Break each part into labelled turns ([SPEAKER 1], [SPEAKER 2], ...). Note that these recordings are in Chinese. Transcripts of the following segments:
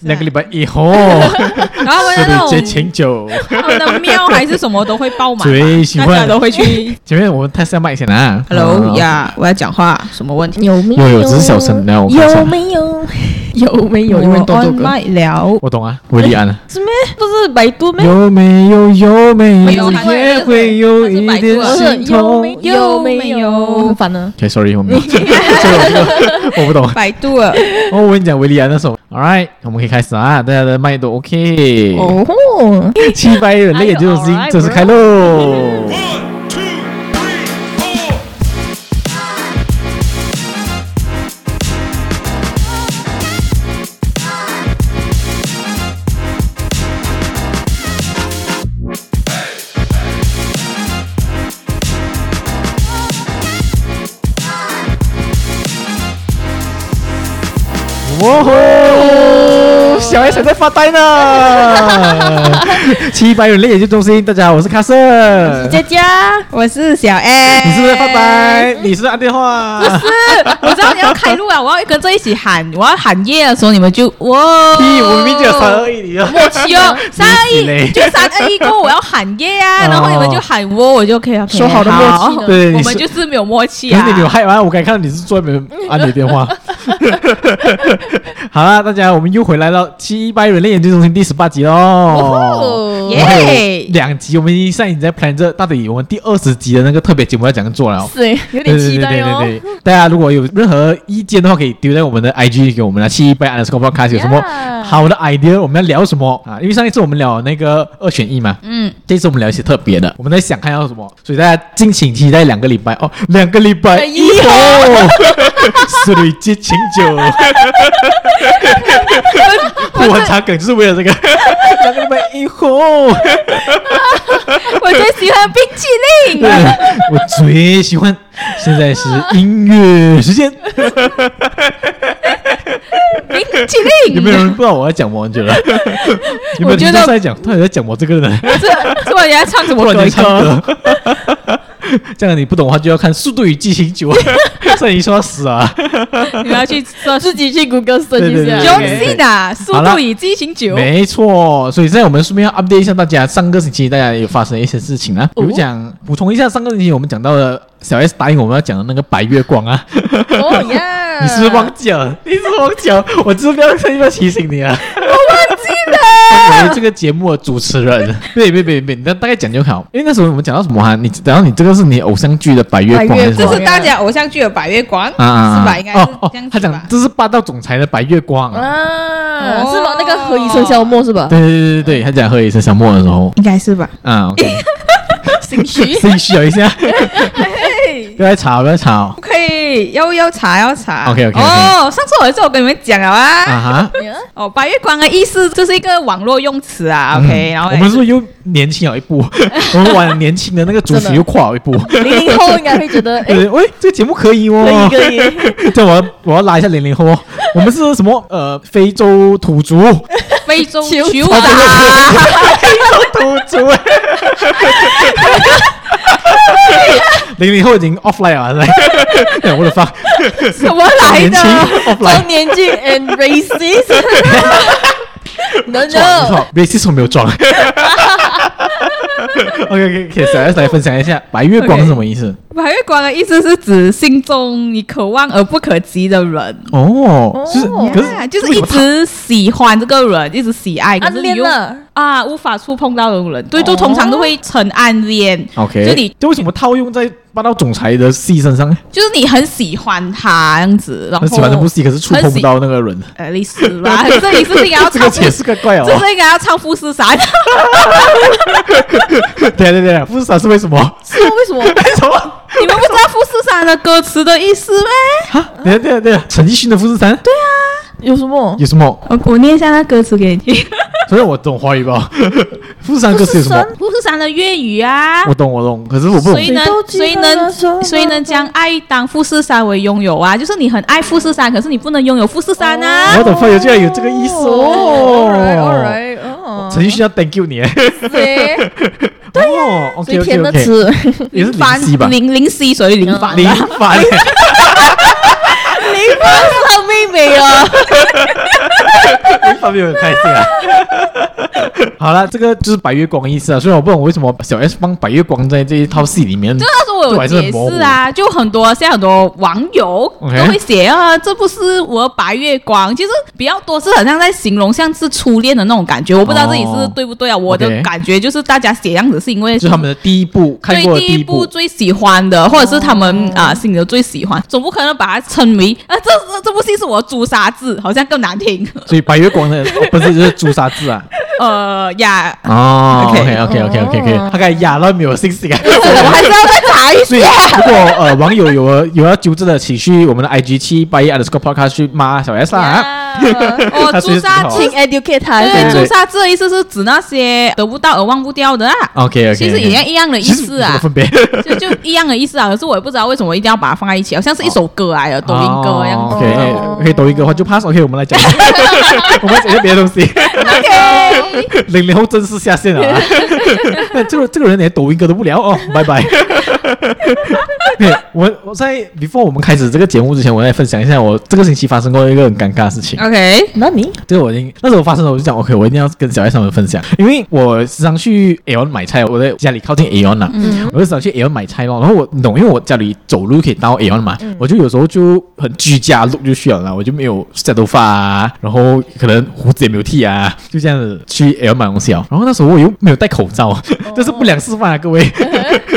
[SPEAKER 1] 两个礼拜以后，
[SPEAKER 2] 然后
[SPEAKER 1] 是
[SPEAKER 2] 那
[SPEAKER 1] 不是接
[SPEAKER 2] 种
[SPEAKER 1] 请酒？
[SPEAKER 2] 他们的庙还是什么都会爆满，
[SPEAKER 1] 最喜
[SPEAKER 2] 大家
[SPEAKER 1] 欢
[SPEAKER 2] 都会 去。
[SPEAKER 1] 前面我们太下麦先啦。
[SPEAKER 2] Hello
[SPEAKER 1] 嗯
[SPEAKER 2] 呀，我要讲话，什么问题？
[SPEAKER 3] 有没
[SPEAKER 1] 有有只是小声的我看一下
[SPEAKER 3] 有没有？ 有没有？因为
[SPEAKER 2] 我
[SPEAKER 3] 多
[SPEAKER 2] on
[SPEAKER 3] 做歌
[SPEAKER 2] mic 聊，
[SPEAKER 1] 我懂啊，维利安啊。
[SPEAKER 3] 不是百度咩？
[SPEAKER 1] 有没有有没有也会有一点
[SPEAKER 3] 不是啊
[SPEAKER 1] 心
[SPEAKER 3] 有
[SPEAKER 1] 痛
[SPEAKER 3] 没
[SPEAKER 2] 有没有
[SPEAKER 3] 有？烦呢？
[SPEAKER 1] ？OK，sorry，我没有， 这个我不我不懂。
[SPEAKER 2] 百度了。
[SPEAKER 1] 哦，我跟你讲，维利安那首，All right，我们可以开始啊，大家的麦都 OK，
[SPEAKER 3] 哦吼，
[SPEAKER 1] 七百人类也就是已经正式开喽。
[SPEAKER 4] One, two, three, four.
[SPEAKER 1] 哇吼！小 S 还在发呆呢。七百人类研究中心，大家好，我是卡瑟。你
[SPEAKER 3] 佳佳，
[SPEAKER 2] 我是小 A，
[SPEAKER 1] 是不是在发？呆？你哎是不是哦按电话？
[SPEAKER 2] 是， 我知道你要开路了，我要跟着一起喊，我要喊耶的时候，你们就哇，
[SPEAKER 1] 屁，我明明就有三二一，你啊
[SPEAKER 2] 默契 哦，三二
[SPEAKER 1] 你死嘞
[SPEAKER 2] 一就三二一过后，我要喊 耶啊，然后你们就喊我，我就可以
[SPEAKER 3] 说好的默契呢
[SPEAKER 1] 对
[SPEAKER 2] 我
[SPEAKER 1] 你是
[SPEAKER 2] 们就是没有默契
[SPEAKER 1] 可
[SPEAKER 2] 啊
[SPEAKER 1] 是你。没有害完，我刚才看到你是专门按你的电话。 好啦，大家，我们又回来到七百人类研究中心第十八集喽。
[SPEAKER 3] 哦
[SPEAKER 2] 耶
[SPEAKER 1] 还有两集，我们上一集在 plan 这到底我们第二十集的那个特别节目要怎样做了哦。
[SPEAKER 3] 是有点期待
[SPEAKER 1] 对对对
[SPEAKER 3] 哦。
[SPEAKER 1] 对对，大家如果有任何意见的话，可以丢在我们的 IG 给我们啊，七一百 underscore podcast 有什么
[SPEAKER 3] Yeah
[SPEAKER 1] 好的 idea，我们要聊什么啊？因为上一次我们聊那个二选一嘛，
[SPEAKER 2] 嗯，
[SPEAKER 1] 这次我们聊一些特别的，我们在想看要什么，所以大家敬请期待两个礼拜 哦，两个礼拜
[SPEAKER 2] 哎
[SPEAKER 1] 以后，水接请 酒，我很长梗就是为了这个，两个礼拜以 后，
[SPEAKER 2] 我最喜欢冰淇淋。
[SPEAKER 1] 对我最喜欢，现在是音乐时间。
[SPEAKER 2] 冰淇
[SPEAKER 1] 有没有
[SPEAKER 2] 淋。
[SPEAKER 1] 人不知道我在讲我？你觉 得？有没有
[SPEAKER 2] 我觉
[SPEAKER 1] 听
[SPEAKER 2] 得
[SPEAKER 1] 众在讲？到底在讲我这个人？
[SPEAKER 2] 不是，是我在唱 什么
[SPEAKER 1] 不然
[SPEAKER 2] 鬼
[SPEAKER 1] 你唱
[SPEAKER 2] 歌？
[SPEAKER 1] 歌。 这样你不懂的话，就要看《速度与激情 九》，这你说要死啊！
[SPEAKER 2] 你们 要去搜
[SPEAKER 3] 自己去谷歌搜
[SPEAKER 1] 对
[SPEAKER 3] 一
[SPEAKER 1] 对对
[SPEAKER 3] 下。
[SPEAKER 1] 对
[SPEAKER 2] John
[SPEAKER 1] OK
[SPEAKER 2] Cena《速
[SPEAKER 1] 好
[SPEAKER 2] 度
[SPEAKER 1] 了
[SPEAKER 2] 与激情九》。
[SPEAKER 1] 没错，所以现在我们顺便要 update 一下大家，上个星期大家有发生一些事情啊，
[SPEAKER 2] 哦
[SPEAKER 1] 比如讲补充一下上个星期我们讲到的小 S 答应我们要讲的那个白月光啊，
[SPEAKER 3] 哦呀，
[SPEAKER 1] 你是不是忘记了？你是不是忘记了？我知道要要提醒你啊！我忘记了。作为这个节目的主持人，别别别别，你大大概讲就好。因为那时候我们讲到什么哈、你然后你这个是你偶像剧的白月光
[SPEAKER 3] 白月
[SPEAKER 1] 还是什
[SPEAKER 2] 这
[SPEAKER 1] 么
[SPEAKER 2] 是大家偶像剧的《白月光》
[SPEAKER 1] 啊啊啊
[SPEAKER 2] 是吧？应该是
[SPEAKER 1] 哦哦
[SPEAKER 2] 这样，
[SPEAKER 1] 他
[SPEAKER 2] 子
[SPEAKER 1] 讲
[SPEAKER 2] 吧。
[SPEAKER 1] 这是霸道总裁的白月光。
[SPEAKER 3] 啊？
[SPEAKER 2] 哦
[SPEAKER 3] 是吗？那个何以笙箫默是吧？
[SPEAKER 1] 对对对对对，他讲喝一声小莫的时候，
[SPEAKER 2] 应该是吧？
[SPEAKER 1] 啊、o k
[SPEAKER 2] 心虚，
[SPEAKER 1] 自己需要一下，不要吵，不要吵
[SPEAKER 2] 不可以，要要查要查。
[SPEAKER 1] OK，OK，OK
[SPEAKER 2] 哦，上次我就有跟你们讲了啊。
[SPEAKER 1] 啊哈。
[SPEAKER 2] 哦，白月光的意思就是一个网络用词啊。OK，
[SPEAKER 1] 嗯
[SPEAKER 2] 然后
[SPEAKER 1] 我们是不是又年轻了一步？我们往年轻的那个主题又跨了一步。
[SPEAKER 3] 零零后应该会觉 得，哎，
[SPEAKER 1] 对，喂，这个节目可以哦，
[SPEAKER 3] 可以可 以，
[SPEAKER 1] 对，我要我要拉一下零零后哦，我们是什么呃非洲土著，
[SPEAKER 2] 非洲
[SPEAKER 3] 球
[SPEAKER 2] 球
[SPEAKER 1] 打
[SPEAKER 2] 打，
[SPEAKER 1] 土著。零零后已经 offline 了， 哎我的发
[SPEAKER 2] 什么来
[SPEAKER 1] 年轻
[SPEAKER 2] 的？
[SPEAKER 1] offline
[SPEAKER 3] 中。年纪 and racist。No
[SPEAKER 1] 撞
[SPEAKER 3] no，
[SPEAKER 1] 撞，没其实我没有 撞。OK OK OK，小 S 来分享一下白月光是什么意思？
[SPEAKER 2] 白月光的意思是指心中你渴望而不可及的人。
[SPEAKER 1] 哦，是
[SPEAKER 3] 哦
[SPEAKER 1] 可
[SPEAKER 2] 啊
[SPEAKER 1] 是
[SPEAKER 2] 就是
[SPEAKER 1] 为
[SPEAKER 2] 一
[SPEAKER 1] 什么他
[SPEAKER 2] 直喜欢这个人，一直喜爱，可
[SPEAKER 3] 暗
[SPEAKER 2] 是你
[SPEAKER 3] 恋
[SPEAKER 2] 又
[SPEAKER 3] 了
[SPEAKER 2] 啊无法触碰到的人，对，都
[SPEAKER 3] 哦
[SPEAKER 2] 通常都会成暗恋。
[SPEAKER 1] OK，
[SPEAKER 2] 就你
[SPEAKER 1] 这为什么套用在霸道总裁的戏身上呢？
[SPEAKER 2] 就是你很喜欢他这样子，然后
[SPEAKER 1] 很喜欢那部
[SPEAKER 2] 哦
[SPEAKER 1] 戏，可是触碰
[SPEAKER 2] 很
[SPEAKER 1] 不
[SPEAKER 2] 喜
[SPEAKER 1] 到那个人，
[SPEAKER 2] 呃历史啦， 这里是不是应该要
[SPEAKER 1] 这个
[SPEAKER 2] 唱富
[SPEAKER 1] 解释怪怪哦
[SPEAKER 2] 这。是应该要唱富士山，
[SPEAKER 1] 对对对，富士山是为什么？
[SPEAKER 3] 是吗为什么？
[SPEAKER 1] 为什么？
[SPEAKER 2] 你们不知道富士山的歌词的意思吗？
[SPEAKER 1] 啊，对啊对啊对啊，陈奕迅的富士山，对，
[SPEAKER 3] 有什么？
[SPEAKER 1] 有什么？
[SPEAKER 2] 我我念一下那歌词给你 听。
[SPEAKER 1] 虽然我懂华语吧，富士山歌词有什么？
[SPEAKER 2] 富士山的粤语啊，
[SPEAKER 1] 我懂我懂，可是我不懂
[SPEAKER 2] 谁能谁能谁能将爱当富士山为拥有啊？就是你很爱富士山，可是你不能拥有富士山啊。
[SPEAKER 1] 我的朋友居然有这个意思哦
[SPEAKER 3] Alright，alright，哦
[SPEAKER 1] 陈奕迅要 thank you 你。
[SPEAKER 3] 谁
[SPEAKER 1] 对呀，OK
[SPEAKER 3] 谁
[SPEAKER 1] OK
[SPEAKER 3] 填的
[SPEAKER 1] OK，
[SPEAKER 3] 词？
[SPEAKER 1] 也是零七吧？
[SPEAKER 2] 零零 C 属于零凡
[SPEAKER 1] 零
[SPEAKER 2] 吧？
[SPEAKER 1] 凡，
[SPEAKER 3] 零八是他妹太美
[SPEAKER 1] 哦
[SPEAKER 3] 了。
[SPEAKER 1] 他们有很开心啊。好了，这个就是白月光意思啊。虽然我不懂为什么小 S 放白月光在这一套戏里面
[SPEAKER 2] 就，那时候我有解释啊，就很多现在很多网友
[SPEAKER 1] OK
[SPEAKER 2] 都会写啊，这不是我白月光，其实比较多是好像在形容像是初恋的那种感觉，我不知道自己是
[SPEAKER 1] 哦
[SPEAKER 2] 对不对啊。我的
[SPEAKER 1] OK
[SPEAKER 2] 感觉就是大家写样子是因为
[SPEAKER 1] 就是他们的第一部看
[SPEAKER 2] 对
[SPEAKER 1] 过的
[SPEAKER 2] 第
[SPEAKER 1] 第
[SPEAKER 2] 一部
[SPEAKER 1] 部。
[SPEAKER 2] 最喜欢的，或者是他们啊、心里的最喜欢，总不可能把它称为啊这这这部戏是我的朱砂痣，好像更难听。
[SPEAKER 1] 所以白月 光的、哦不是就是朱砂痣啊？
[SPEAKER 2] 呃呀，
[SPEAKER 1] 哦
[SPEAKER 2] OK
[SPEAKER 1] ，OK OK OK OK OK，他刚才哑到没有信心啊。
[SPEAKER 3] 我还是要再查一下。
[SPEAKER 1] 所以，如果呃网友有有要纠正的，请去我们的 IG 七八一 underscore podcast 去骂小 S 啦啊。
[SPEAKER 2] 哦
[SPEAKER 1] 他，随
[SPEAKER 2] 朱
[SPEAKER 1] 时
[SPEAKER 2] 砂
[SPEAKER 1] 好
[SPEAKER 2] 痣
[SPEAKER 3] 请 educate 他一
[SPEAKER 2] 对，
[SPEAKER 1] 对
[SPEAKER 3] 下。
[SPEAKER 1] 对
[SPEAKER 2] 朱砂痣的意思是指那些得不到而忘不掉的啦。
[SPEAKER 1] OK OK，
[SPEAKER 2] 其实也一样的意思啊，
[SPEAKER 1] 分别
[SPEAKER 2] 就就一样的意思啊。可是我也不知道为什么一定要把它放在一起，好像是一首歌来 的，抖音歌一样。
[SPEAKER 1] 哦 OK OK，抖音歌的话就 pass。OK，我们来 讲，我们来讲一些别的东西。
[SPEAKER 2] OK，
[SPEAKER 1] 零零后真是下线了、啊，那这个这个人连抖音歌都不聊哦，拜拜。对，我我在 before 我们开始这个节目之前，我来分享一下我这个星期发生过一个很尴尬的事情。
[SPEAKER 2] OK，
[SPEAKER 3] 那你
[SPEAKER 1] 这个我已经那时候发生了，我就讲 OK，我一定要跟小艾他们分享，因为我时常去 A on 买菜，我在家里靠近 A on 呐、我就时常去 A on 买菜咯。然后我你懂，因为我家里走路可以到 A on 嘛，我就有时候就很居家路就去了啦，我就没有晒头发啊，然后可能胡子也没有剃啊，就这样子去 A on 买东西哦。然后那时候我又没有戴口罩，这是不良示范啊，各位。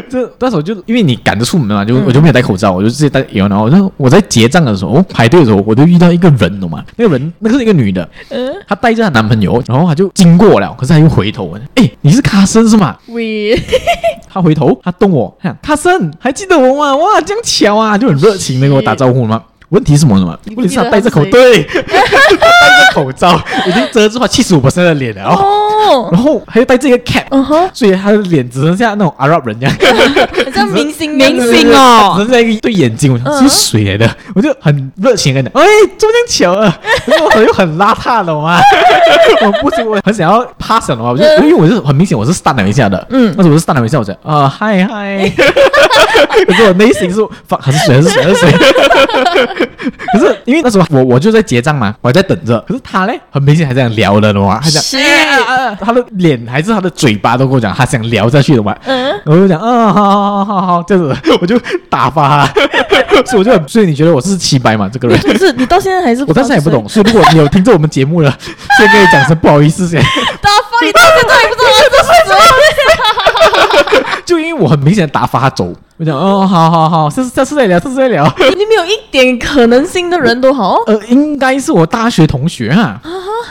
[SPEAKER 1] 这那时候就因为你赶着出门嘛，就我就没有戴口罩，我就直接戴眼罩。然后那我在结账的时候，哦排队的时候，我就遇到一个人，懂吗？那个人那个是一个女的，她带着她男朋友，然后她就经过了，可是她又回头问：“哎，你是卡森是吗？”
[SPEAKER 3] we
[SPEAKER 1] 他回头，他动我，他讲卡森，还记得我吗？哇，这样巧啊，就很热情的跟我打招呼了吗？问题是什么呢嘛？
[SPEAKER 3] 你不
[SPEAKER 1] 问题是他
[SPEAKER 3] 记得
[SPEAKER 1] 戴着口
[SPEAKER 3] 他
[SPEAKER 1] 对， 他戴着口罩，已经遮住他七十五的脸了， 哦、
[SPEAKER 3] 哦，
[SPEAKER 1] 然后还要戴这个 cap，、
[SPEAKER 3] 嗯哼，
[SPEAKER 1] 所以他的脸只剩下那种 Arab 人这样。
[SPEAKER 3] 很像明星啊
[SPEAKER 2] 明星
[SPEAKER 1] 只
[SPEAKER 2] 哦，
[SPEAKER 1] 是在一对眼睛，我想
[SPEAKER 3] 嗯
[SPEAKER 1] 这是谁来的？我就很热情地跟他讲，哎，这么巧啊！可是我又很邋遢，懂吗？ 我不行，我很想要 pass 懂吗？我就因为我是很明显我是 stun 了一下的，嗯，但是我是 stun 了一下，我讲啊嗨嗨，可是我内心是 fuck 还是谁还是谁还是谁？ 可是因为那时候我我就在结账嘛，我还在等着，可是他嘞很明显还在聊的，懂吗？还讲
[SPEAKER 3] 是
[SPEAKER 1] 啊他的脸还是他的嘴巴都跟我讲，他想聊下去的嘛。
[SPEAKER 3] 嗯
[SPEAKER 1] 我就讲，啊，好好好好好，这样子，我就打发他， 所以我就很，所以你觉得我是七白嘛？这个人，
[SPEAKER 3] 不是你到现在还是
[SPEAKER 1] 我到现在也不懂。所以如果你有听着我们节目了， 先跟你讲声不好意思 先，
[SPEAKER 3] 大放，你到现在还不知道我是什么？
[SPEAKER 1] 就因为我很明显地打发他走。我讲，哦，好好好，下次下次再聊，下次再聊。
[SPEAKER 3] 你没有一点可能性的人都好，
[SPEAKER 1] 呃，应该是我大学同学啊，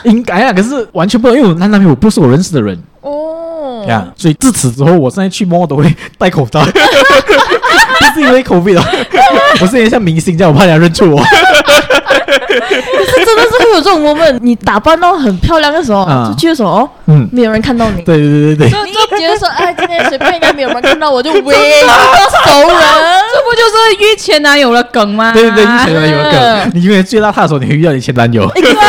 [SPEAKER 1] 应该啊，可是完全不懂，因为我那男朋友不是我认识的人
[SPEAKER 3] 哦
[SPEAKER 1] 呀、所以自此之后，我现在去摸都会 戴口罩，不是因为口味哦， 我是因为像明星这样，我怕人家认出我。
[SPEAKER 3] 这真的是会有这种 moment。你打扮到很漂亮的时候，
[SPEAKER 1] 嗯
[SPEAKER 3] 出去的时候，哦
[SPEAKER 1] 嗯，
[SPEAKER 3] 没有人看到你。
[SPEAKER 1] 对对对对对，
[SPEAKER 3] 你就觉得说，哎，今天随便应该没有人看 到，我就喂，一个熟
[SPEAKER 2] 这
[SPEAKER 3] 人。
[SPEAKER 2] 不就是遇前男友的梗吗？
[SPEAKER 1] 对对对，你前男友的
[SPEAKER 3] 嗯
[SPEAKER 1] 梗，你永远最邋遢的时候，你会遇到你前男友。
[SPEAKER 3] 真的？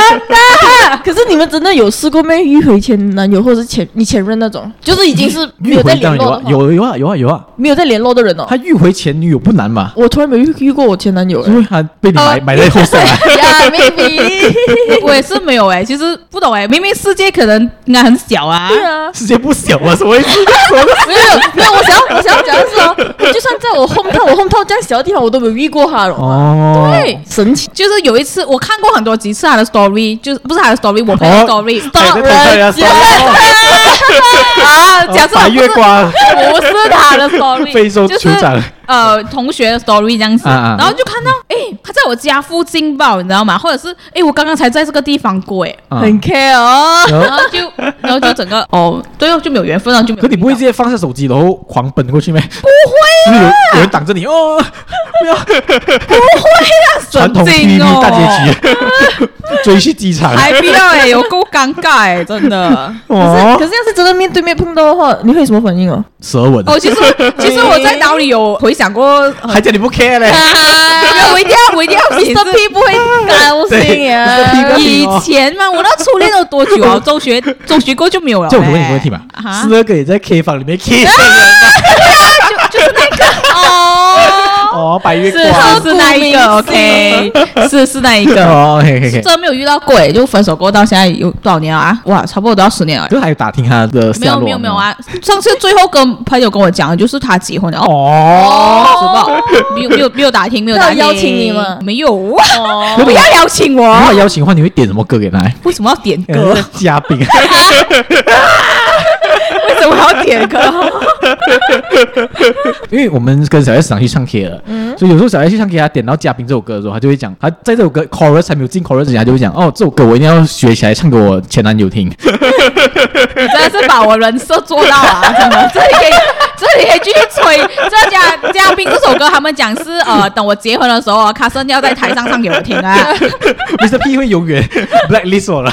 [SPEAKER 3] 可是你们真的有试过没迂回前男友或者是前你前任那种，就是已经是没有
[SPEAKER 1] 迂
[SPEAKER 3] 在
[SPEAKER 1] 回当
[SPEAKER 3] 联
[SPEAKER 1] 然有
[SPEAKER 3] 络
[SPEAKER 1] 啊
[SPEAKER 3] 的，
[SPEAKER 1] 有有啊有啊有啊，
[SPEAKER 3] 没有在联络的人哦。
[SPEAKER 1] 他迂回前女友不难嘛，
[SPEAKER 3] 我从来没遇遇过我前男友，
[SPEAKER 1] 因为他被你
[SPEAKER 3] 哦
[SPEAKER 1] 埋埋在 后
[SPEAKER 2] 哎
[SPEAKER 1] 山啊。
[SPEAKER 3] 呀，maybe，
[SPEAKER 2] 我也是没有哎、其实不懂哎、明明世界可能应该很小啊。
[SPEAKER 3] 对啊，
[SPEAKER 1] 世界不小啊，什么意思？
[SPEAKER 3] 没有没有，我想要我想要讲的是哦，我就算在我 home town 我 home town 这样小的地方，我都没有遇过他了，
[SPEAKER 1] 哦，
[SPEAKER 2] 对，
[SPEAKER 3] 神奇。
[SPEAKER 2] 就是有一次我看过很多几次他的 story，就是不是他的 story，我朋友的 story、
[SPEAKER 1] 还在偷看人家手哦
[SPEAKER 2] 啊，
[SPEAKER 1] 哦
[SPEAKER 2] 假设我
[SPEAKER 1] 白
[SPEAKER 2] 不
[SPEAKER 1] 月
[SPEAKER 2] 是
[SPEAKER 1] 光，
[SPEAKER 2] 不是他的 story，
[SPEAKER 1] 非洲
[SPEAKER 2] 就是
[SPEAKER 1] 酋长
[SPEAKER 2] 呃同学的 story 这样子，
[SPEAKER 1] 啊啊
[SPEAKER 2] 然后就看到哎、诶他在我家附近吧，你知道吗？或者是哎、诶我刚刚才在这个地方过哎、
[SPEAKER 1] 啊
[SPEAKER 3] 很 care 哦，
[SPEAKER 2] 然后 就，然后就整个哦，对哦，就没有缘分了，就没有遇到。
[SPEAKER 1] 可你不会直接放下手机，然后狂奔过去咩？不会，有有人挡着你哦，不要，不会啊， 传统
[SPEAKER 2] 神
[SPEAKER 1] T
[SPEAKER 2] 经
[SPEAKER 1] V
[SPEAKER 2] 哦
[SPEAKER 1] 大结 局，追去机场，哦
[SPEAKER 2] 还不要哎、有够尴尬哎、真 的。
[SPEAKER 3] 可是可
[SPEAKER 1] 哦，
[SPEAKER 3] 是要是真的面对面碰到的话，你会有什么反应哦？
[SPEAKER 1] 舌吻，
[SPEAKER 2] 哦，其实其实我在脑里有回想过，呃
[SPEAKER 1] 还叫你不 care 嘞。
[SPEAKER 2] 我一定啊要我一定 要解
[SPEAKER 3] 这
[SPEAKER 2] 释。
[SPEAKER 3] 屁不会高兴呀
[SPEAKER 1] Mr. P 不要
[SPEAKER 2] 以
[SPEAKER 1] 紧哦
[SPEAKER 2] 前嘛，我那初恋有多 久啊？中学中学过就没有了、欸。
[SPEAKER 1] 这我问你个问题吧，
[SPEAKER 2] 啊
[SPEAKER 1] 啊是那个也在 K 房里面 K 的人吗？
[SPEAKER 2] 就就是那个哦，
[SPEAKER 1] 哦，白月
[SPEAKER 2] 是
[SPEAKER 1] 光。
[SPEAKER 2] 是那一个
[SPEAKER 3] 刻骨
[SPEAKER 2] ，OK，是是那一个。
[SPEAKER 1] 哦，OK OK
[SPEAKER 2] 真
[SPEAKER 1] OK，
[SPEAKER 2] 的没有遇到过诶，就分手过到现在有多少年了啊？哇，差不多都要十年了。
[SPEAKER 1] 就还有打听他的
[SPEAKER 2] 没
[SPEAKER 1] 下
[SPEAKER 2] 有
[SPEAKER 1] 落
[SPEAKER 2] 没有没有！啊！上次最后跟朋友跟我讲，就是他结婚了哦，
[SPEAKER 1] 哦，
[SPEAKER 2] 是吧？没有没有没有打听，没有打听。
[SPEAKER 3] 那有邀请你吗
[SPEAKER 2] 没有，
[SPEAKER 3] 哦，
[SPEAKER 2] 不要邀请我。
[SPEAKER 1] 如果邀请的话，你会点什么歌给他？
[SPEAKER 2] 为什么要点歌
[SPEAKER 1] 呃？嘉宾，
[SPEAKER 2] 为什么要点歌？
[SPEAKER 1] 因为我们跟小 S 常去唱 K 了，所以有时候小 S 去唱 K，他点到嘉宾这首歌的时候，他就会讲，他在这首歌 chorus 还没有进 chorus 之前，他就会讲，哦，这首歌我一定要学起来唱给我前男友听。
[SPEAKER 2] 你真的是把我人设做到啊！真的，这里可以，这里可以继续吹。这家嘉宾这首歌，他们讲是呃，等我结婚的时候啊，卡森要在台上唱给我听啊。
[SPEAKER 1] Mr. P 会永远 blacklist 我了。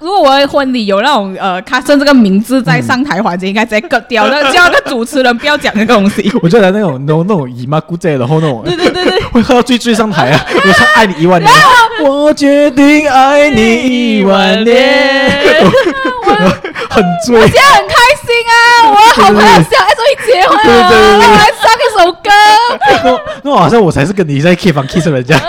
[SPEAKER 2] 如果我的婚礼有那种呃卡森这个名字在上台环节，应该直接割掉，那叫那主持人不要讲那个东西。
[SPEAKER 1] 我就来那种 no 那种姨妈姑姐，然后那种对对对对，会喝到最最上台 啊！我唱爱你一万年，我决定爱你一万年， 很醉。
[SPEAKER 2] 现在很开心
[SPEAKER 3] 哎
[SPEAKER 2] 啊！我的好朋友小 S 终于结
[SPEAKER 3] 啊
[SPEAKER 2] 婚了，
[SPEAKER 1] 对对对对
[SPEAKER 2] 让我来唱一首歌。
[SPEAKER 1] 那 那好像我才是跟你在 K 房 kiss 人家。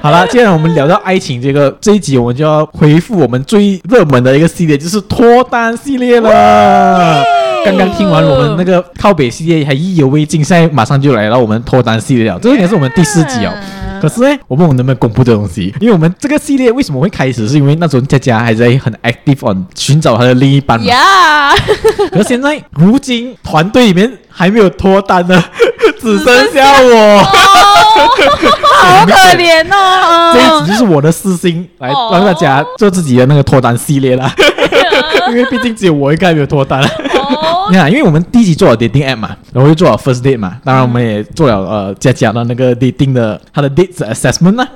[SPEAKER 1] 好了，既然我们聊到爱情这个这一集，我们就要回复我们最热门的一个系列，就是脱单系列了。刚刚听完我们那个靠北系列还意犹未尽，现在马上就来到我们脱单系列了。这个应该是我们第四集哦。可是呢，我问我能不能公布这东西，因为我们这个系列为什么会开始，是因为那时候佳佳还在很 active on 寻找她的另一半嘛。
[SPEAKER 2] 呀，
[SPEAKER 1] 可现在，如今团队里面还没有脱单 呢，只剩下我。
[SPEAKER 3] 好可怜哦。
[SPEAKER 1] 这一集就是我的私心，来
[SPEAKER 2] 哦
[SPEAKER 1] 让大家做自己的那个脱单系 列啦。因为毕竟只有我一个还没有脱单。
[SPEAKER 2] 哦，
[SPEAKER 1] 你看， 因为我们第一集做了 dating app 嘛，然后又做了 first date 嘛，当然我们也做了呃佳佳的那个 dating 的他的 dates assessment 啦、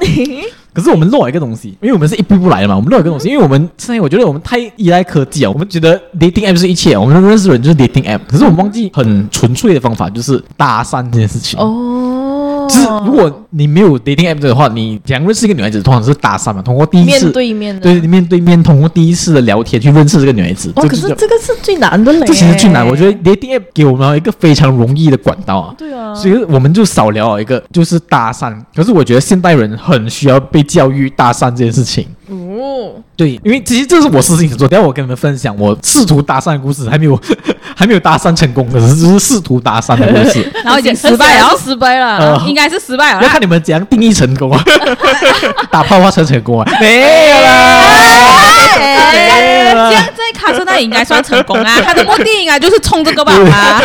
[SPEAKER 1] 可是我们漏了一个东西，因为我们是一步一步来的嘛，我们漏了一个东西，因为我们现在我觉得我们太依赖科技啊，我们觉得 dating app 是一切，我们认识人就是 dating app，可是我们忘记很纯粹的方法就是搭讪这件事情。
[SPEAKER 3] 哦，
[SPEAKER 1] 就是如果你没有 dating app 的话，你想认识一个女孩子，通常是搭讪嘛，通过第一次
[SPEAKER 3] 面对面的，
[SPEAKER 1] 对面对面通过第一次的聊天去认识这个女孩子。
[SPEAKER 3] 哇，
[SPEAKER 1] 这
[SPEAKER 3] 哦可
[SPEAKER 1] 就是
[SPEAKER 3] 这个是最难的嘞，
[SPEAKER 1] 这其实最难，我觉得 dating app 给我们一个非常容易的管道啊。
[SPEAKER 3] 对啊，
[SPEAKER 1] 所以我们就少聊了一个，就是搭讪。可是我觉得现代人很需要被教育搭讪这件事情。
[SPEAKER 3] 哦，
[SPEAKER 1] 对，因为其实这是我私心所做，等一下我跟你们分享我试图搭讪的故事，还没有 还没有搭讪成功，可是就是试图搭讪的故 事。
[SPEAKER 2] 然后已经失败
[SPEAKER 3] 然后
[SPEAKER 2] 了，
[SPEAKER 3] 失败了，
[SPEAKER 1] 呃
[SPEAKER 2] 应该是失败了
[SPEAKER 1] 要
[SPEAKER 2] 啦。
[SPEAKER 1] 看你们怎样定义成功 啊，打炮花成成功啊？没有啦，没有
[SPEAKER 2] 这样
[SPEAKER 1] 啦。
[SPEAKER 2] 在卡车那里应该算成功啊，他的目的应该就是冲这个吧啊。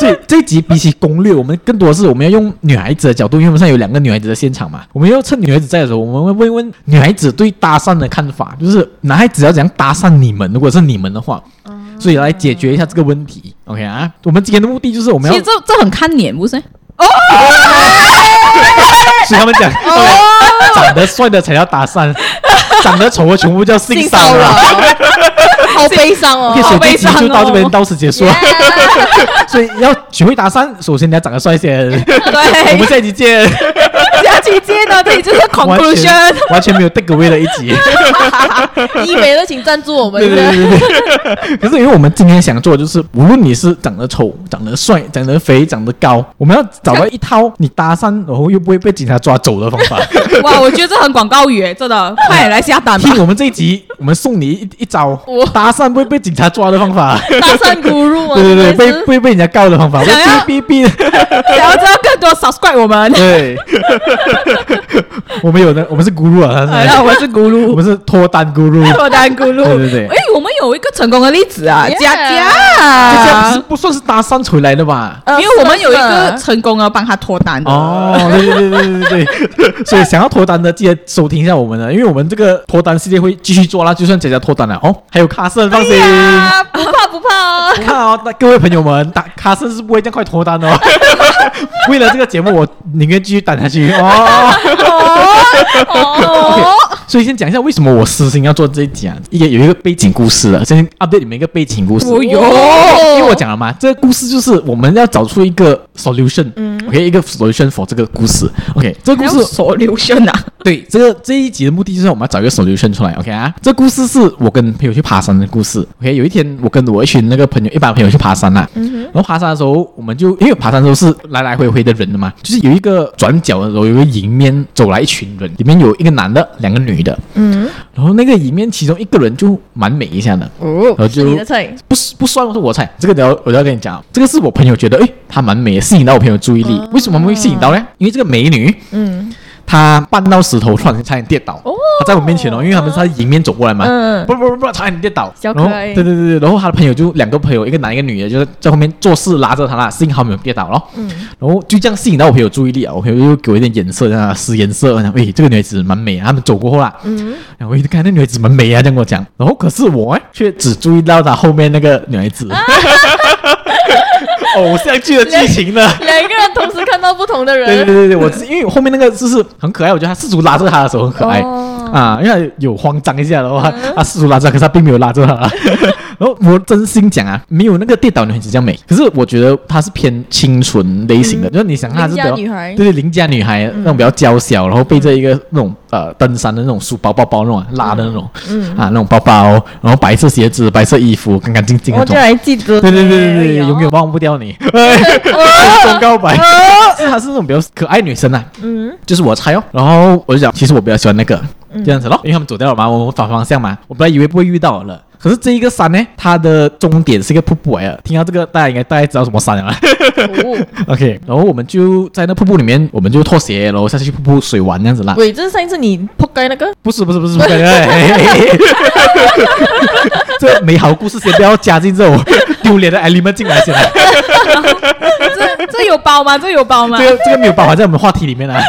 [SPEAKER 1] 所以这一集比起攻略，我们更多的是我们要用女孩子的角度，因为我们现在有两个女孩子的现场嘛，我们要趁女孩子在的时候，我们会问一问女孩子对搭讪的看法，就是男孩子要怎样搭讪你们，如果是你们的话，所以来解决一下这个问题。OK 啊，我们今天的目的就是我们
[SPEAKER 2] 其
[SPEAKER 1] 要
[SPEAKER 2] 实，这这很看脸，不是？
[SPEAKER 1] 所以他们讲，长得帅的才叫搭讪，长得丑的全部叫性
[SPEAKER 3] 性
[SPEAKER 1] 骚
[SPEAKER 3] 骚扰
[SPEAKER 1] 扰。，
[SPEAKER 3] 好悲伤哦
[SPEAKER 1] OK，，所以这
[SPEAKER 2] 悲
[SPEAKER 1] 集
[SPEAKER 2] 伤
[SPEAKER 1] 就到这边
[SPEAKER 2] 哦
[SPEAKER 1] 到此结束了。 所以要学会搭讪，首先你要长得帅先。我们
[SPEAKER 2] 对，
[SPEAKER 1] 下一集见。
[SPEAKER 2] 下期见了，这里就是
[SPEAKER 1] 完全
[SPEAKER 2] conclusion。
[SPEAKER 1] 完全没有 take away 的一集。
[SPEAKER 3] 医美的请赞助我们，
[SPEAKER 1] 对对对对对。可是因为我们今天想做的就是，无论你是长得丑、长得帅、长得肥、长得高，我们要找到一套你搭讪然后又不会被警察抓走的方法。
[SPEAKER 2] 哇，我觉得这很广告语耶，真 的，快点来下单吧
[SPEAKER 1] 听！我们这一集，我们送你一一招
[SPEAKER 3] 我
[SPEAKER 1] 搭讪不会被警察抓的方法。
[SPEAKER 3] 搭讪 guru 嘛，
[SPEAKER 1] 对对对，
[SPEAKER 3] 你们
[SPEAKER 1] 被
[SPEAKER 3] 是
[SPEAKER 1] 被被人家告的方法，被
[SPEAKER 2] 想要
[SPEAKER 1] 哔哔哔的。
[SPEAKER 2] 想要知道更多，subscribe 我 们。
[SPEAKER 1] 对， 我们有的，我们是咕噜啊，他
[SPEAKER 2] 哎
[SPEAKER 1] 是
[SPEAKER 2] 呀，我是咕噜
[SPEAKER 1] 我，们是脱单咕噜，
[SPEAKER 2] 我单咕噜。
[SPEAKER 1] 对对对
[SPEAKER 2] 哎，我们有一个成功的例子啊，
[SPEAKER 3] Yeah
[SPEAKER 2] 佳
[SPEAKER 1] 这家
[SPEAKER 2] 佳
[SPEAKER 1] 不是，不算是搭讪回来的吧？
[SPEAKER 3] 呃
[SPEAKER 2] 因为我们有一
[SPEAKER 3] 是
[SPEAKER 2] 个
[SPEAKER 3] 的是的
[SPEAKER 2] 成功的帮他脱单的。
[SPEAKER 1] 哦，对对对对对对，所以想要脱单的，记得收听一下我们的，因为我们这个脱单系列会继续做啦，就算姐姐脱单了哦，还有卡森，
[SPEAKER 2] 哎
[SPEAKER 1] 放心。
[SPEAKER 3] 啊，不怕不怕哦，
[SPEAKER 1] 看哦，那各位朋友们，打卡森是不会这样快脱单的哦。为了这个节目，我宁愿继续单下去哦。
[SPEAKER 3] 哦，
[SPEAKER 1] 所以先讲一下为什么我私心要做这一集啊，也有一个背景故事了，先 update 你们一个背景故事。
[SPEAKER 2] 哦哟
[SPEAKER 1] 因为我讲了嘛，这个故事就是我们要找出一个 solution，嗯，OK，一个 solution for 这个故事，OK，这个故事
[SPEAKER 2] 手流线啊，
[SPEAKER 1] 对，这个这一集的目的就是我们要找一个 solution 出来，OK 啊？这故事是我跟朋友去爬山的故事，OK。有一天我跟我一群那个朋友，一般朋友去爬山啦、然后爬山的时候，我们就因为爬山的时候是来来回回的人的嘛，就是有一个转角的时候，有一个迎面走来一群人，里面有一个男的，两个女的，
[SPEAKER 3] 嗯，
[SPEAKER 1] 然后那个迎面其中一个人就蛮美一下的，
[SPEAKER 3] 哦
[SPEAKER 1] 然后
[SPEAKER 3] 是
[SPEAKER 1] 就
[SPEAKER 3] 你的菜，
[SPEAKER 1] 不是不算是我菜，这个等下我要跟你讲，这个是我朋友觉得，诶，她蛮美的，吸引到我朋友注意力。为什么会吸引到呢？因为这个美女，
[SPEAKER 3] 哦嗯，
[SPEAKER 1] 她绊到石头，突然间差点跌倒。
[SPEAKER 3] 哦
[SPEAKER 1] 她在我面前哦，因为他们是在迎面走过来嘛，
[SPEAKER 3] 嗯
[SPEAKER 1] 不不不不，差点跌倒。
[SPEAKER 3] 小
[SPEAKER 1] 然后
[SPEAKER 3] 可爱
[SPEAKER 1] 对对对对，然后她的朋友就两个朋友，一个男一个女的，就是在后面做事拉着她啦，幸好没有跌倒咯。嗯，然后就这样吸引到我朋友注意力啊，我朋友就给我一点眼色，让她使眼色，然后诶，这个女孩子蛮美啊。他们走过后啦，嗯，然后我一看那女孩子蛮美啊，这样跟我讲。然后可是我哎，却只注意到她后面那个女孩子。哦偶像剧的剧情呢？
[SPEAKER 3] 两个人同时看到不同的
[SPEAKER 1] 对对
[SPEAKER 3] 人，
[SPEAKER 1] 对对，我是因为我后面那个就是很可爱，我觉得他试图拉着他的时候很可爱、
[SPEAKER 3] 哦嗯
[SPEAKER 1] 啊，因为有慌张一下的话，他试图拉着他，可是他并没有拉着 他。然后我真心讲啊，没有那个跌倒女孩子这样美，可是我觉得她是偏清纯类型的，就是你想她是比较
[SPEAKER 3] 嗯邻家女孩嗯
[SPEAKER 1] 对对邻家女孩、那种比较娇小，然后背着一个那种呃登山的那种书包包包那种啊拉的那种、
[SPEAKER 3] 嗯
[SPEAKER 1] 啊那种包包，然后白色鞋子、白色衣服，干干净净那
[SPEAKER 3] 我
[SPEAKER 1] 种
[SPEAKER 3] 就。还记得，
[SPEAKER 1] 对对对对
[SPEAKER 3] 哎
[SPEAKER 1] 对，永远忘不掉你。 哎中告白，是 她是那种比较可爱女生啊，嗯，就是我猜哦。然后我就讲，其实我比较喜欢那个这样子咯，因为他们走掉了嘛，我们反方向嘛，我本来以为不会遇到了。可是这一个山呢，它的终点是一个瀑布来的。听到这个，大家应该大概知道什么山了吧。OK，然后我们就在那瀑布里面，我们就脱鞋，然后下去瀑布水玩这样子啦。
[SPEAKER 3] 喂，这是上一次你扑街那个，
[SPEAKER 1] 不是不是不是不是，哎这美好故事先不要加进这种丢脸的 element 进来先啊。
[SPEAKER 2] 这 这有包吗？这有包吗？
[SPEAKER 1] 这个这个没有办法在我们话题里 面啊。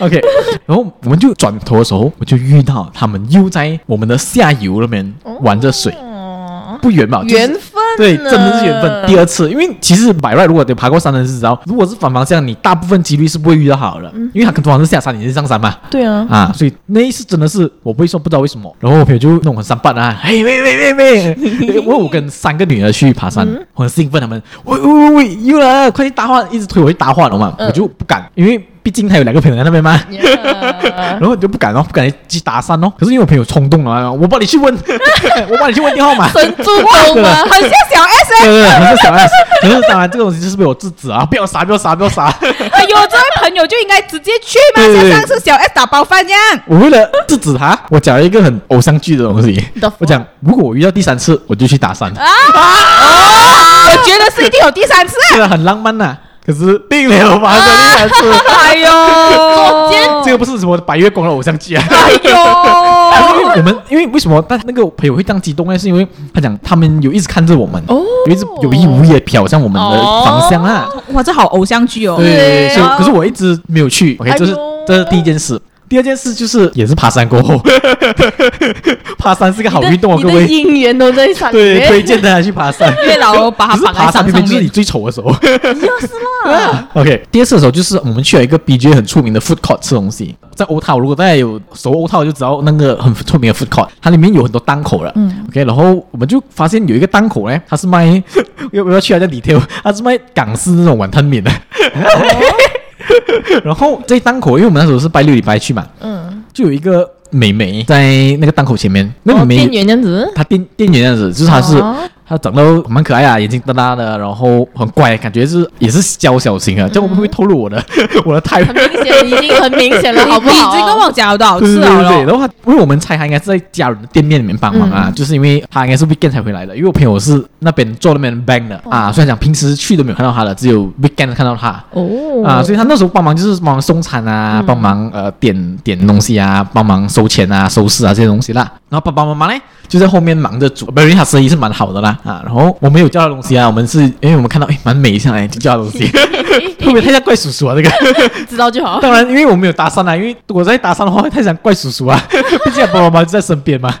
[SPEAKER 1] OK，然后我们就转头的时候，我就遇到他们又在我们的下游那边玩着水，
[SPEAKER 3] 哦，
[SPEAKER 1] 不远吧？就是
[SPEAKER 3] 缘分呢，
[SPEAKER 1] 对，真的是缘分。第二次，因为其实百外如果有爬过山的人是知道，如果是反方向，你大部分几率是不会遇到好了，
[SPEAKER 3] 嗯
[SPEAKER 1] 因为他通常是下山，你是上山嘛。
[SPEAKER 3] 对啊，
[SPEAKER 1] 啊，所以那一次真的是我不会说不知道为什么，然后我朋友就弄很三八 啊，哎喂喂喂 喂，我我跟三个女的去爬山，我很兴奋，他们喂喂喂喂又来了，快去搭话，一直推我去搭话了嘛，我就不敢，因为毕竟还有两个朋友在那边嘛。 然后我就不敢哦，不敢去搭讪哦。可是因为我朋友冲动了，我帮你去问， 我帮你去问电话号码。
[SPEAKER 3] 神猪狗吗？
[SPEAKER 2] 很像小 S
[SPEAKER 1] 对对对，可是小 S，可是当然这个东西就是被我制止啊，不要傻，不要傻，不要傻。
[SPEAKER 2] 哎呦，这位朋友就应该直接去嘛，
[SPEAKER 1] 对对对
[SPEAKER 2] 像上次小 S 打包饭一样。
[SPEAKER 1] 我为了制止他， 我讲了一个很偶像剧的东西
[SPEAKER 3] The fuck？，
[SPEAKER 1] 我讲如果我遇到第三次，我就去搭讪。
[SPEAKER 2] 啊！我觉得是一定有第三次。
[SPEAKER 1] 虽然很浪漫呐、啊可是并没有发生第三 次。 哦
[SPEAKER 2] 哎 呦，
[SPEAKER 3] 作奸
[SPEAKER 1] 这个不是什么白月光的偶像剧 啊。
[SPEAKER 2] 哎
[SPEAKER 3] 哦
[SPEAKER 1] 因为
[SPEAKER 2] 呦，
[SPEAKER 1] 我们因为为什么但那个朋友会这样激动呢？是因为他讲他们有一直看着我们，
[SPEAKER 3] 哦
[SPEAKER 1] 有一直有意无意的瞟向我们的方向啊。
[SPEAKER 2] 哇，这好偶像剧哦。
[SPEAKER 1] 对，
[SPEAKER 3] 对
[SPEAKER 1] 所以
[SPEAKER 3] 啊
[SPEAKER 1] 可是我一直没有去。OK，
[SPEAKER 3] 哎呦
[SPEAKER 1] 这是这是第一件事。第二件事就是也是爬山过后， 爬山是个好运动哦，
[SPEAKER 3] 你
[SPEAKER 1] 各
[SPEAKER 3] 的
[SPEAKER 1] 位。
[SPEAKER 3] 姻缘都在上
[SPEAKER 1] 对，
[SPEAKER 3] 面
[SPEAKER 1] 推荐大家去爬山。
[SPEAKER 2] 月老把他
[SPEAKER 1] 可是
[SPEAKER 2] 绑在
[SPEAKER 1] 爬山
[SPEAKER 2] 山
[SPEAKER 1] 偏
[SPEAKER 2] 上
[SPEAKER 1] 偏就是你
[SPEAKER 2] 面。
[SPEAKER 1] 最丑的时候。
[SPEAKER 3] 就是啦，
[SPEAKER 1] OK，第二次的时候就是我们去了一个 BJ 很出名的 food court 吃东西，在欧套，如果大家有熟欧套就知道那个很出名的 food court，它里面有很多档口了。嗯，OK，然后我们就发现有一个档口呢，它是卖 要不要去啊？叫 detail，它是卖港式那种碗汤面的。 然后这一档口，因为我们那时候是拜六礼拜去嘛，
[SPEAKER 3] 嗯，
[SPEAKER 1] 就有一个美眉在那个档口前面，那
[SPEAKER 3] 哦
[SPEAKER 1] 美
[SPEAKER 3] 店
[SPEAKER 1] 眉
[SPEAKER 3] 员这样子，
[SPEAKER 1] 她店店员这样子，就是她是
[SPEAKER 3] 哦
[SPEAKER 1] 她长得蛮可爱啊，眼睛大大的，然后很乖，感觉是也是娇小型啊。这样我们会不会透露我的 我的态度？
[SPEAKER 3] 很明显，已经很明显了，好不好？
[SPEAKER 2] 你这个我讲了多少
[SPEAKER 1] 对
[SPEAKER 2] 次
[SPEAKER 1] 对对对，
[SPEAKER 2] 了咯？
[SPEAKER 1] 啊然后他因为我们猜他应该是在家人的店面里面帮忙啊，就是因为他应该是 weekend 才回来的，因为我朋友是那边做那边 bank 的啊，虽然讲平时去都没有看到他的，只有 weekend 看到他。
[SPEAKER 3] 哦
[SPEAKER 1] 啊，所以他那时候帮忙就是帮嗯忙送餐啊，帮忙呃点点东西啊，帮忙收钱啊、收拾啊这些东西啦。然后爸爸妈妈呢就在后面忙着煮，本来他生意是蛮好的啦啊。然后我们有叫他东西啊，我们是因为我们看到哎蛮美上来就叫他东西， 会不会太像怪叔叔啊？这个
[SPEAKER 3] 知道就好。
[SPEAKER 1] 当然，因为我没有搭讪啊，因为我在搭讪的话会太像怪叔 叔啊，毕竟爸爸妈妈就在身边嘛。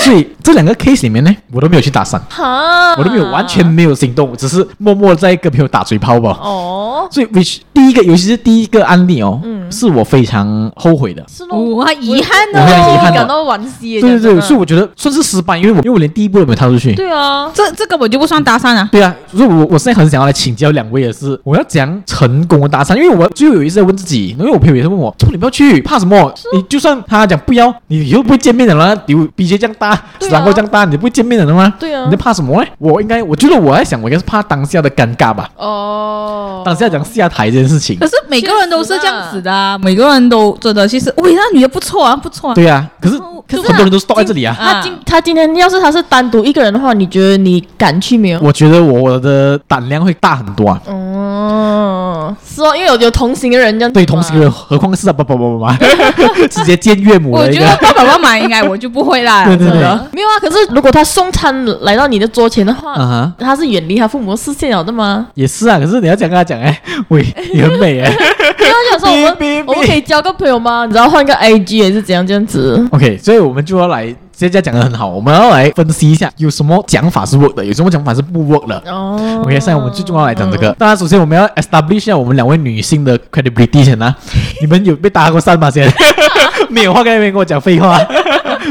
[SPEAKER 1] 所以这两个 case 里面呢，我都没有去搭讪，
[SPEAKER 3] 哈，
[SPEAKER 1] 我都没有完全没有行动，我只是默默在跟朋友打嘴炮吧。
[SPEAKER 3] 哦，
[SPEAKER 1] 所以，which 第一个，尤其是第一个案例哦，
[SPEAKER 3] 嗯
[SPEAKER 1] 是我非常后悔的。
[SPEAKER 3] 是咯，
[SPEAKER 2] 我遗憾
[SPEAKER 1] 我很遗
[SPEAKER 2] 哦，
[SPEAKER 1] 憾的
[SPEAKER 3] 感到惋惜耶。
[SPEAKER 1] 对对
[SPEAKER 3] 讲真
[SPEAKER 1] 对，
[SPEAKER 3] 的
[SPEAKER 1] 所以我觉得算是失败，因为我因为我连第一步都没有踏出去。
[SPEAKER 3] 对啊，
[SPEAKER 2] 这这根本就不算搭讪啊。
[SPEAKER 1] 对啊，所以我我现在很想要来请教两位的是，我要怎样成功的搭讪？因为我最后有一次在问自己，因为我朋友也是问我，臭你不要去，怕什么？
[SPEAKER 3] 嗯
[SPEAKER 1] 你就算他讲不要，你以后不会见面的啦，比如 B J 这样大，
[SPEAKER 3] 对啊
[SPEAKER 1] 然后这样大，你不会见面的了吗？
[SPEAKER 3] 对啊
[SPEAKER 1] 你在怕什么呢？我应该，我觉得我在想，我应该是怕当下的尴尬吧，
[SPEAKER 3] 哦，
[SPEAKER 1] 当下讲下台这件事情
[SPEAKER 2] 可。是每个人都是这样子的、啊，每个人都真的，其实喂，那女的不错啊，不错啊。
[SPEAKER 1] 对啊，可是
[SPEAKER 3] 可是啊
[SPEAKER 1] 很多人都是 stop 在这里啊。
[SPEAKER 3] 他今他今天要是他是单独一个人的话，你觉得你敢去没有？
[SPEAKER 1] 我觉得我的胆量会大很多啊。
[SPEAKER 2] 嗯
[SPEAKER 3] 哦，是哦，因为有有同行的人这样子嘛，
[SPEAKER 1] 对同行人，何况是啊，爸爸妈妈， 直接见岳母
[SPEAKER 2] 我
[SPEAKER 1] 的一
[SPEAKER 2] 觉
[SPEAKER 1] 个
[SPEAKER 2] 得。爸爸妈妈应该我就不会啦，
[SPEAKER 1] 对对
[SPEAKER 2] 真
[SPEAKER 1] 对
[SPEAKER 2] 的。
[SPEAKER 3] 没有啊。可是如果他送餐来到你的桌前的
[SPEAKER 2] 啊
[SPEAKER 3] 话，
[SPEAKER 1] 嗯哼，
[SPEAKER 3] 他是远离他父母的视线了的 吗？
[SPEAKER 1] 也是啊。可是你要讲跟他讲哎，喂，你很美哎。
[SPEAKER 3] 对啊，想说我
[SPEAKER 1] 哔哔哔
[SPEAKER 3] 们我们可以交个朋友吗？你知道换个 IG 也是怎样这样子？
[SPEAKER 1] OK，所以我们就要来，现在讲的很好，我们要来分析一下有什么讲法是 work 的，有什么讲法是不 work
[SPEAKER 2] 嗯
[SPEAKER 1] 的。
[SPEAKER 3] 哦
[SPEAKER 1] OK，现在我们最重要来讲这个。当然，首先我们要 establish 一下我们两位女性的 credibility 先 啊。你们有被搭过讪吗？先， 没有话跟你们跟我讲废 话。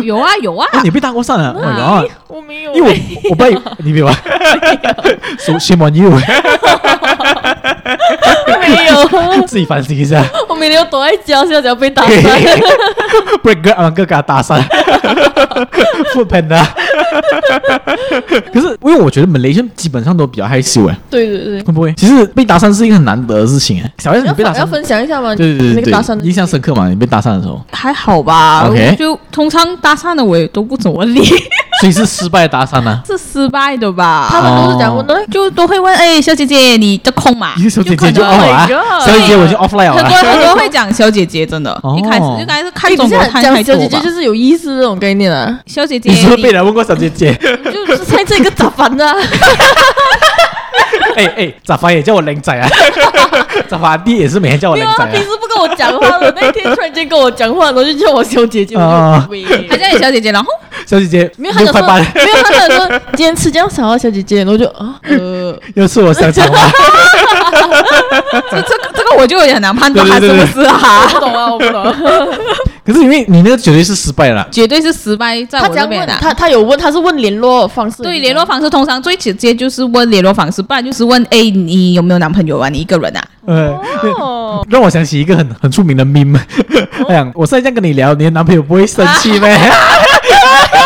[SPEAKER 2] 有啊有啊，
[SPEAKER 1] 啊，你被搭过讪了？哎呀，
[SPEAKER 3] 我没有
[SPEAKER 1] 因为我我不知道 你没有啊，so shame on you，
[SPEAKER 3] 没有，
[SPEAKER 1] 自己反省一 下。
[SPEAKER 3] 我每天都躲在家，现在只要被打 散。
[SPEAKER 1] break 哥昂哥给他搭 讪，不喷的。可是因为我觉得 Malaysian 基本上都比较害羞哎，
[SPEAKER 3] 对对对，
[SPEAKER 1] 会不会？其实被搭讪是一个很难得的事情哎。小 S 你
[SPEAKER 3] 要
[SPEAKER 1] 被搭
[SPEAKER 3] 分要
[SPEAKER 1] 讪，
[SPEAKER 3] 分享一下吗？
[SPEAKER 1] 对对
[SPEAKER 3] 那
[SPEAKER 1] 对
[SPEAKER 3] 个搭讪
[SPEAKER 1] 对，
[SPEAKER 3] 的
[SPEAKER 1] 印象深刻嘛？你被搭讪的时候，
[SPEAKER 2] 还好吧。
[SPEAKER 1] OK
[SPEAKER 2] 我就通常搭讪的我也都不怎么理，？
[SPEAKER 1] 所以是失败的搭讪啊呢
[SPEAKER 2] 是失败的
[SPEAKER 3] 他
[SPEAKER 2] 吧？
[SPEAKER 3] 们都是讲我
[SPEAKER 1] 哦
[SPEAKER 3] 呢，
[SPEAKER 2] 就都会问，哎，小姐姐，你的空嘛？
[SPEAKER 1] 你是小姐姐就
[SPEAKER 2] 可能
[SPEAKER 1] off 了啊
[SPEAKER 3] Oh my，god
[SPEAKER 1] 小姐姐我就 offline 了
[SPEAKER 2] 很多
[SPEAKER 1] 啊。
[SPEAKER 2] 很多会讲小姐姐，真的
[SPEAKER 1] 哦，
[SPEAKER 2] 一开始就该是看
[SPEAKER 3] 哎
[SPEAKER 2] 中国
[SPEAKER 3] 你现在
[SPEAKER 2] 看
[SPEAKER 3] 讲
[SPEAKER 2] 太
[SPEAKER 3] 小
[SPEAKER 2] 多
[SPEAKER 3] 姐姐
[SPEAKER 2] 吧
[SPEAKER 3] 就。是有意思这种概念啊，
[SPEAKER 2] 小姐姐，
[SPEAKER 1] 你是不是
[SPEAKER 2] 你
[SPEAKER 1] 被人问过小姐姐？
[SPEAKER 3] 就是在这个啊咋 办呢？
[SPEAKER 1] 哎哎，咋发也叫我靓仔 啊？咋发弟也是每天叫我
[SPEAKER 3] 没有
[SPEAKER 1] 靓仔
[SPEAKER 3] 啊，
[SPEAKER 1] 啊
[SPEAKER 3] 平？时不跟我讲话的，那一天突然间跟我讲话，然后就叫我小姐姐，我
[SPEAKER 1] 啊
[SPEAKER 3] 就喂
[SPEAKER 2] 还叫你小姐姐，然后
[SPEAKER 1] 小姐姐，
[SPEAKER 3] 没
[SPEAKER 1] 你
[SPEAKER 3] 有，他
[SPEAKER 1] 快
[SPEAKER 3] 想说，
[SPEAKER 1] 搬，
[SPEAKER 3] 没有，他想 说今天吃这样少啊，小姐姐，然后我就啊，呃，
[SPEAKER 1] 又是我想讲 话。
[SPEAKER 2] 这这个这个我就有点难判断
[SPEAKER 1] 对
[SPEAKER 2] 他
[SPEAKER 1] 对
[SPEAKER 2] 是
[SPEAKER 1] 对
[SPEAKER 2] 不
[SPEAKER 1] 对
[SPEAKER 2] 是啊
[SPEAKER 3] 我，不懂啊，我不 懂。
[SPEAKER 1] 可是因为你那个绝对是失败了啦。
[SPEAKER 2] 绝对是失败在
[SPEAKER 3] 他
[SPEAKER 2] 我
[SPEAKER 3] 这
[SPEAKER 2] 这
[SPEAKER 3] 样
[SPEAKER 2] 边
[SPEAKER 3] 问，
[SPEAKER 2] 的。
[SPEAKER 3] 他他有问，他是问联络方式，
[SPEAKER 2] 对联络方式，通常最直接就是问联络方式，不然就是问哎，你有没有男朋友啊？你一个人啊？
[SPEAKER 1] 呃，
[SPEAKER 3] 哦，
[SPEAKER 1] 让我想起一个很很出名的 meme，哎呀，我现在这样跟你聊，你的男朋友不会生气咩？
[SPEAKER 3] 哦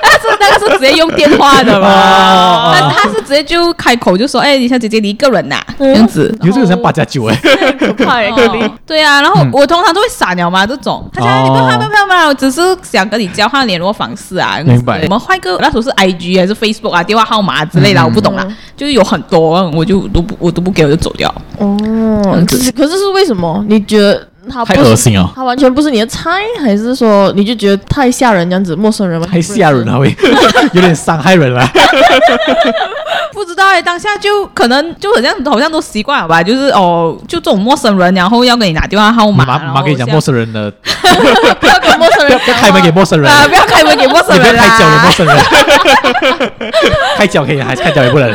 [SPEAKER 2] 但是那个是直接用电话的
[SPEAKER 1] 哦
[SPEAKER 2] 嘛
[SPEAKER 1] 哦，
[SPEAKER 2] 但他是直接就开口就说哎，李小姐姐，你一个人呐、这
[SPEAKER 3] 嗯
[SPEAKER 2] 样子。
[SPEAKER 1] 有这个像八加九哎，
[SPEAKER 3] 可怕耶，可怜
[SPEAKER 2] 哦。对啊，然
[SPEAKER 1] 嗯
[SPEAKER 2] 后我通常都会傻鸟嘛，这种。
[SPEAKER 3] 嗯
[SPEAKER 2] 他讲、
[SPEAKER 1] 哦
[SPEAKER 2] 你不要怕，不要怕，不要怕，我只是想跟你交换联络方式啊。
[SPEAKER 1] 明白
[SPEAKER 2] 我们换一个，那时候是 I G 还是 Facebook 啊，电话号码之类的，
[SPEAKER 1] 嗯
[SPEAKER 2] 我不懂啦。啊就是有很多，我就都不，我都不给，我就走掉。
[SPEAKER 3] 哦，可是可是是为什么？你觉得他不
[SPEAKER 1] 太恶心哦，
[SPEAKER 3] 他完全不是你的菜，还是说你就觉得太吓人这样子？陌生人吗？
[SPEAKER 1] 太吓人啊了， 喂，有点伤害人啊了。
[SPEAKER 2] 不知道哎、当下就可能就好像好像都习惯了吧，就是哦，就这种陌生人，然后要给你拿电话号码，
[SPEAKER 1] 妈
[SPEAKER 2] 然
[SPEAKER 1] 妈
[SPEAKER 2] 后
[SPEAKER 1] 可以讲
[SPEAKER 2] 像
[SPEAKER 1] 陌生人的，
[SPEAKER 3] 啊不要跟陌生
[SPEAKER 1] 不要
[SPEAKER 3] 人
[SPEAKER 1] 不要开门给陌生人，
[SPEAKER 2] 啊，不要开门给陌
[SPEAKER 1] 你
[SPEAKER 2] 生
[SPEAKER 1] 不要
[SPEAKER 2] 人啦，啊
[SPEAKER 1] 开脚给陌生人，开脚可以，啊还是开脚也不能，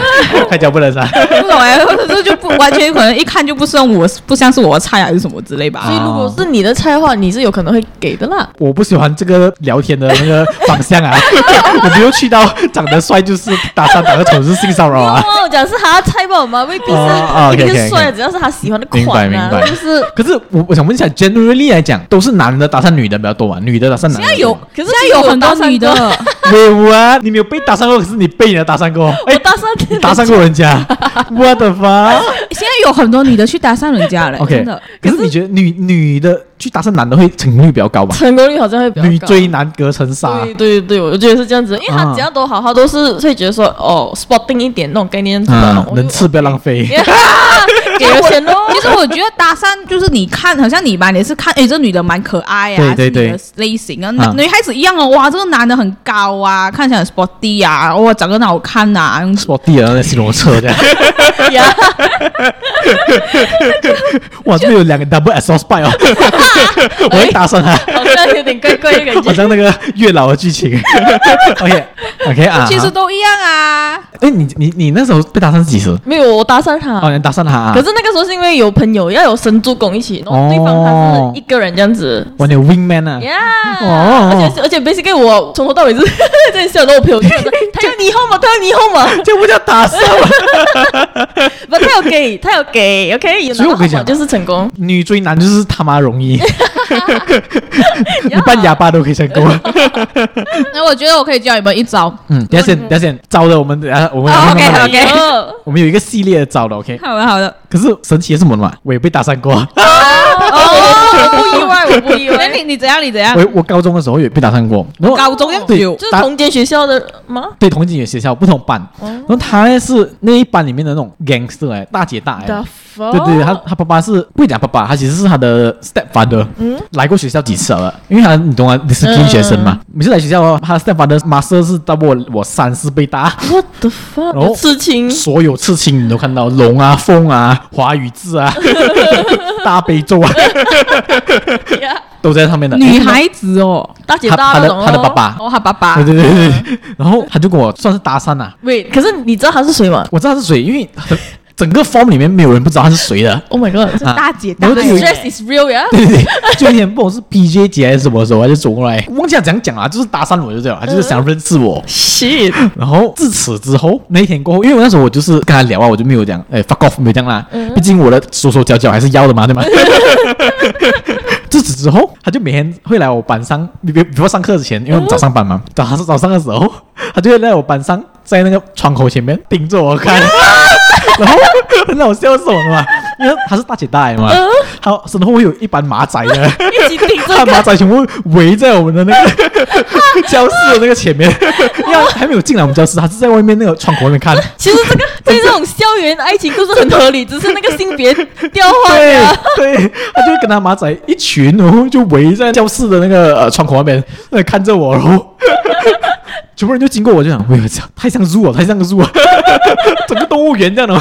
[SPEAKER 1] 开脚不能啊噻。
[SPEAKER 2] 不懂哎、或者是就不完全可能一看就不是我不像是我的菜还是什么之类吧。
[SPEAKER 3] 所以
[SPEAKER 1] 啊
[SPEAKER 3] 如果是你的菜的话，你是有可能会给的啦。
[SPEAKER 1] 我不喜欢这个聊天的那个方向啊， 我没有去到长得帅就是打讪，长得丑是性骚扰啊。
[SPEAKER 3] 哦，我讲是他的菜吧嘛，未必是
[SPEAKER 1] 哦哦
[SPEAKER 3] 一定是
[SPEAKER 1] OK，OK，OK
[SPEAKER 3] 帅的，只要是他喜欢的
[SPEAKER 1] 明白
[SPEAKER 3] 款
[SPEAKER 1] 明
[SPEAKER 3] 啊，
[SPEAKER 1] 白
[SPEAKER 3] 就是
[SPEAKER 1] 可是我我想问一下，generally 来讲，都是男的搭讪女的比较多啊，女的搭讪男的
[SPEAKER 2] 现在
[SPEAKER 1] 比较
[SPEAKER 2] 有，
[SPEAKER 1] 多。
[SPEAKER 3] 可是
[SPEAKER 2] 现在有很多女的
[SPEAKER 3] 其实，
[SPEAKER 1] 有啊，你没有被搭讪过，可是你被人家搭讪过，哎、
[SPEAKER 3] 我搭讪
[SPEAKER 1] 你搭讪过人 家，我的妈
[SPEAKER 2] 现在有很多女的去搭讪人家了、
[SPEAKER 1] ！OK，
[SPEAKER 2] 真的。
[SPEAKER 1] 可是你觉得女女的去搭讪男的会成功率比较高吧？
[SPEAKER 3] 成功率好像会比较高。
[SPEAKER 1] 女追男隔层纱，
[SPEAKER 3] 对对对，我觉得是这样子，因为他
[SPEAKER 1] 啊
[SPEAKER 3] 只要都好，他都是会觉得说哦，sporting 一点那种概念，
[SPEAKER 1] 嗯
[SPEAKER 3] 我，就
[SPEAKER 1] 能吃不要浪费。
[SPEAKER 3] 给了钱喽。
[SPEAKER 2] 其实我觉得搭讪就是你看，好像你吧，也是看，诶，这女的蛮可爱啊，
[SPEAKER 1] 对对
[SPEAKER 2] 是你的类型啊，男
[SPEAKER 1] 啊
[SPEAKER 2] 女孩子一样哦，哇，这个男的很高啊，看起来很 sporty 啊，哇，长得很好看啊，嗯
[SPEAKER 1] sporty 啊，那形容车这样。
[SPEAKER 3] 呀，
[SPEAKER 1] 哇，这边有两个 double exhaust pipe 哦，我会打算他，
[SPEAKER 3] 好像有点怪怪的感
[SPEAKER 1] 好
[SPEAKER 3] 觉。
[SPEAKER 1] 像那个月老的剧情。OK OK 啊，
[SPEAKER 2] 其实都一样啊。
[SPEAKER 1] 哎，你你你那时候被打算是几时？
[SPEAKER 3] 没有，我搭讪他
[SPEAKER 1] 哦，，你打算他啊？
[SPEAKER 3] 可是那个时候是因为有朋友要有神助攻一起，然后对方他是一个人这样子。
[SPEAKER 1] 哇，你有 wingman 啊？
[SPEAKER 3] 呀、
[SPEAKER 1] 哦
[SPEAKER 3] 而且而且 basically 我从头到尾是 在笑，然后我朋友看着他要你号码，他要你号码，
[SPEAKER 1] 这不叫打算吗？
[SPEAKER 3] 不，他有给，他有给，OK，有拿
[SPEAKER 1] 所以我
[SPEAKER 3] 到号
[SPEAKER 1] 跟你
[SPEAKER 3] 码
[SPEAKER 1] 讲
[SPEAKER 3] 就是成功。
[SPEAKER 1] 女追男就是他妈容 易， 你扮哑巴都可以成功。
[SPEAKER 2] 那我觉得我可以教你们一招，
[SPEAKER 1] 嗯，等一下先，等一下先，招的我们等一下我们
[SPEAKER 2] 哦
[SPEAKER 1] 慢慢
[SPEAKER 2] OK，
[SPEAKER 1] 来
[SPEAKER 2] OK
[SPEAKER 3] 哦
[SPEAKER 1] 我们有一个系列的招的，OK。
[SPEAKER 2] 好的好的。
[SPEAKER 1] 可是神奇的是什么嘛？我也被打散过，
[SPEAKER 2] 啊
[SPEAKER 3] 哦，我不意外，我不意
[SPEAKER 2] 那
[SPEAKER 3] 外，
[SPEAKER 2] 你你怎样？你怎样？
[SPEAKER 1] 我我高中的时候也被打散过，然后
[SPEAKER 2] 高中要
[SPEAKER 1] 对
[SPEAKER 2] 有
[SPEAKER 3] 就是
[SPEAKER 1] 打
[SPEAKER 3] 同间学校的吗？
[SPEAKER 1] 对同一间学校不同班，
[SPEAKER 3] 哦
[SPEAKER 1] 然后他呢是那一班里面的那种 gangster 哎，大姐大哎，
[SPEAKER 3] 对
[SPEAKER 1] 对对，他他爸爸是不会讲爸爸，他其实是他的 stepfather，来过学校几次了，因为他你懂啊，你是
[SPEAKER 3] 嗯
[SPEAKER 1] n 学生嘛，每次来学校哦他 stepfather 马瑟是大过我我三四倍大，
[SPEAKER 3] What the
[SPEAKER 1] 然后
[SPEAKER 3] fuck？刺 青
[SPEAKER 1] 所有刺青你都看到，龙啊、凤啊、华语字 啊、大悲咒啊，
[SPEAKER 3] 呀，
[SPEAKER 1] 都在上面的。
[SPEAKER 2] 女孩子哦，
[SPEAKER 3] 大姐
[SPEAKER 1] 他
[SPEAKER 3] 大
[SPEAKER 1] 他
[SPEAKER 3] 那
[SPEAKER 1] 的
[SPEAKER 3] 种
[SPEAKER 1] 他的
[SPEAKER 3] 咯
[SPEAKER 1] 爸爸
[SPEAKER 2] 哦，他爸爸
[SPEAKER 1] 对，对对对对，然后他就跟我算是搭讪啦、
[SPEAKER 3] Wait，可是你知道他是谁吗
[SPEAKER 1] 我知道他是谁，因为整个 form 里面没有人不知道他是谁 的。
[SPEAKER 3] ？Oh my god！
[SPEAKER 1] 啊
[SPEAKER 2] 大姐大
[SPEAKER 1] 然后
[SPEAKER 3] ，The
[SPEAKER 1] 就有一
[SPEAKER 3] stress is real 呀。
[SPEAKER 1] 对对，对，就有点不懂是 PJ 姐还是什么时候，他就走过来，忘记他怎样讲了，啊就是搭讪我就这样，他就是想认识我。
[SPEAKER 3] Shit！
[SPEAKER 1] 然后自此之后，那一天过后，因为我那时候我就是跟他聊啊，我就没有讲，哎，fuck off，没有讲啦，毕竟我的手手脚脚还是要的嘛，对吗？自此之后，他就每天会来我班上，比比比如上课之前，因为我们早上班嘛，早上早上的时候，他就会来我班上，在那个窗口前面盯着我看，然后 让我笑死我了嘛，因为他是大姐大来嘛，他身后会有一班马仔的。
[SPEAKER 3] 一起顶
[SPEAKER 1] 他
[SPEAKER 3] 着
[SPEAKER 1] 马
[SPEAKER 3] 看，
[SPEAKER 1] 仔全部围在我们的那个教室的那个前面，要还没有进来我们教室，他是在外面那个窗口那边看。
[SPEAKER 3] 其实这个在这种校园爱情故事很合理，只是那个性别调换啊
[SPEAKER 1] 对
[SPEAKER 3] 哎呀。
[SPEAKER 1] 对，他就跟他马仔一群，然后就围在教室的那个呃窗口那边，那看着我，然后全部人就经过我，就想，哎呦，这样太像 zoo 了，太像 zoo 了， 整个动物园这样的。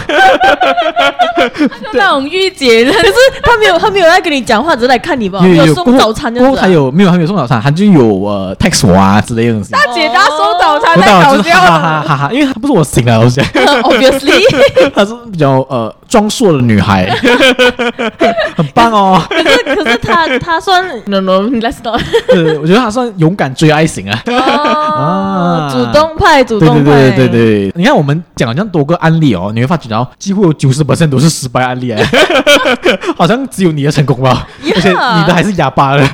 [SPEAKER 2] 就那种御姐的
[SPEAKER 3] 可是他没有，他没有在跟你讲话，只是来看你吧。
[SPEAKER 1] 有
[SPEAKER 3] 没
[SPEAKER 1] 有
[SPEAKER 3] 哦送早餐这
[SPEAKER 1] 过
[SPEAKER 3] 样
[SPEAKER 1] 后
[SPEAKER 3] 子啊。
[SPEAKER 1] 他有没有还没有送早餐？他就有呃 text 我啊之类的东西。
[SPEAKER 2] 大姐大收早餐
[SPEAKER 1] 不
[SPEAKER 2] 太
[SPEAKER 1] 到
[SPEAKER 2] 搞
[SPEAKER 1] 就是
[SPEAKER 2] 笑
[SPEAKER 1] 哈
[SPEAKER 2] 了
[SPEAKER 1] 哈。哈哈，因为他不是我醒了，我想。
[SPEAKER 3] ，obviously。
[SPEAKER 1] 她是比较呃装硕的女 孩，很棒哦。
[SPEAKER 3] 可是可是他他算 no no，let's not。
[SPEAKER 1] 对，我觉得她算勇敢追爱型啊。
[SPEAKER 3] 哦
[SPEAKER 1] 啊，
[SPEAKER 3] 主动派，主
[SPEAKER 1] 对对
[SPEAKER 3] 动
[SPEAKER 1] 对
[SPEAKER 3] 派，
[SPEAKER 1] 对对对，你看我们讲了这样多个案例哦，你会发觉到几乎有九十都是失败案例哎， 好像只有你的成功吧，而且你的还是哑巴的，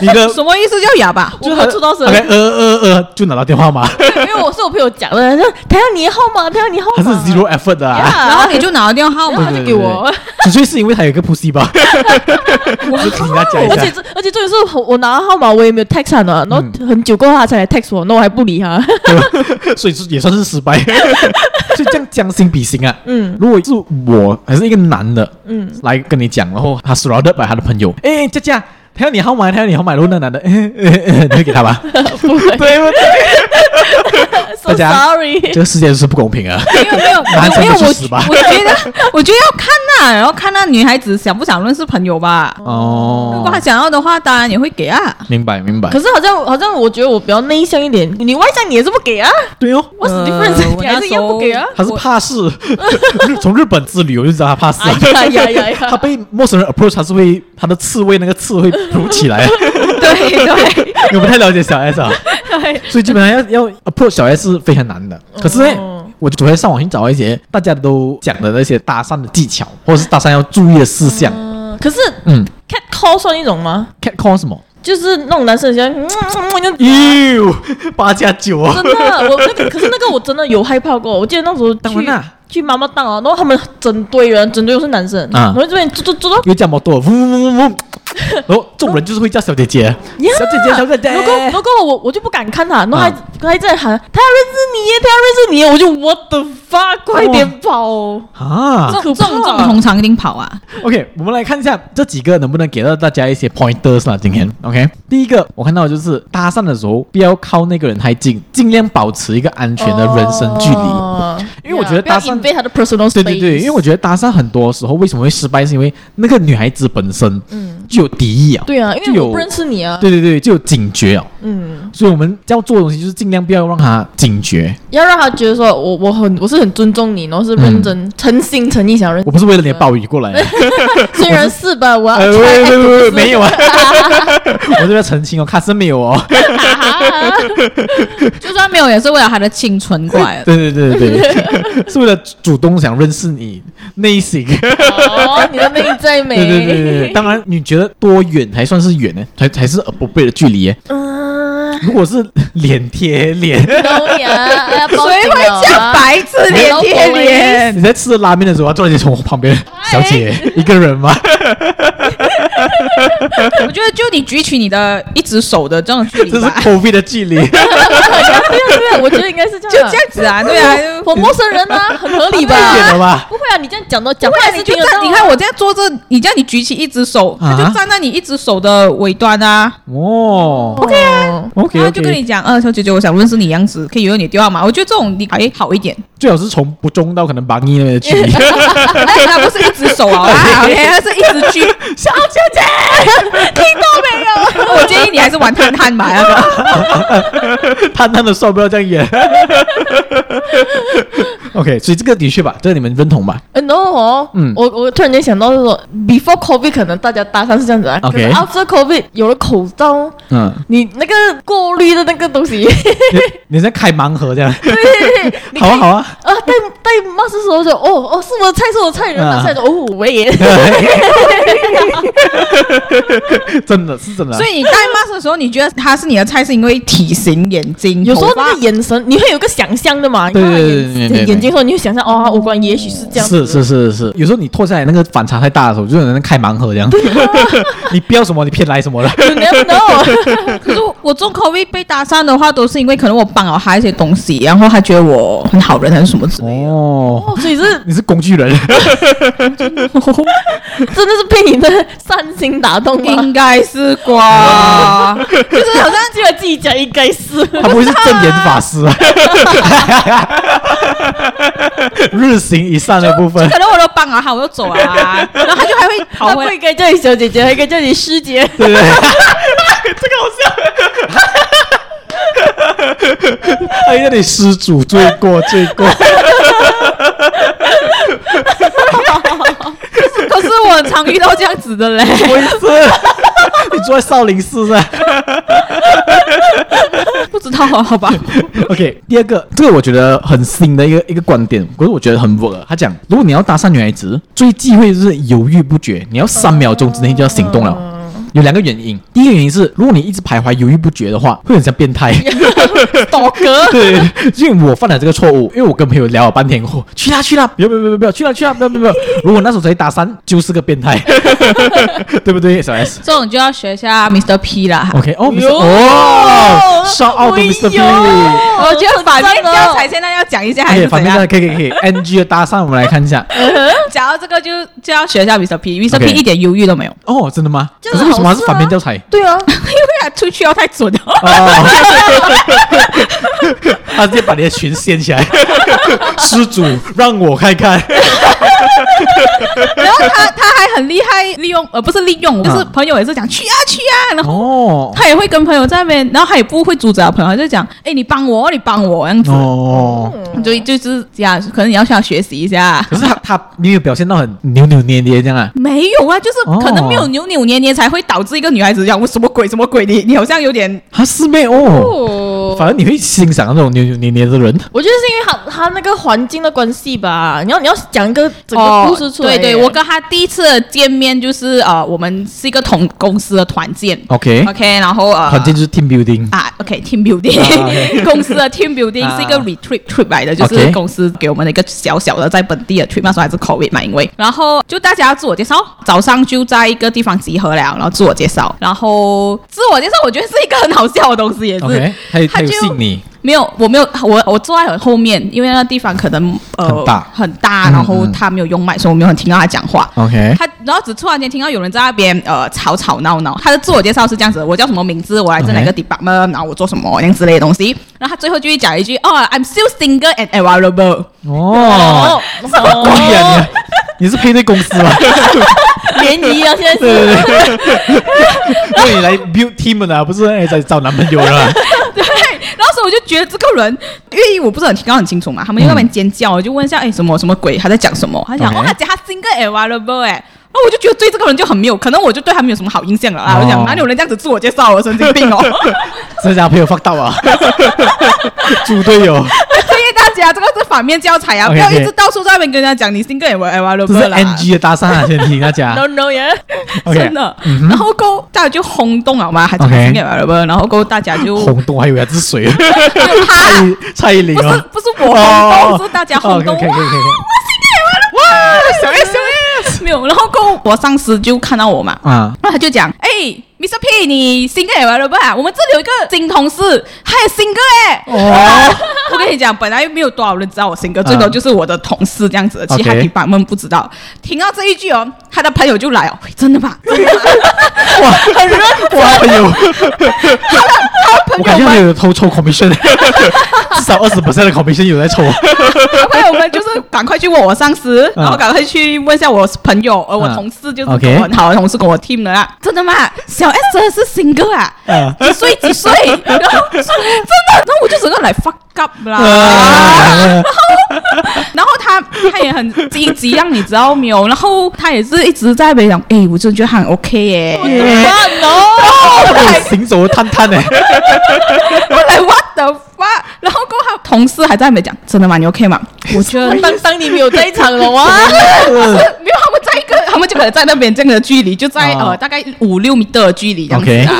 [SPEAKER 1] 你的
[SPEAKER 2] 什么意思叫哑巴？
[SPEAKER 3] 我没有出到声
[SPEAKER 1] OK，呃呃呃，就拿到电话 码，
[SPEAKER 3] 因为我是我朋友讲的，就他要你的号码，他要你的号
[SPEAKER 1] 还
[SPEAKER 3] 码，
[SPEAKER 1] 是 zero effort 的啊。
[SPEAKER 2] 然后你就拿了电话号
[SPEAKER 3] 然
[SPEAKER 2] 码
[SPEAKER 3] 后，他就
[SPEAKER 1] 对
[SPEAKER 3] 给我，，
[SPEAKER 1] 纯粹是因为他有一个 pussy 吧，就请他讲一
[SPEAKER 3] 而
[SPEAKER 1] 下嗯
[SPEAKER 3] 且。这而且这个是我我拿到号码，我也没有 text 他呢，然后很久过后他才来 text 我，那我还不理他，
[SPEAKER 1] 所以是也算是失败。 所以这样将心比心啊，
[SPEAKER 3] 嗯，
[SPEAKER 1] 如果是我还是一个男的，
[SPEAKER 3] 嗯，
[SPEAKER 1] 来跟你讲，然后他 surrounded by 他的朋友，哎，佳佳，他要你号码，他要你号码，然后那男的， 哎哎哎，你会给他 吧？
[SPEAKER 3] 不会
[SPEAKER 1] 对 不对？
[SPEAKER 3] ，so
[SPEAKER 1] 大家
[SPEAKER 3] sorry，
[SPEAKER 1] 这个世界就是不公平啊！
[SPEAKER 2] 没有没有
[SPEAKER 1] 男生
[SPEAKER 2] 没有，
[SPEAKER 1] 不
[SPEAKER 2] 我
[SPEAKER 1] 是死吧
[SPEAKER 2] 我觉得我觉得要看呐、然后看那女孩子想不想认识朋友吧。如果
[SPEAKER 1] 哦
[SPEAKER 2] 她，想要的话，当然也会给啊。
[SPEAKER 1] 明白明白
[SPEAKER 3] 可，是好像好像我觉得我比较内向一点，你外向你也是不给啊
[SPEAKER 1] 对哦，
[SPEAKER 3] ，What's the
[SPEAKER 2] 呃
[SPEAKER 3] difference？
[SPEAKER 2] 我
[SPEAKER 3] 你
[SPEAKER 2] 那
[SPEAKER 3] 还是一样不 给啊？
[SPEAKER 1] 他是怕事，日从日本之旅我就知道他怕事
[SPEAKER 3] 哎
[SPEAKER 1] 啊。
[SPEAKER 3] 呀呀呀呀！
[SPEAKER 1] 他被陌生人 approach，他是会他的刺猬那个刺会扑起 来。
[SPEAKER 2] 对对，
[SPEAKER 1] 我不太了解小 S 啊，所以基本上要要 approach 小 S 是非常难的。可是呢，我就昨天上网去找一些大家都讲的那些搭讪的技巧，或者是搭讪要注意的事项。
[SPEAKER 3] 嗯可是
[SPEAKER 1] 嗯
[SPEAKER 3] cat call 算一种吗？
[SPEAKER 1] ，cat call 什么？
[SPEAKER 3] 就是那种男生喜欢，嗯嗯嗯，就
[SPEAKER 1] 哟， 八加九啊！
[SPEAKER 3] 真的，我那个可是那个我真的有害怕过。我记得那时候
[SPEAKER 1] 当
[SPEAKER 3] 去
[SPEAKER 1] 然啦
[SPEAKER 3] 去妈妈档啊，然后他们整堆人，整堆都是男生，
[SPEAKER 1] 啊
[SPEAKER 3] 然后这边坐坐坐到
[SPEAKER 1] 又讲么多，嗡嗡嗡嗡，然后这种人就是会叫小姐姐，
[SPEAKER 3] 呀
[SPEAKER 1] 小姐姐，小姐啊姐。
[SPEAKER 3] 然后
[SPEAKER 2] 哎
[SPEAKER 3] 然后过后我我就不敢看他，然后还还在喊他要认识你耶，他要认识你耶，我就 what the
[SPEAKER 1] 哦
[SPEAKER 3] fuck，快点跑！
[SPEAKER 1] 啊
[SPEAKER 2] 这种
[SPEAKER 3] 可
[SPEAKER 2] 这
[SPEAKER 3] 怕
[SPEAKER 2] 种这种通常一定跑啊，
[SPEAKER 1] ，OK，我们来看一下这几个能不能给到大家一些 pointers 啦。今天 OK，第一个我看到的就是搭讪的时候不要靠那个人太近，尽量保持一个安全的人身距离。
[SPEAKER 3] 哦
[SPEAKER 1] 因为我觉得
[SPEAKER 3] 不
[SPEAKER 1] 搭
[SPEAKER 3] 要
[SPEAKER 1] 讪
[SPEAKER 3] invade 他的 personal space，
[SPEAKER 1] 对对对，因为我觉得搭讪很多时候为什么会失败，是因为那个女孩子本身
[SPEAKER 3] 嗯
[SPEAKER 1] 就有敌意啊。
[SPEAKER 3] 对啊，
[SPEAKER 1] 就
[SPEAKER 3] 因为
[SPEAKER 1] 有
[SPEAKER 3] 我不认识你啊，
[SPEAKER 1] 对对对，就有警觉啊。
[SPEAKER 3] 嗯，
[SPEAKER 1] 所以我们要做的东西就是尽量不要让她警觉。
[SPEAKER 3] 要让他觉得说我我很我是很尊重你，然后是认
[SPEAKER 1] 嗯
[SPEAKER 3] 真、诚心诚意想认
[SPEAKER 1] 我，不是为了你的鲍鱼过来 啊，
[SPEAKER 3] 虽然是吧，我要
[SPEAKER 1] 呃，喂
[SPEAKER 3] try
[SPEAKER 1] 喂
[SPEAKER 3] act
[SPEAKER 1] 喂喂，
[SPEAKER 3] 不是
[SPEAKER 1] 没有 啊，我这边澄清哦，卡森没有哦。
[SPEAKER 2] 就算没有也是为了他的青春过来的。
[SPEAKER 1] 对对对对 对，是为了主动想认识你内心。
[SPEAKER 3] 哦，你的内在美，
[SPEAKER 1] 对对对对对，当然你觉得多远才算是远呢？才才是 appropriate 的距离耶。
[SPEAKER 3] 嗯，
[SPEAKER 1] 如果是脸贴脸，
[SPEAKER 3] 都呀，谁
[SPEAKER 2] 谁会叫白痴脸贴脸？
[SPEAKER 1] 哎 你在吃拉面的时候，突然间从我旁边，
[SPEAKER 2] 哎
[SPEAKER 1] 小姐一个人 吗？
[SPEAKER 2] 我觉得就你举起你的一只手的这种距离
[SPEAKER 1] 这是
[SPEAKER 2] 吧，
[SPEAKER 1] COVID 的距 离。
[SPEAKER 3] 对啊对啊，我觉得应该是这
[SPEAKER 2] 就
[SPEAKER 3] 样啊
[SPEAKER 2] 这。样子啊，对啊，就
[SPEAKER 3] 我陌生人啊，很合理吧？
[SPEAKER 1] 太远了 吧
[SPEAKER 3] 不会啊，你这样讲的讲
[SPEAKER 2] 不
[SPEAKER 3] 话
[SPEAKER 2] 然
[SPEAKER 3] 也
[SPEAKER 2] 你
[SPEAKER 3] 是
[SPEAKER 2] 就
[SPEAKER 3] 听得到啊。
[SPEAKER 2] 站，你看我这样坐着，你这样你举起一只手，他
[SPEAKER 1] 啊
[SPEAKER 2] 就站在你一只手的尾端啊。
[SPEAKER 1] 哦
[SPEAKER 3] ，OK 啊，
[SPEAKER 1] ，OK
[SPEAKER 2] 然后就跟
[SPEAKER 1] OK，
[SPEAKER 2] 你讲，呃，小姐姐，我想认识你样子，可以有你的电话吗？我觉得这种你还好一点。
[SPEAKER 1] 最好是从不中到可能榜一那边的距 离。
[SPEAKER 2] 而且他不是一只手啊，OK，他是一只狙。小姐姐， 听到没有？我建议你还是玩探探吧，那个
[SPEAKER 1] 探探的算不要这样演。OK，所以这个的确吧，这个你们认同吧？
[SPEAKER 3] 然后哦，
[SPEAKER 1] 嗯
[SPEAKER 3] 我我突然间想到是说，before COVID 可能大家搭讪是这样子啊
[SPEAKER 1] OK
[SPEAKER 3] 可是 after COVID 有了口罩，
[SPEAKER 1] 嗯，
[SPEAKER 3] 你那个过滤的那个东西，
[SPEAKER 1] 你在开盲盒这 样，
[SPEAKER 3] 你
[SPEAKER 1] 好
[SPEAKER 3] 可
[SPEAKER 1] 啊
[SPEAKER 3] 以
[SPEAKER 1] 好啊，
[SPEAKER 3] 啊，戴戴帽子的时候就哦哦，是我的菜，是我的菜，人家
[SPEAKER 1] 啊
[SPEAKER 3] 菜说哦，我也
[SPEAKER 1] 真的是真的。
[SPEAKER 2] 所以你戴 mask 的时候，你觉得他是你的菜，是因为体型、眼睛、
[SPEAKER 3] 有时候
[SPEAKER 2] 头发
[SPEAKER 3] 那个眼神，你会有个想象的嘛？你
[SPEAKER 1] 对
[SPEAKER 3] 看他
[SPEAKER 1] 对对
[SPEAKER 3] 眼
[SPEAKER 1] 对对对
[SPEAKER 3] 眼睛的时候，你会想象哦，他五官也许是这样子，
[SPEAKER 1] 是是是是，有时候你脱下来那个反差太大的时候，就有人在开盲盒 这样。你不要什么，你偏来什么了。
[SPEAKER 3] You never know，
[SPEAKER 2] 可是我中 COVID 被搭讪的话，都是因为可能我帮了他一些东西，然后他觉得我很好人还是什么之类的。
[SPEAKER 1] 哦，
[SPEAKER 3] 哦所以是
[SPEAKER 1] 你是工具人，
[SPEAKER 3] 真的是被你的善心打动啊吗？
[SPEAKER 2] 应该是啩，就是好像
[SPEAKER 3] 只有自己讲应该是，
[SPEAKER 1] 他不会是正言法师 啊。日行一善的部分
[SPEAKER 2] 可，能我都帮了他，我就走了啊，然后他就还 会跑
[SPEAKER 3] 他
[SPEAKER 2] 回
[SPEAKER 3] 不
[SPEAKER 2] 来。
[SPEAKER 3] 应该叫你小姐姐，他应该叫你师姐。
[SPEAKER 1] 对不对？
[SPEAKER 3] 这个好笑，
[SPEAKER 1] 哎呀，你失主罪过罪过。
[SPEAKER 2] 可是我很常遇到这样子的嘞，
[SPEAKER 1] 我也是。 你住在少林寺噻
[SPEAKER 2] 不知道啊，好吧。
[SPEAKER 1] ？OK，第二个，这个我觉得很新的一个一个观点，可是我觉得很 work 啊。他讲，如果你要搭讪女孩子，最忌讳就是犹豫不决，你要三秒钟之内就要行动
[SPEAKER 3] 嗯
[SPEAKER 1] 了。有两个原因，第一个原因是，如果你一直徘徊犹豫不决的话， 会很像变态。
[SPEAKER 3] 倒戈。
[SPEAKER 1] 对，因为我犯了这个错误，因为我跟朋友聊了半天后，去啦去啦， 不要不要不要不要，去啦去啦，不要不要不要。 如果那时候才搭讪，就是个变态， 对不对，小 S？
[SPEAKER 2] 这种就要学一下 Mr. P 啦。
[SPEAKER 1] OK，哦，Mr.
[SPEAKER 3] 哟
[SPEAKER 1] 哦，shout out to
[SPEAKER 3] 哎呦
[SPEAKER 1] Mr. P。
[SPEAKER 2] 我觉得反面
[SPEAKER 3] 好赞哦
[SPEAKER 2] 教材现在要讲一下还
[SPEAKER 1] 哎
[SPEAKER 2] 是
[SPEAKER 1] 呀，反
[SPEAKER 2] 怎
[SPEAKER 1] 面
[SPEAKER 2] 样
[SPEAKER 1] 的？可以可以可以，NG 的搭讪，我们来看一下。
[SPEAKER 2] 讲到这个就就要学一下 Mr. P，Mr.
[SPEAKER 1] OK
[SPEAKER 2] P 一点犹豫都没有，
[SPEAKER 1] 哦，真的吗？
[SPEAKER 3] 这
[SPEAKER 1] 可
[SPEAKER 3] 样
[SPEAKER 1] 是为什么
[SPEAKER 3] 子
[SPEAKER 1] 它
[SPEAKER 3] 好事
[SPEAKER 1] 是
[SPEAKER 3] 啊
[SPEAKER 1] 反面教 材？
[SPEAKER 3] 对啊，
[SPEAKER 2] 因为他出去要太准了。
[SPEAKER 1] 哦， 他直接把你的裙掀起来， 施主让我看看。
[SPEAKER 2] 然后他他还很厉害，利用呃不是利用，就是朋友也是讲去啊去啊，然 后。
[SPEAKER 1] 哦
[SPEAKER 2] 他也会跟朋友在那边，然后他也不会阻止他朋友，他就讲：“哎、你帮我，你帮我，这样子。
[SPEAKER 1] 哦，
[SPEAKER 2] 就就是这样，可能你要想学习一下。
[SPEAKER 1] 可是他他没有表现到很扭扭捏捏这样啊。
[SPEAKER 2] 没有啊，就是
[SPEAKER 1] 哦
[SPEAKER 2] 可能没有扭扭捏捏，才会导致一个女孩子讲我什么鬼什么鬼，你你好像有点
[SPEAKER 1] 他师妹哦，
[SPEAKER 2] 哦，
[SPEAKER 3] 有，
[SPEAKER 1] 反正你会欣赏那种扭扭捏捏的人。
[SPEAKER 3] 我觉得是因为他他那个环境的关系吧。你要你要讲一个整个故事出来耶、
[SPEAKER 2] 哦对对，我跟他第一次见面就是呃，我们是一个同公司的团建
[SPEAKER 1] OK，
[SPEAKER 2] ，OK，然后呃，
[SPEAKER 1] 环境就是 team building。
[SPEAKER 2] 啊，OK，team building，、
[SPEAKER 1] 啊，OK
[SPEAKER 2] 公司的 team building、
[SPEAKER 1] 啊
[SPEAKER 2] 是一个 retreat trip 来的，就是
[SPEAKER 1] OK
[SPEAKER 2] 公司给我们的一个小小的在本地的 trip，那时候还是 COVID 嘛，因为然后就大家自我介绍，早上就在一个地方集合了，然后自我介绍，然后自我介绍我觉得是一个很好笑的东西，也是
[SPEAKER 1] OK，他有
[SPEAKER 2] 他
[SPEAKER 1] 他有
[SPEAKER 2] 就
[SPEAKER 1] 信你，
[SPEAKER 2] 没有，我没有，我我坐在很后面，因为那地方可能呃
[SPEAKER 1] 很大
[SPEAKER 2] 很大，
[SPEAKER 1] 嗯
[SPEAKER 2] 然后
[SPEAKER 1] 嗯
[SPEAKER 2] 他没有用麦，所以我没有很听到他讲话。
[SPEAKER 1] OK
[SPEAKER 2] 他然后只突然间听到有人在那边呃吵吵闹闹，他的自我介绍是这样子的：我叫什么名字，我来自哪个 department，然后我做什么，那样之类的东西。然后他最后就会讲一句：“哦，I'm still single and available。
[SPEAKER 1] 哦，
[SPEAKER 3] 什么
[SPEAKER 1] 故意啊你，你是配对公司吗？
[SPEAKER 3] 联谊啊，现在
[SPEAKER 1] 对
[SPEAKER 3] 是
[SPEAKER 1] 对对，为你来 build team 的啊，不是哎在找男朋友了。”
[SPEAKER 2] 然后所以我就觉得这个人，因为我不是很听到很清楚嘛，他们就在那边尖叫，我就问一下：“哎，什么什么鬼？他在讲什么？”他讲：“
[SPEAKER 1] OK
[SPEAKER 2] 哦，他讲他 single and available。”哎。然后我就觉得对这个人就很没有，可能我就对他没有什么好印象了啊！我
[SPEAKER 1] 哦
[SPEAKER 2] 想哪里有人这样子自我介绍，我神经病哦！
[SPEAKER 1] 这家朋友放到啊，猪队友，
[SPEAKER 2] 建议大家这个是反面教材啊，不
[SPEAKER 1] OK，
[SPEAKER 2] 要
[SPEAKER 1] OK
[SPEAKER 2] 一直到处在那边跟人家讲你 single and available
[SPEAKER 1] 这是
[SPEAKER 2] 啦
[SPEAKER 1] NG 的搭讪啊，先提醒大家。
[SPEAKER 3] no no 耶、
[SPEAKER 1] OK，嗯
[SPEAKER 2] 真的。然后够大家就轰动了嘛，还讲
[SPEAKER 1] OK
[SPEAKER 2] single and available，然后够大家 就
[SPEAKER 1] 红洞还以为是水，
[SPEAKER 2] 就
[SPEAKER 1] 蔡
[SPEAKER 2] 他
[SPEAKER 1] 依蔡依林
[SPEAKER 2] 不是
[SPEAKER 1] 哦，
[SPEAKER 2] 不是我轰动，是大家轰动
[SPEAKER 1] 哦，OK，OK，OK，OK
[SPEAKER 2] 哇，我 single and available，哇，小 S 小 S 没有。然后够我上司就看到我嘛，
[SPEAKER 1] 啊，
[SPEAKER 2] 然后他就讲，哎，Mr. P，你 single and available 啊？我们这里有一个新同事，他也 single 哎。
[SPEAKER 1] 哦，
[SPEAKER 2] 我跟你讲，本来又没有多少人知道我新歌，最
[SPEAKER 1] 嗯
[SPEAKER 2] 多就是我的同事这样子，其他
[SPEAKER 1] OK
[SPEAKER 2] 地板们不知道。听到这一句哦，他的朋友就来哦，真的吗？真的吗
[SPEAKER 1] 哇，很热，哇，朋友，我感觉他有偷抽 commission，至少二十 percent 的 commission 有在抽，
[SPEAKER 2] 他朋友们就是赶快去问我上司，
[SPEAKER 1] 嗯
[SPEAKER 2] 然后赶快去问一下我朋友，呃，我
[SPEAKER 1] 嗯
[SPEAKER 2] 同事就是
[SPEAKER 1] OK
[SPEAKER 2] 跟我很好的同事跟我 team 的啦。啊真的吗？小 S 真的是新歌啊？
[SPEAKER 1] 嗯
[SPEAKER 2] 几岁几岁？然后说真的，然后我就整个来 fuck up 啦。
[SPEAKER 1] 啊
[SPEAKER 2] 然后他他也很积极，让你知道没有？然后他也是一直在那边讲，哎，我真的觉得他很 OK 耶。
[SPEAKER 1] 行走的欸探探呢，
[SPEAKER 2] 我来 what the fuck？然后过后同事还在那边讲，真的吗？你 OK 吗？我觉得
[SPEAKER 3] 当当你没有在场了哇！
[SPEAKER 1] 嗯
[SPEAKER 2] 没有，他们在一个，他们就可能在那边这样的距离，就在、
[SPEAKER 1] 啊
[SPEAKER 2] 呃大概五六米的距离这样子啊。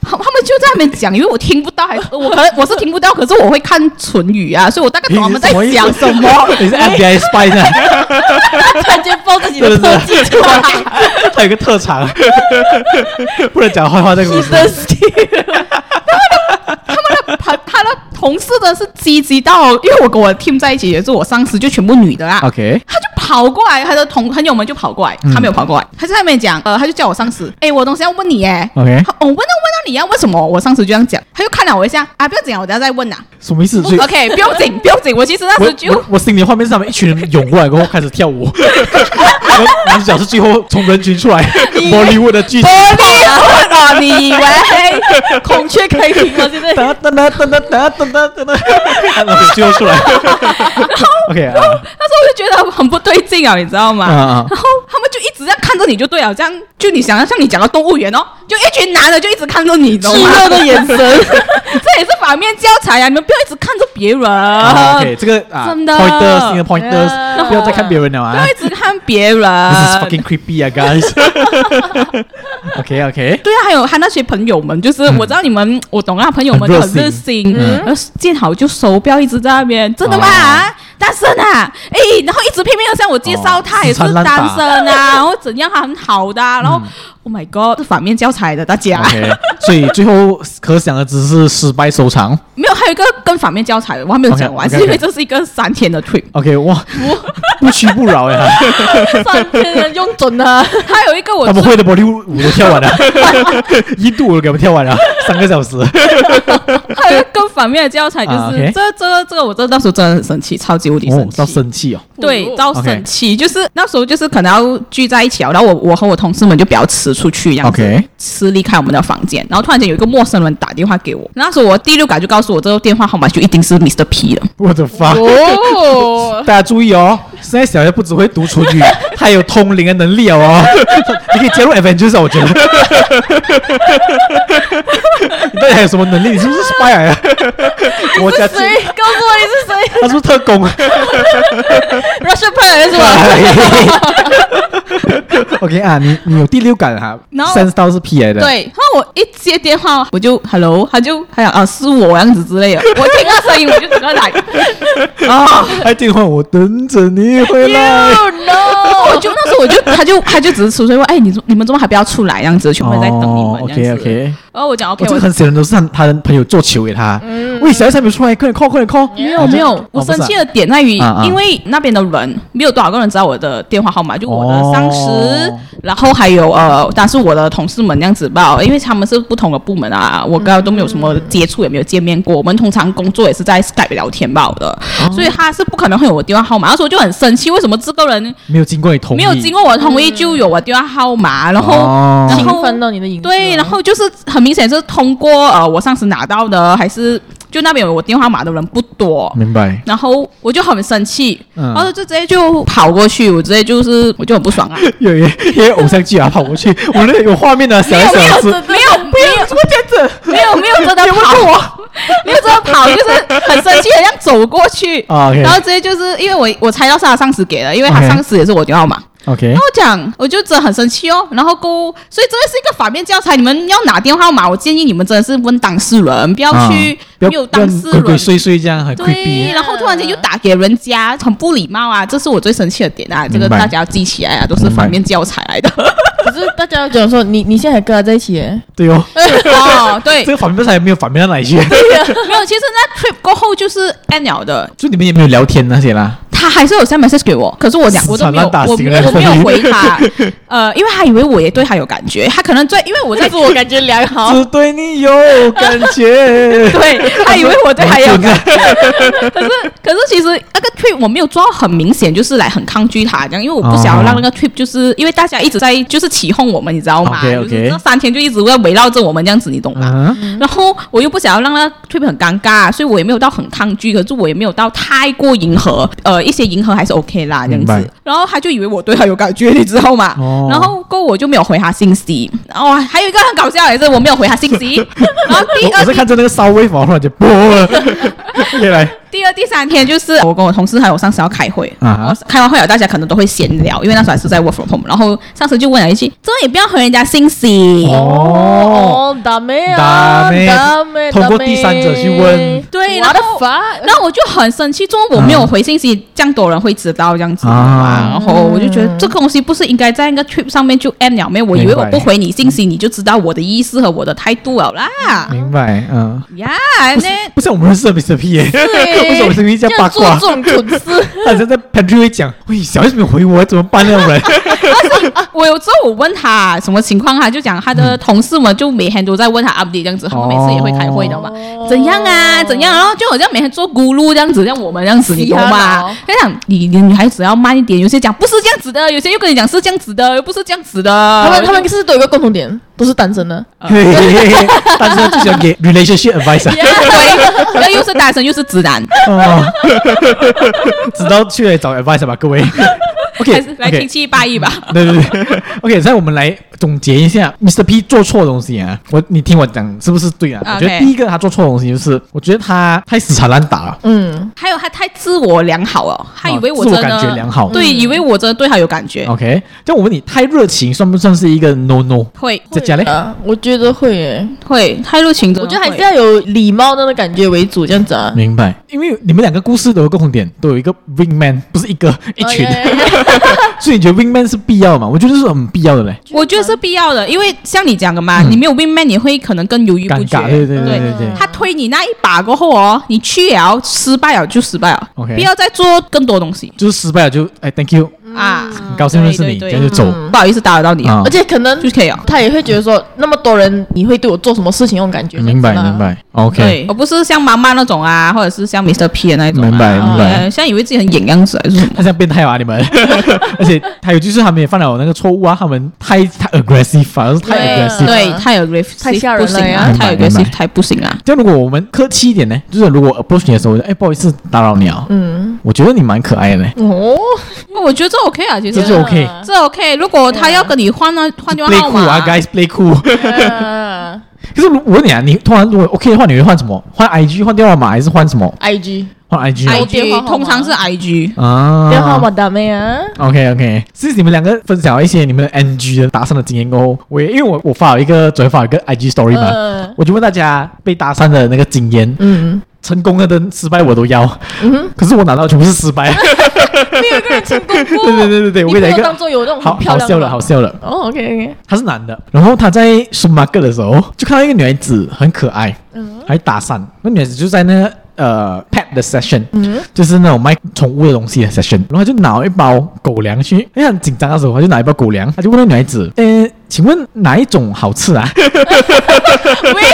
[SPEAKER 2] 他他们就在那边讲，因为我听不到，还我可 能我是听不到，可是我会看唇语啊， 所以我大概懂他们在
[SPEAKER 1] 你
[SPEAKER 2] 讲
[SPEAKER 1] 什
[SPEAKER 2] 什
[SPEAKER 1] 么
[SPEAKER 2] 么
[SPEAKER 1] 意。 思？你是 FBI spy 呢？
[SPEAKER 3] 突然间爆自己
[SPEAKER 1] 真
[SPEAKER 3] 的
[SPEAKER 1] 的
[SPEAKER 3] 特
[SPEAKER 1] 是
[SPEAKER 3] 技出 来，
[SPEAKER 1] 他有个特长， 不能讲坏话在公司。
[SPEAKER 3] 真是
[SPEAKER 2] 他他的同事的是积极到，因为我跟我 team 在一起，也是我上司就全部女的啦。
[SPEAKER 1] OK，
[SPEAKER 2] 他就跑过来，他的同朋友们就跑过来，
[SPEAKER 1] 啊嗯
[SPEAKER 2] 他没有跑过来，他就在那边讲，呃，他就叫我上司，哎，我有东西要问你耶
[SPEAKER 1] OK
[SPEAKER 2] 他哦，问到问到你要问什么？我上司就这样讲，他就看了我一下，啊，不要紧啊，我等下再问呐。
[SPEAKER 1] 什么意思？所以
[SPEAKER 2] OK，不用紧，不用紧，我其实那时
[SPEAKER 1] 我
[SPEAKER 2] 候就
[SPEAKER 1] 我。我心里的画面是他们一群人涌过来，过后开始跳舞， 然后男主角是最后从人群出来， 魔力物的剧情。
[SPEAKER 2] Bollywood 啊，你以为？
[SPEAKER 3] 孔雀开屏了，现在
[SPEAKER 1] 哒哒哒哒哒哒哒哒哒 哒，然后最后出来。OK 啊，
[SPEAKER 2] 那时候我就觉得很不对劲啊，你知道吗？
[SPEAKER 1] 啊啊
[SPEAKER 2] 然后他们就一直这样看着你就对啊了，这样就你想要像你讲到动物园哦，就一群男的就一直看着你，懂
[SPEAKER 3] 炙
[SPEAKER 2] 吗？
[SPEAKER 1] 啊
[SPEAKER 3] 热的眼神。
[SPEAKER 2] 这也是反面教材啊！你们不要一直看着别人。
[SPEAKER 1] 啊，OK，这个啊
[SPEAKER 2] 真的
[SPEAKER 1] ，pointers，你的
[SPEAKER 3] Yeah
[SPEAKER 1] pointers，不要再看别人了
[SPEAKER 2] 不
[SPEAKER 1] 啊
[SPEAKER 2] 要一直看别人。
[SPEAKER 1] ，This is fucking creepy 啊，guys。OK OK，
[SPEAKER 2] 对啊，还有他那些朋友们，就是我知道你们，我懂啊，朋友们
[SPEAKER 1] 嗯很热
[SPEAKER 2] 就
[SPEAKER 1] 心
[SPEAKER 2] 很热心，
[SPEAKER 1] 嗯
[SPEAKER 2] 然后见好就收，不要一直在那边，真的吗？
[SPEAKER 1] 哦
[SPEAKER 2] 单身啊，哎，然后一直拼命的向我介绍
[SPEAKER 1] 哦
[SPEAKER 2] 他也
[SPEAKER 1] 死缠
[SPEAKER 2] 是
[SPEAKER 1] 烂
[SPEAKER 2] 单
[SPEAKER 1] 打
[SPEAKER 2] 身啊，然后怎样他很好的啊，然后 Oh my God，是反面教材的大家
[SPEAKER 1] OK，所以最后可想而知是失败收场。
[SPEAKER 2] 没有，还有一个跟反面教材的，我还没有讲完，
[SPEAKER 1] OK，OK，OK
[SPEAKER 2] 是因为这是一个三天 的 trip，
[SPEAKER 1] OK，哇，不屈不挠 呀，
[SPEAKER 3] 三天人用准了，
[SPEAKER 2] 还有一个 我
[SPEAKER 1] 他们会
[SPEAKER 2] 最
[SPEAKER 1] 的玻璃舞都跳完 了，一度我都给他们跳完了，啊三个小时。
[SPEAKER 2] 还有一个跟反面的教材就
[SPEAKER 1] 啊
[SPEAKER 2] 是
[SPEAKER 1] ，OK
[SPEAKER 2] 这这这个我真的那时候真的很生气，超级无敌
[SPEAKER 1] 哦
[SPEAKER 2] 生，气，
[SPEAKER 1] 到生气哦。
[SPEAKER 2] 对，到
[SPEAKER 1] OK
[SPEAKER 2] 生气就是那时候就是可能要聚在一起啊，然后我我和我同事们就比较迟出去，这样子
[SPEAKER 1] OK
[SPEAKER 2] 迟离开我们的房间，然后突然间有一个陌生人打电话给我，那时候我第六感就告诉我这个电话号码就一定是 Mr P 了，
[SPEAKER 1] 我的妈！
[SPEAKER 3] 哦，
[SPEAKER 1] 大家注意哦，现在小叶不只会读唇 语，还有通灵的能力哦 哦。你可以加入 Avengers，啊我觉得。你到底还有什么能力？ 你是不啊是 spy 来的？国家机，
[SPEAKER 3] 谁？告诉我你是谁
[SPEAKER 1] 他是不是特工啊
[SPEAKER 3] ？Russian Plan 是吧？
[SPEAKER 1] ？OK 啊，你你有第六感哈
[SPEAKER 2] No
[SPEAKER 1] ，sense 到是 P 来的。，
[SPEAKER 2] 对，然后我一接电话，我就 hello，他就他讲啊是我样子之类的，我听到声音我就整个来 啊，
[SPEAKER 1] 还电话我等着你回来。
[SPEAKER 3] Oh
[SPEAKER 2] 我
[SPEAKER 3] no！
[SPEAKER 2] 就那时候我就他就他就只是出声问，哎，你怎么你们怎么还不要出来？这样子，全部人在等你们、这
[SPEAKER 1] OK
[SPEAKER 2] 样子。
[SPEAKER 1] OK，
[SPEAKER 2] 然后我讲
[SPEAKER 1] 哦我
[SPEAKER 2] OK，
[SPEAKER 1] 这
[SPEAKER 2] 我嗯
[SPEAKER 1] 个很显然都是他他的朋友做球给他。喂，小 S 还没有出来，快点 call，快点 call。
[SPEAKER 2] 没有没有，我
[SPEAKER 1] 不是啊
[SPEAKER 2] 生气的点在于
[SPEAKER 1] 啊啊，
[SPEAKER 2] 因为那边的人没有多少个人知道我的电话号码，就我
[SPEAKER 1] 哦
[SPEAKER 2] 的上司，然后还有呃，但是我的同事们这样子吧，因为他们是不同的部门啊，我刚刚都没有什
[SPEAKER 1] 嗯
[SPEAKER 2] 么接触，也没有见面过，我们通常工作也是在 Skype 聊天吧的，
[SPEAKER 1] 哦
[SPEAKER 2] 所以他是不可能会有我电话号码，那时候我就很生气，为什么这个人
[SPEAKER 1] 没有经过你同意，
[SPEAKER 2] 没有经过我的同意就有我电话号码，然后。
[SPEAKER 1] 哦
[SPEAKER 2] 然后
[SPEAKER 3] 侵犯到你的隐私了，
[SPEAKER 2] 对，然后就是很明显是通过呃我上司拿到的，还是就那边有我电话号码的人不多，
[SPEAKER 1] 明白。
[SPEAKER 2] 然后我就很生气，
[SPEAKER 1] 嗯
[SPEAKER 2] 然后就直接就跑过去，我直接就是我就很不 爽啊，
[SPEAKER 1] 有因为偶像剧啊，跑过去，我那有画面的啊小 S 老师，
[SPEAKER 2] 没有没有这么这样子，哦没有没有真的跑我，没有真的跑，就是很生气，很像走过去，
[SPEAKER 1] 啊，OK
[SPEAKER 2] 然后直接就是因为我我猜到是他上司给的，因为他
[SPEAKER 1] OK
[SPEAKER 2] 上司也是我电话号码。
[SPEAKER 1] OK，
[SPEAKER 2] 然后讲，我就真的很生气哦。然后过，所以这个是一个反面教材。你们要拿电话号码，我建议你们真的是问当事人，啊不要去
[SPEAKER 1] 不要
[SPEAKER 2] 没有当事
[SPEAKER 1] 鬼鬼
[SPEAKER 2] 人。
[SPEAKER 1] 祟祟这样很 creepy
[SPEAKER 2] 对，。然后突然间就打给人家，很不礼貌啊！这是我最生气的点啊！这个
[SPEAKER 1] 明白
[SPEAKER 2] 大家要记起来啊，都是反面教材来的。
[SPEAKER 3] 可是大家讲说你你现在还跟他在一起耶，
[SPEAKER 1] 对哦，
[SPEAKER 2] 哦，对
[SPEAKER 1] 这，个反面才没有反面到哪里去，
[SPEAKER 2] 没有，其实那 trip 过后就是 end 了的，
[SPEAKER 1] 就你们也没有聊天那些啦。
[SPEAKER 2] 他还是有 send message 给我，可是我讲我都没有，
[SPEAKER 1] 死缠烂打
[SPEAKER 2] 我
[SPEAKER 1] 型的
[SPEAKER 2] 我没有回他，呃，因为他以为我也对他有感觉，他可能对，因 为我在
[SPEAKER 3] 但是我感觉良好。
[SPEAKER 1] 哦只对你有感 觉。
[SPEAKER 2] 对，他以为我对他有
[SPEAKER 1] 很
[SPEAKER 2] 感
[SPEAKER 1] 准
[SPEAKER 2] 觉。可是，可是其实那个 trip 我没有做到很明显，就是来很抗拒他这样，因为我不想要让那
[SPEAKER 1] 哦
[SPEAKER 2] 个 trip 就是、因为大家一直在就是起哄我们，你知道吗
[SPEAKER 1] OK，OK
[SPEAKER 2] 就是这三天就一直在围绕着我们这样子，你懂吗？
[SPEAKER 1] 啊，
[SPEAKER 2] 然后我又不想要让那个 trip 很尴尬，所以我也没有到很抗拒，可是我也没有到太过迎合，呃，一些迎合还是 OK 啦这样
[SPEAKER 1] 明白
[SPEAKER 2] 子。然后他就以为我对他有感觉，你知道吗？
[SPEAKER 1] 哦
[SPEAKER 2] 然后过后我就没有回他信息。然后还有一个很搞笑也是我没有回他 信息。然后第
[SPEAKER 1] 我
[SPEAKER 2] 二
[SPEAKER 1] 我在看着那个稍微毛，突然就啵了。原来
[SPEAKER 2] 第二、第三天就是我跟我同事还有我上司要开会，
[SPEAKER 1] 啊，
[SPEAKER 2] 开完会了大家可能都会闲聊，因为那时候还是在 work from home。然后上司就问了一句：“这也不要回人家信息。
[SPEAKER 1] 哦，
[SPEAKER 3] 哦，打妹啊，
[SPEAKER 1] 打妹
[SPEAKER 3] 打妹，
[SPEAKER 1] 通过第三者去问
[SPEAKER 2] 对，然
[SPEAKER 3] 我的
[SPEAKER 2] 后
[SPEAKER 3] 发，
[SPEAKER 2] 那我就很生气，怎么我没有回信息，这样多人会知道这样子的
[SPEAKER 1] 啊
[SPEAKER 2] 嘛？然后我就觉得这个东西不是应该在那个 trip 上面就 end 了没？我以为我不回你信息，你就知道我的意思和我的态度了啦。
[SPEAKER 1] 明白，嗯。
[SPEAKER 2] 呀，那哎
[SPEAKER 1] 不像我们认识的 Mr. P，耶为什么 Mr. P 这样八
[SPEAKER 3] 做
[SPEAKER 1] 卦
[SPEAKER 3] 这？种蠢事，
[SPEAKER 1] 他现在 pantry 会讲，喂，小 S 没有回我，怎么办呢？ 我们
[SPEAKER 2] 我有之后我问他什么情况，他就讲他
[SPEAKER 1] 嗯
[SPEAKER 2] 的同事们就每天都在问他 update 这样子，他们每次也会开会的嘛。
[SPEAKER 1] 哦
[SPEAKER 2] 怎样啊？怎样？然后就好像每天做咕噜这样子，像我们这样子，你懂
[SPEAKER 3] 嘻哈
[SPEAKER 2] 吗
[SPEAKER 3] 佬？
[SPEAKER 2] 他讲你你女孩子要慢一点，有些讲不是这样子的，有些又跟你讲是这样子的，又不是这样子的。
[SPEAKER 3] 他们他们是不是都有一个共同点，都是单身的。
[SPEAKER 1] 嘿嘿嘿嘿但是他最喜欢给 relationship advice 啊。
[SPEAKER 2] 对，然后又是单身又是直男，
[SPEAKER 1] 哦，直到去来找 advice 吧，各位。
[SPEAKER 2] 还
[SPEAKER 1] OK，
[SPEAKER 2] 是来听
[SPEAKER 1] OK，
[SPEAKER 2] 七八一吧。
[SPEAKER 1] 对对对，OK，现在我们来总结一下 Mr. P 做错的东西啊。我你听我讲是不是对啊？
[SPEAKER 2] OK
[SPEAKER 1] 我觉得第一个他做错的东西就是，我觉得他太死缠烂打了，
[SPEAKER 3] 嗯，
[SPEAKER 2] 还有他太自我良好哦，他以为我
[SPEAKER 1] 自
[SPEAKER 2] 真
[SPEAKER 1] 我
[SPEAKER 2] 的
[SPEAKER 1] 感觉良好。嗯哦
[SPEAKER 2] 对，以为我真的对他有感觉，
[SPEAKER 1] OK，就我问你，太热情算不算是一个 no no？
[SPEAKER 2] 会
[SPEAKER 1] 在
[SPEAKER 2] 呃
[SPEAKER 1] 家嘞？
[SPEAKER 3] 啊，我觉得会耶，
[SPEAKER 2] 会太热情真的
[SPEAKER 3] 我
[SPEAKER 2] 会，
[SPEAKER 3] 觉得还是要有礼貌的那个感觉为主，这样子啊。
[SPEAKER 1] 明白，因为你们两个故事都有共同点，都有一个 wing man，不是一个一群，
[SPEAKER 3] 哦耶耶耶
[SPEAKER 1] 所以你觉得 wing man 是必要的嘛？我觉得是很必要的嘞，
[SPEAKER 2] 我觉得
[SPEAKER 3] 啊
[SPEAKER 2] 是必要的，因为像你讲的嘛，你没有 win man，你会可能更犹
[SPEAKER 1] 嗯
[SPEAKER 2] 豫
[SPEAKER 1] 尴
[SPEAKER 2] 不决。
[SPEAKER 1] 尬，对对对
[SPEAKER 2] 对
[SPEAKER 1] 对对。
[SPEAKER 2] 他推你那一把过后哦，你去了失败了就失败了
[SPEAKER 1] OK
[SPEAKER 2] 不要再做更多东西
[SPEAKER 1] 就是失败了就哎，thank you，
[SPEAKER 3] 嗯
[SPEAKER 2] 啊。
[SPEAKER 1] 很高兴认识你，这
[SPEAKER 2] 对对对嗯
[SPEAKER 1] 样就走
[SPEAKER 2] 不好意思打扰到你，
[SPEAKER 1] 啊
[SPEAKER 3] 而。且可能
[SPEAKER 2] 就可以了。
[SPEAKER 3] 他也会觉得说，那么多人，你会对我做什么事情？那种感觉。
[SPEAKER 1] 明白
[SPEAKER 3] 这样子啊
[SPEAKER 1] 明。白，OK，
[SPEAKER 2] 嗯对，我不是像妈妈那种啊，或者是像 Mr. P 的那种、啊，
[SPEAKER 1] 明白明白
[SPEAKER 2] 呃像以为自己很演样子还是什么？
[SPEAKER 1] 他像变态啊你们， 而且还有就是他们也犯了我那个错误啊，他们太太 aggressive，反而是太
[SPEAKER 3] 对啊
[SPEAKER 1] aggressive。
[SPEAKER 2] 对，太 aggressive
[SPEAKER 3] 太吓人
[SPEAKER 2] 不
[SPEAKER 3] 了
[SPEAKER 2] 行啊太
[SPEAKER 3] 呀，
[SPEAKER 1] 明白明白
[SPEAKER 2] aggressive 太不行啊。
[SPEAKER 1] 这样如果我们客气一点呢，就是如果 approach 你的时候，我就哎不好意思打扰你啊，
[SPEAKER 3] 嗯，
[SPEAKER 1] 我觉得你蛮可爱的嘞，
[SPEAKER 3] 哦，
[SPEAKER 2] 我觉得这 OK 啊，其
[SPEAKER 1] 这
[SPEAKER 2] 实
[SPEAKER 1] 就 OK。
[SPEAKER 2] 这 OK。如果他要跟你换呢，换电话
[SPEAKER 1] play
[SPEAKER 2] 号
[SPEAKER 1] cool
[SPEAKER 2] 码
[SPEAKER 1] 啊，guys play cool。
[SPEAKER 3] 啊
[SPEAKER 1] 可是如我问你啊，你突然如果 OK 的话，你会换什么？换 IG 换电话号码还是换什么？
[SPEAKER 3] IG
[SPEAKER 1] 换 IG
[SPEAKER 3] 哎
[SPEAKER 1] 啊
[SPEAKER 2] IG 通常是 IG。
[SPEAKER 1] 啊
[SPEAKER 3] 电话号码打没啊？
[SPEAKER 1] OK OK，其实你们两个分享了一些你们的 NG 的搭讪的经验过后，我也因为我我发了一个昨天发了一个 IG story 嘛，
[SPEAKER 3] 嗯
[SPEAKER 1] 我就问大家被搭讪的那个经验，
[SPEAKER 3] 嗯，
[SPEAKER 1] 成功的跟失败我都要，可是我拿到的全部是失败。
[SPEAKER 3] 没有一个人成功过。
[SPEAKER 1] 对对对对对，我
[SPEAKER 3] 你
[SPEAKER 1] 跟你讲
[SPEAKER 3] 不能
[SPEAKER 1] 一个
[SPEAKER 3] 当做有那种
[SPEAKER 1] 好
[SPEAKER 3] 很漂
[SPEAKER 1] 好
[SPEAKER 3] 亮
[SPEAKER 1] 笑
[SPEAKER 3] 的
[SPEAKER 1] 了，
[SPEAKER 3] 吗
[SPEAKER 1] 好笑了。
[SPEAKER 3] 哦，OK OK，
[SPEAKER 1] 他是男的，然后他在 supermarket 的时候就看到一个女孩子很可爱，还搭讪。那女孩子就在那个呃 pet 的 session，、就是那种卖宠物的东西的 session，然后他就拿了一包狗粮去，因为很紧张的时候，他就拿一包狗粮，他就问那女孩子，呃，请问哪一种好吃啊？
[SPEAKER 3] 喂，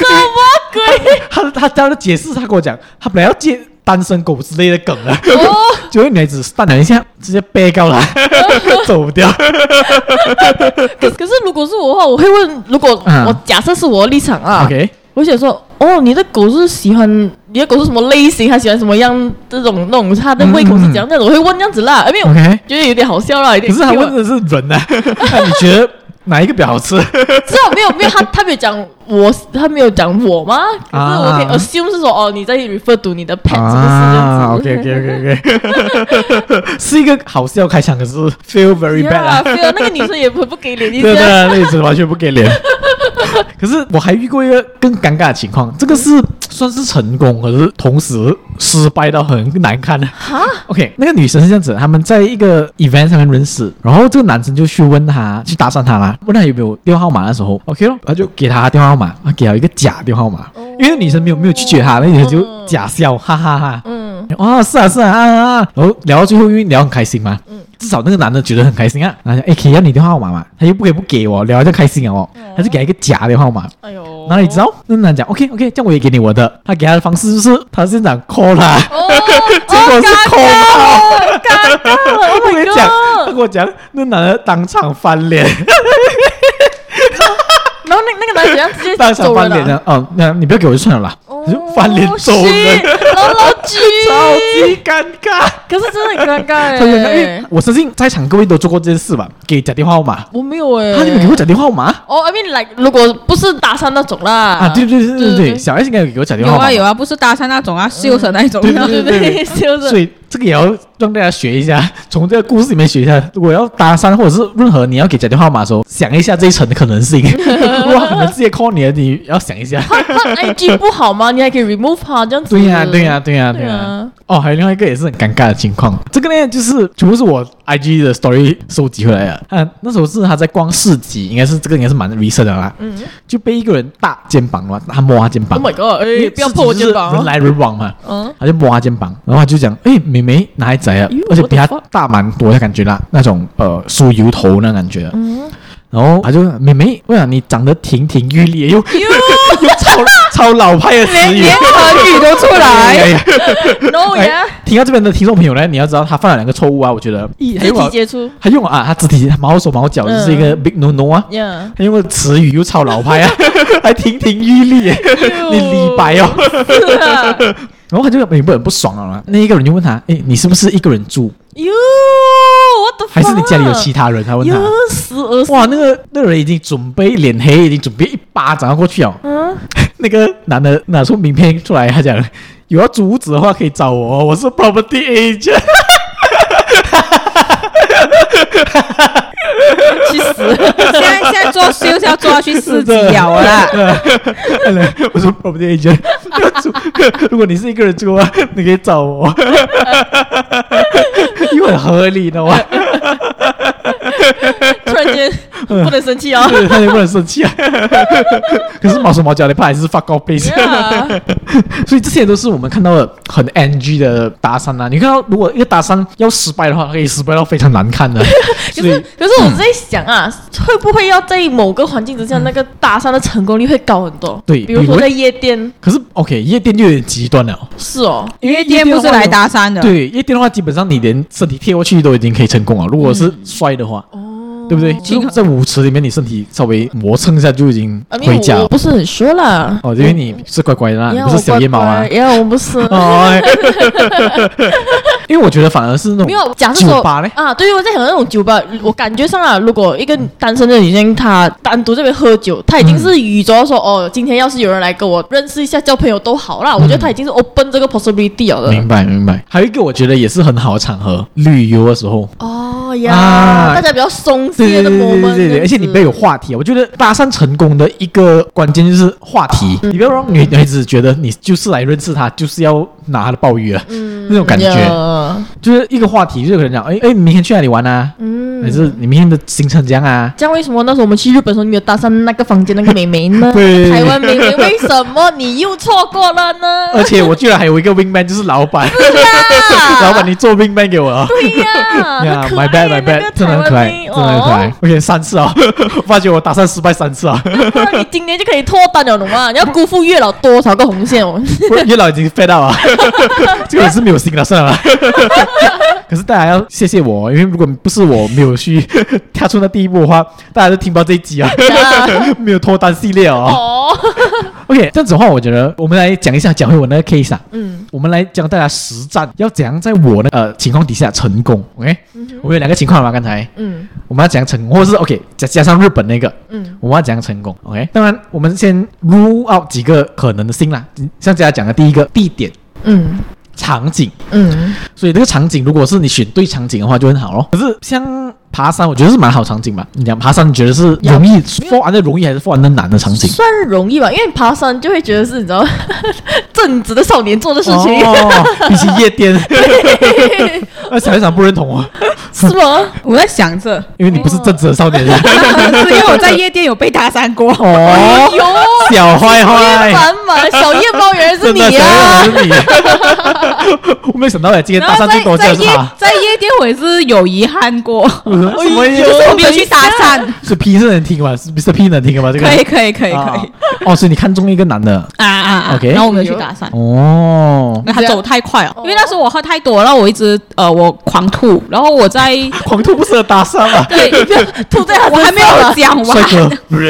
[SPEAKER 3] 什么鬼？
[SPEAKER 1] 他他他的解释，他跟我讲，他本来要接单身狗之类的梗啊 了，
[SPEAKER 3] 哦，
[SPEAKER 1] 结果女孩子淡了一下，直接背高了，啊 走掉。
[SPEAKER 3] 可可是如果是我的话，我会问，如果
[SPEAKER 1] 嗯
[SPEAKER 3] 我假设是我的立场啊
[SPEAKER 1] OK，
[SPEAKER 3] 我想说，哦，你的狗是喜欢你的狗是什么类型？它喜欢什么样？这种那种它的胃口
[SPEAKER 1] 嗯
[SPEAKER 3] 是怎样？那种我会问这样子啦，因为我
[SPEAKER 1] OK
[SPEAKER 3] 觉得有点好笑啦，有
[SPEAKER 1] 可
[SPEAKER 3] 点
[SPEAKER 1] 是他
[SPEAKER 3] cute
[SPEAKER 1] 问的是人啊， 那你觉得哪一个比较好吃？
[SPEAKER 3] 知道没有没有，他他没有讲我，他没有讲我吗？可是我可以
[SPEAKER 1] 啊
[SPEAKER 3] assume 是说哦，你在 refer to 你的 pet 是不是这
[SPEAKER 1] 啊
[SPEAKER 3] 样子
[SPEAKER 1] ，OK OK OK OK，是一 个好笑开场，可是 feel very bad 啊
[SPEAKER 3] Yeah，对啊，那个女生也不不给脸，你
[SPEAKER 1] 对
[SPEAKER 3] 这
[SPEAKER 1] 对，
[SPEAKER 3] 样
[SPEAKER 1] 对那也是完全不给脸。 可是我还遇过一个更尴尬的情况，这个是算是成功，可是同时失败到很难看的。哈，OK，那个女生是这样子，他们在一个 event 上面认识，然后这个男生就去问她，去搭讪她啦，问她有没有电话号码的时候，OK 咯，他就给她电话号码，他给了一个假电话号码，
[SPEAKER 3] 哦
[SPEAKER 1] 因为那女生没有没有拒绝他，那女生就假笑，哈哈哈。
[SPEAKER 3] 嗯，
[SPEAKER 1] 哦，是啊，是啊，啊啊啊！然后聊到最后，因为聊很开心嘛，至少那个男的觉得很开心啊。然后哎，诶可以要你电话号码嘛？他又不给不给我，聊就开心了哦，他就给他一个假电话号码。
[SPEAKER 3] 哎 呦，
[SPEAKER 1] 然后你知？道，那男的讲 OK OK，这样我也给你我的。他给他的方式就是他现场 call 他，
[SPEAKER 3] 哦，
[SPEAKER 1] 结果是 call
[SPEAKER 3] 哦尴尬了
[SPEAKER 1] 他。
[SPEAKER 3] ，Oh
[SPEAKER 1] 跟我
[SPEAKER 3] my
[SPEAKER 1] 讲，他
[SPEAKER 3] god！
[SPEAKER 1] 跟我讲，那男的当场翻 脸，
[SPEAKER 3] 然后那那个男的怎样直接
[SPEAKER 1] 当场
[SPEAKER 3] 走
[SPEAKER 1] 翻
[SPEAKER 3] 人
[SPEAKER 1] 脸
[SPEAKER 3] 了？
[SPEAKER 1] 的。哦，那你不要给我就算了啦，
[SPEAKER 3] 哦
[SPEAKER 1] 他就翻脸走人
[SPEAKER 3] shit，，老老鸡，
[SPEAKER 1] 超级尴尬。
[SPEAKER 3] 可是真的很尴尬
[SPEAKER 1] 超级尴尬，因为
[SPEAKER 3] 哎，
[SPEAKER 1] 我相信在场各位都做过这件事吧，给假电话号码。
[SPEAKER 3] 我没有哎，
[SPEAKER 1] 他你们给我。讲电话号码
[SPEAKER 3] 哦，I mean like，如果不是搭讪那种啦，
[SPEAKER 1] 啊？对对对对
[SPEAKER 3] 对
[SPEAKER 1] 对，
[SPEAKER 3] 对
[SPEAKER 1] 小 S 应该有给我讲电
[SPEAKER 2] 有
[SPEAKER 1] 话号
[SPEAKER 2] 啊
[SPEAKER 1] 码。
[SPEAKER 2] 有啊，不是搭讪那种啊，秀神那种。
[SPEAKER 1] 对对
[SPEAKER 3] 对对，就是
[SPEAKER 1] 所以这个也要让大家学一下，从这个故事里面学一下。如果要搭讪或者是任何你要给讲电话号码的时候，想一下这一层的可能 性。如果他可能直接 call 你了，你要想一下。
[SPEAKER 3] 他 IG 不好吗？你还可以 remove 他这样子。
[SPEAKER 1] 对呀、对呀、对呀、对
[SPEAKER 3] 对
[SPEAKER 1] 呀、
[SPEAKER 3] 啊
[SPEAKER 1] 哦，还有另外一个也是很尴尬的情况，这个呢就是全部是我 IG 的 story 收集回来的。嗯、那时候是他在逛市集，应该是这个应该是蛮 recent 的啦。嗯，就被一个人搭肩膀了，他摸他肩膀。
[SPEAKER 3] ，Oh my god！
[SPEAKER 1] 因为
[SPEAKER 3] 哎，不要
[SPEAKER 1] 市集
[SPEAKER 3] 破我
[SPEAKER 1] 就是
[SPEAKER 3] 肩膀
[SPEAKER 1] 人
[SPEAKER 3] 啊。
[SPEAKER 1] 来人往嘛。
[SPEAKER 3] 嗯，
[SPEAKER 1] 他就摸他肩膀，然后他就讲：“哎，妹妹，男孩子啊
[SPEAKER 3] 哎呦，
[SPEAKER 1] 而且比他
[SPEAKER 3] what the fuck？
[SPEAKER 1] 大蛮多的感觉啦，那种呃梳油头那感觉。”
[SPEAKER 3] 嗯
[SPEAKER 1] 然后他就讲妹妹，我想你长得亭亭玉立，又又 超超老派的词语，
[SPEAKER 2] 成语都出
[SPEAKER 1] 哎呀。
[SPEAKER 3] No
[SPEAKER 1] 哎
[SPEAKER 3] 呀，
[SPEAKER 1] 听到这边的听众朋友呢，你要知道他犯了两个错误啊，我觉得一他
[SPEAKER 3] 肢
[SPEAKER 1] 用
[SPEAKER 3] 体
[SPEAKER 1] 了
[SPEAKER 3] 接触
[SPEAKER 1] 他用了啊，他肢体毛手毛脚，这是一个
[SPEAKER 3] 嗯
[SPEAKER 1] big no no 啊。
[SPEAKER 3] 呀，
[SPEAKER 1] 他用的词语又超老派 啊，还亭亭玉立，
[SPEAKER 3] 哎
[SPEAKER 1] 你李白哦。
[SPEAKER 3] 是啊
[SPEAKER 1] 哎 然后他就有点不爽了。那一个人就问他：“哎，你是不是一个人住？
[SPEAKER 3] 哟，What the？
[SPEAKER 1] 还是你家里有其
[SPEAKER 3] 他？
[SPEAKER 1] 他人？”他问他。
[SPEAKER 3] 哟，十二十
[SPEAKER 1] 哇，那个那个人已经准备脸黑，已经准备一巴掌要过去了。
[SPEAKER 3] 嗯，
[SPEAKER 1] 那个男的拿出名片出来，他讲：“有要租屋子的话可以找我哦，我是 property agent。
[SPEAKER 3] 去 死！
[SPEAKER 2] 现在现在做秀是要做到去四级
[SPEAKER 1] 真的
[SPEAKER 2] 了啊 啦。
[SPEAKER 1] 我是 property agent，要租。 如果你是一个人住的话，你可以找我， 因为很合理的哇。
[SPEAKER 3] 突然间不能生气哦。
[SPEAKER 1] 对，他也不能生气 啊。可是毛手毛脚的，怕还是发高配。嗯
[SPEAKER 3] Yeah
[SPEAKER 1] 所以这些都是我们看到的很 NG 的搭讪啊。你看到，如果一个搭讪要失败的话，可以失败到非常难看的。
[SPEAKER 3] 可
[SPEAKER 1] 所以
[SPEAKER 3] 是，可是我在想啊，会不会要在某个环境之下，那个搭讪的成功率会高很多？
[SPEAKER 1] 对
[SPEAKER 3] 比如
[SPEAKER 1] 比
[SPEAKER 3] 说
[SPEAKER 1] 如
[SPEAKER 3] 在夜店，
[SPEAKER 1] 可是 OK，夜店就有点极端了。
[SPEAKER 3] 是哦，
[SPEAKER 1] 因为
[SPEAKER 2] 今天不是来搭讪的，
[SPEAKER 1] 对夜店的话，基本上你连身体贴过去都已经可以成功了。如果
[SPEAKER 3] 嗯
[SPEAKER 1] 是帅的话，
[SPEAKER 3] 哦
[SPEAKER 1] 对不对？就在舞池里面，你身体稍微磨蹭一下就已经
[SPEAKER 3] I mean，
[SPEAKER 1] 回家
[SPEAKER 3] 我
[SPEAKER 1] 了
[SPEAKER 3] 我。不是很说啦。
[SPEAKER 1] 哦，因为你是乖乖的啦，
[SPEAKER 3] 呀
[SPEAKER 1] 你不是小野猫啊。
[SPEAKER 3] 我乖乖呀，我不是。
[SPEAKER 1] 啊哦，哎 因为我觉得反而是那种
[SPEAKER 3] 没有，假设
[SPEAKER 1] 酒
[SPEAKER 3] 说
[SPEAKER 1] 吧嘞，
[SPEAKER 3] 啊，对，我在想那种酒吧，我感觉上啊，如果一个单身的女生她单独这边喝酒，她已经是宇宙说、哦，今天要是有人来跟我认识一下交朋友都好啦，我觉得她已经是 open 这个 possibility 了
[SPEAKER 1] 嗯
[SPEAKER 3] 的
[SPEAKER 1] 明。白明白。还有一个我觉得也是很好的场合，旅游的时候。
[SPEAKER 3] 哦呀，
[SPEAKER 1] 啊
[SPEAKER 3] 大家比较松
[SPEAKER 1] 对对
[SPEAKER 3] 懈的
[SPEAKER 1] 对对
[SPEAKER 3] moment，
[SPEAKER 1] 对对，而且你不要有话题啊！我觉得搭讪成功的一个关键就是话题，你不要让女孩子觉得你就是来认识她，就是要拿她的鲍鱼了，那种感觉。
[SPEAKER 3] 觉。
[SPEAKER 1] 就是一个话题，就有人讲，哎哎，你明天去哪里玩啊？嗯，还是你明天的行程怎样啊？
[SPEAKER 3] 这样为什么那时候我们去日本的时候，你没有搭讪那个房间那个美眉呢？
[SPEAKER 1] 对
[SPEAKER 3] 台湾美眉为什么你又错过了呢？
[SPEAKER 1] 而且我居然还有一个 wingman，就是老板，老板你做 wingman 给我啊。
[SPEAKER 3] 对呀，
[SPEAKER 1] 呀
[SPEAKER 3] 很可
[SPEAKER 1] ，my
[SPEAKER 3] 爱
[SPEAKER 1] bad my
[SPEAKER 3] 那
[SPEAKER 1] bad，
[SPEAKER 3] 个
[SPEAKER 1] 真的很可爱，
[SPEAKER 3] 台湾妹
[SPEAKER 1] 真的很可爱
[SPEAKER 3] 哦。
[SPEAKER 1] OK，三次啊，发觉我打算失败三次啊，
[SPEAKER 3] 那你今年就可以脱单了，懂吗？你要辜负月老多少个红线 哦？
[SPEAKER 1] 不然月老已经 fed up 啊，这个人是没有心了，算了吧。可是大家要谢谢我，因为如果不是我没有去踏出那第一步的话，大家都听不到这一集啊，没有脱单系列 哦。
[SPEAKER 3] 哦，
[SPEAKER 1] OK，这样子的话，我觉得我们来讲一下，讲回我那个 case 啊，
[SPEAKER 3] 嗯，
[SPEAKER 1] 我们来教大家实战要怎样在我那呃情况底下成功。OK，、我们有两个情况嘛，刚才
[SPEAKER 3] 嗯
[SPEAKER 1] 我们要讲成功，或者是 OK 加加上日本那个，
[SPEAKER 3] 嗯
[SPEAKER 1] 我们要讲成功。OK，当然我们先 rule out 几个可能的性啦，像大家讲的第一个地点
[SPEAKER 3] 嗯
[SPEAKER 1] 场景，
[SPEAKER 3] 嗯，
[SPEAKER 1] 所以这个场景如果是你选对场景的话就很好咯。可是像爬山，我觉得是蛮好场景吧。你讲爬山，你觉得是容易 fall 安的容易还是 fall 安的难的场景？
[SPEAKER 3] 算容易吧，因为爬山就会觉得是你知道 正直的少年做的事情，
[SPEAKER 1] 哦，比起夜 店，那想一想不认同啊，
[SPEAKER 3] 是吗？
[SPEAKER 2] 我在想着，
[SPEAKER 1] 因为你不是正直的少年人。
[SPEAKER 2] 是因为我在夜店有被搭讪过。哎
[SPEAKER 1] 哦，
[SPEAKER 3] 有
[SPEAKER 1] 小坏
[SPEAKER 3] 夜
[SPEAKER 1] 坏，
[SPEAKER 3] 满满，小夜猫原来是
[SPEAKER 1] 哎 真的
[SPEAKER 3] 你
[SPEAKER 1] 小
[SPEAKER 3] 啊！
[SPEAKER 1] 坏坏是你。我没想到哎，今天
[SPEAKER 2] 然
[SPEAKER 1] 搭
[SPEAKER 2] 后
[SPEAKER 1] 讪
[SPEAKER 2] 在
[SPEAKER 1] 最多
[SPEAKER 2] 在
[SPEAKER 1] 就是
[SPEAKER 2] 夜
[SPEAKER 1] 他。
[SPEAKER 2] 在夜店，我也是有遗憾 过，
[SPEAKER 1] 嗯什么意
[SPEAKER 2] 就是我
[SPEAKER 1] 思？
[SPEAKER 2] 没有去搭讪。
[SPEAKER 1] 是 P 是能听吗？是 Mr P 能听吗？这个
[SPEAKER 2] 可以可以可以可以
[SPEAKER 1] 啊
[SPEAKER 2] 啊
[SPEAKER 1] 哦，所以你看中一个男的
[SPEAKER 2] 啊啊
[SPEAKER 1] OK 哎
[SPEAKER 2] 然后我没有去搭讪。
[SPEAKER 1] 哦，
[SPEAKER 2] 那他走太快了，
[SPEAKER 3] 哦
[SPEAKER 2] 因为那时候我喝太多，然后我一直呃我狂吐，然后我在，
[SPEAKER 1] 狂徒不适合搭讪啊
[SPEAKER 2] 对
[SPEAKER 3] 吐在他
[SPEAKER 2] 我还没有讲完，
[SPEAKER 1] 帅哥。
[SPEAKER 2] 不是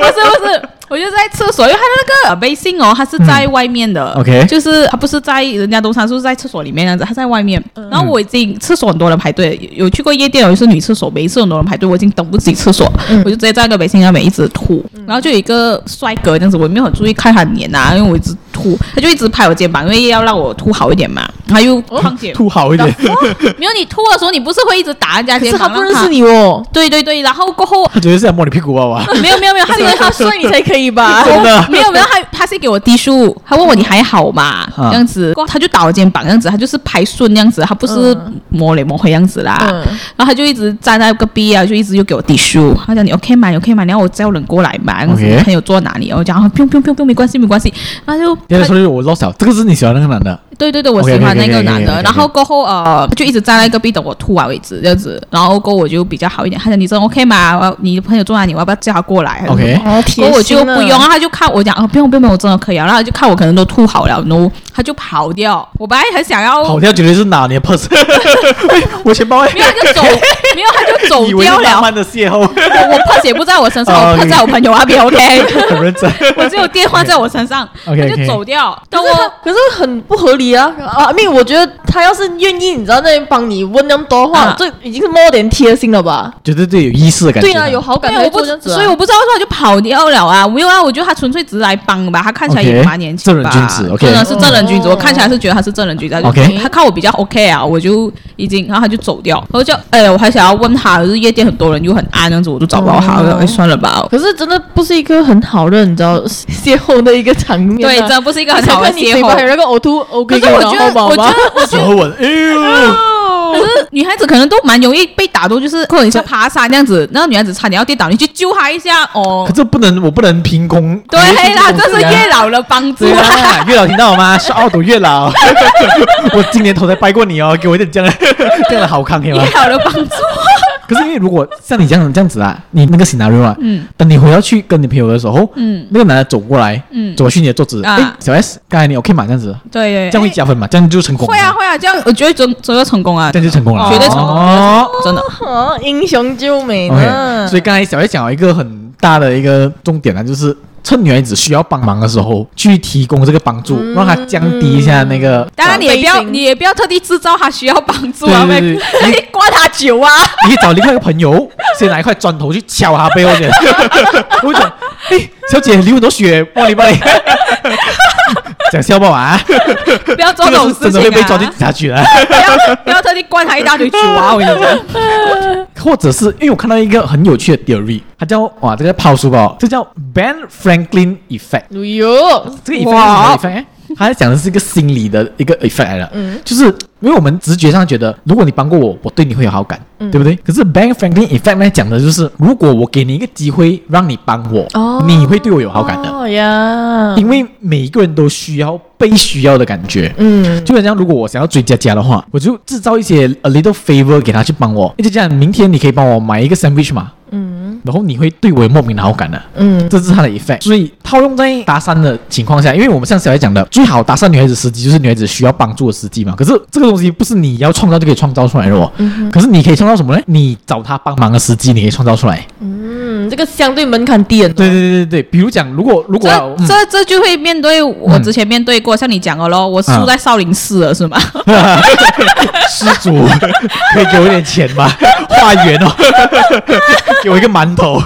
[SPEAKER 2] 不是，我就在厕所，因为他的那个微信哦，他是在外面的、
[SPEAKER 1] 嗯，OK
[SPEAKER 2] 就是他不是在人家东山是在厕所里面那样子，他在外面。
[SPEAKER 3] 嗯
[SPEAKER 2] 然后我已经厕所很多人排队，有有去过夜店，有一次女厕所，每一次很多人排队，我已经等不及厕所，
[SPEAKER 3] 嗯
[SPEAKER 2] 我就直接在那个微信上面一直吐，然后就有一个帅哥这样子，我也没有很注意看他脸啊，因为我一直吐，他就一直拍我肩膀，因为要让我吐好一点嘛，他又况且、
[SPEAKER 3] 哦
[SPEAKER 1] 吐好一点，
[SPEAKER 2] 没有你吐的时候，你不是会一直打人家
[SPEAKER 3] 可
[SPEAKER 2] 肩
[SPEAKER 3] 是他
[SPEAKER 2] 膀？
[SPEAKER 3] 不
[SPEAKER 2] 让
[SPEAKER 3] 认识。你哦，
[SPEAKER 2] 对对对，然后过后
[SPEAKER 1] 他绝对是想摸你屁股娃娃。
[SPEAKER 2] 没有没有没有，他
[SPEAKER 3] 他以
[SPEAKER 2] 因为
[SPEAKER 3] 为
[SPEAKER 2] 他
[SPEAKER 3] 他
[SPEAKER 2] 说
[SPEAKER 3] 帅你才可 以吧？
[SPEAKER 1] 真的
[SPEAKER 2] 没有没有，他他是给我低数，他问我你还好吗？
[SPEAKER 1] 啊
[SPEAKER 2] 这样子，他就打我肩膀，这样子，他就是排顺这样子，他不是
[SPEAKER 3] 嗯
[SPEAKER 2] 摸来摸去这样子啦。
[SPEAKER 3] 嗯
[SPEAKER 2] 然后他就一直站在隔壁啊，就一直又给我低数，他讲你 OK 吗？你 OK 吗？你要我叫人过来嘛？这样子
[SPEAKER 1] OK
[SPEAKER 2] 朋友坐哪里？我讲啊不用不用不用不用，没关系没关系。然后
[SPEAKER 1] 第
[SPEAKER 2] 就
[SPEAKER 1] 二
[SPEAKER 2] 他
[SPEAKER 1] 说是我 lost 了，这个是你喜欢那个男的，
[SPEAKER 2] 对对对，我
[SPEAKER 1] OK，OK，OK，
[SPEAKER 2] 喜欢那个
[SPEAKER 1] OK，OK，OK，
[SPEAKER 2] 男
[SPEAKER 1] OK，OK，OK
[SPEAKER 2] 的。然后过后呃，他就一直站在隔壁等我吐完为止，这样子。然后过后我就比较好一点，他讲你真的 OK 吗？我要你朋友坐哪里？我要不要叫他过来
[SPEAKER 1] OK
[SPEAKER 3] 哦，
[SPEAKER 2] 然后我就不用，然后他就看我讲，哦，不用不用，我真的可以啊。然后他就看我可能都吐好了，然后他就跑掉。我本来很想要，
[SPEAKER 1] 跑掉绝对是拿你的 purse，哎我钱包哎
[SPEAKER 2] 哦没，有他 就走，没有他就走
[SPEAKER 1] 以为是
[SPEAKER 2] 掉
[SPEAKER 1] 浪
[SPEAKER 2] 了。
[SPEAKER 1] 漫的邂逅，
[SPEAKER 2] 我我 purse 也不在我身上，
[SPEAKER 1] 哦
[SPEAKER 2] 我
[SPEAKER 1] OK
[SPEAKER 2] purse 在我朋友那边，OK。
[SPEAKER 1] 很认真。
[SPEAKER 2] 我只有电话在我身上，他
[SPEAKER 1] OK，OK
[SPEAKER 2] 就走掉。等
[SPEAKER 3] 可是他
[SPEAKER 2] 我
[SPEAKER 3] 可是很不合理啊！啊，因为我觉得他要是愿意，你知道那边帮你问那么多话，
[SPEAKER 2] 啊
[SPEAKER 3] 这已经是 more 点贴心了吧？
[SPEAKER 1] 绝对对有意思的感觉。
[SPEAKER 3] 对啊，有好感
[SPEAKER 2] 没
[SPEAKER 3] 才
[SPEAKER 2] 有，
[SPEAKER 3] 会
[SPEAKER 2] 我
[SPEAKER 3] 做
[SPEAKER 2] 不
[SPEAKER 3] 这样，子啊、
[SPEAKER 2] 所以我不知道为什么他就跑掉了啊！没有啊，我觉得他纯粹只是来帮吧，他看起来
[SPEAKER 1] OK，
[SPEAKER 2] 也蛮年轻吧，
[SPEAKER 1] 正人君子，OK
[SPEAKER 2] 真的是正人君子。
[SPEAKER 3] 哦
[SPEAKER 2] 我看起来是觉得他是正人君子他就
[SPEAKER 1] OK
[SPEAKER 2] 他看我比较 OK 啊，我就已经，然后他就走掉，我就哎，我还想要问他，就是夜店很多人又很暗，这样子我就找不到他，
[SPEAKER 3] 哦
[SPEAKER 2] 我就哎算了吧。
[SPEAKER 3] 可是真的不是一个很好的，你知道 邂逅的一个场面、啊
[SPEAKER 2] 对，真的不是一个很好的邂
[SPEAKER 3] 还有
[SPEAKER 2] 逅。
[SPEAKER 3] 那个呕吐 OK
[SPEAKER 2] 可是我觉得，我觉得，我觉
[SPEAKER 1] 舌吻，哎呦，
[SPEAKER 2] 哦得，可是女孩子可能都蛮容易被打动，就是或者像爬山这样子，那个女孩子差点要跌倒，你去救她一下哦
[SPEAKER 1] 可。这哎不能，我不能凭空。
[SPEAKER 2] 对啦，这是月老的帮助
[SPEAKER 1] 啊对
[SPEAKER 2] 啊。
[SPEAKER 1] 啊，月老听到我吗？是奥朵月老， 我今年头才掰过你哦，给我一点这样的这样的好康可以吗
[SPEAKER 2] 也？好的帮助。
[SPEAKER 1] 可是因为如果像你这样这样子啊，你那个 scenario 啊，
[SPEAKER 2] 嗯
[SPEAKER 1] 等你回到去跟你朋友的时候，
[SPEAKER 2] 嗯
[SPEAKER 1] 那个男的走过来，
[SPEAKER 2] 嗯
[SPEAKER 1] 走去你的桌子，
[SPEAKER 2] 啊
[SPEAKER 1] 哎，小 S，刚才你 OK 吗？这样子，
[SPEAKER 2] 对，
[SPEAKER 1] 这样会加分嘛？这样就成功，
[SPEAKER 2] 会啊，会啊，这样我觉得真真的成功啊，
[SPEAKER 1] 这样就成功了，
[SPEAKER 2] 绝对成功
[SPEAKER 1] 哦
[SPEAKER 2] 真的。
[SPEAKER 3] 哦，英雄救美呢
[SPEAKER 2] 嗯
[SPEAKER 1] OK，所以刚才小叶讲了一个很大的一个重点呢，就是趁女孩子需要帮忙的时候去提供这个帮助，
[SPEAKER 2] 嗯
[SPEAKER 1] 让她降低一下那个。
[SPEAKER 2] 当然，你也不要，
[SPEAKER 3] 背心
[SPEAKER 2] 你也不要特地制造他需要帮助啊，
[SPEAKER 1] 对
[SPEAKER 2] 会
[SPEAKER 1] 对 对
[SPEAKER 2] 会灌他酒 啊。
[SPEAKER 1] 你可以找另外一个朋友，先拿一块砖头去敲她背后 脸。我讲，哎，小姐流很多血，帮你帮你。讲笑话啊，
[SPEAKER 2] 不要做
[SPEAKER 1] 这
[SPEAKER 2] 这
[SPEAKER 1] 个
[SPEAKER 2] 种
[SPEAKER 1] 是
[SPEAKER 2] 事
[SPEAKER 1] 真
[SPEAKER 2] 情
[SPEAKER 1] 的会被抓去
[SPEAKER 2] 啊
[SPEAKER 1] 警！察局 的。
[SPEAKER 2] 不要不要特地灌他一大堆酒 啊！我跟你讲，
[SPEAKER 1] 或者是因为我看到一个很有趣的 theory，它叫哇，这个抛书包，这叫 Ben Franklin effect。
[SPEAKER 3] 哎呦，
[SPEAKER 1] 这个 effect 是什么 effect？呢它嗯在讲的是一个心理的一个 effect 来的，就是因为我们直觉上觉得，如果你帮过我，我对你会有好感，对不对？可是 Ben Franklin effect 呢讲的就是，如果我给你一个机会让你帮我，
[SPEAKER 3] 哦
[SPEAKER 1] 你会对我有好感的，
[SPEAKER 3] 哦呀，
[SPEAKER 1] 因为每一个人都需要被需要的感觉，
[SPEAKER 3] 嗯，
[SPEAKER 1] 就很像，如果我想要追佳佳的话，我就制造一些 a little favor 给她去帮我。一直讲，明天你可以帮我买一个 sandwich 嘛？嗯，然后你会对我有莫名的好感的。
[SPEAKER 3] 嗯
[SPEAKER 1] 这是它的 effect。所以套用在搭讪的情况下，因为我们像小孩讲的，最好搭讪女孩子时机就是女孩子需要帮助的时机嘛。可是这个东西不是你要创造就可以创造出来的哦。可是你可以创造什么呢？你找她帮忙的时机，你可以创造出来。
[SPEAKER 3] 嗯，这个相对门槛低很多
[SPEAKER 1] 对。对对对对，比如讲，如果如果啊
[SPEAKER 2] 这这这就会面对我之前面对过，像你讲的咯，我输在少林寺了是吗？
[SPEAKER 1] 嗯施主， 可以给我一点钱吗？ 化缘哦， 给我一个馒头。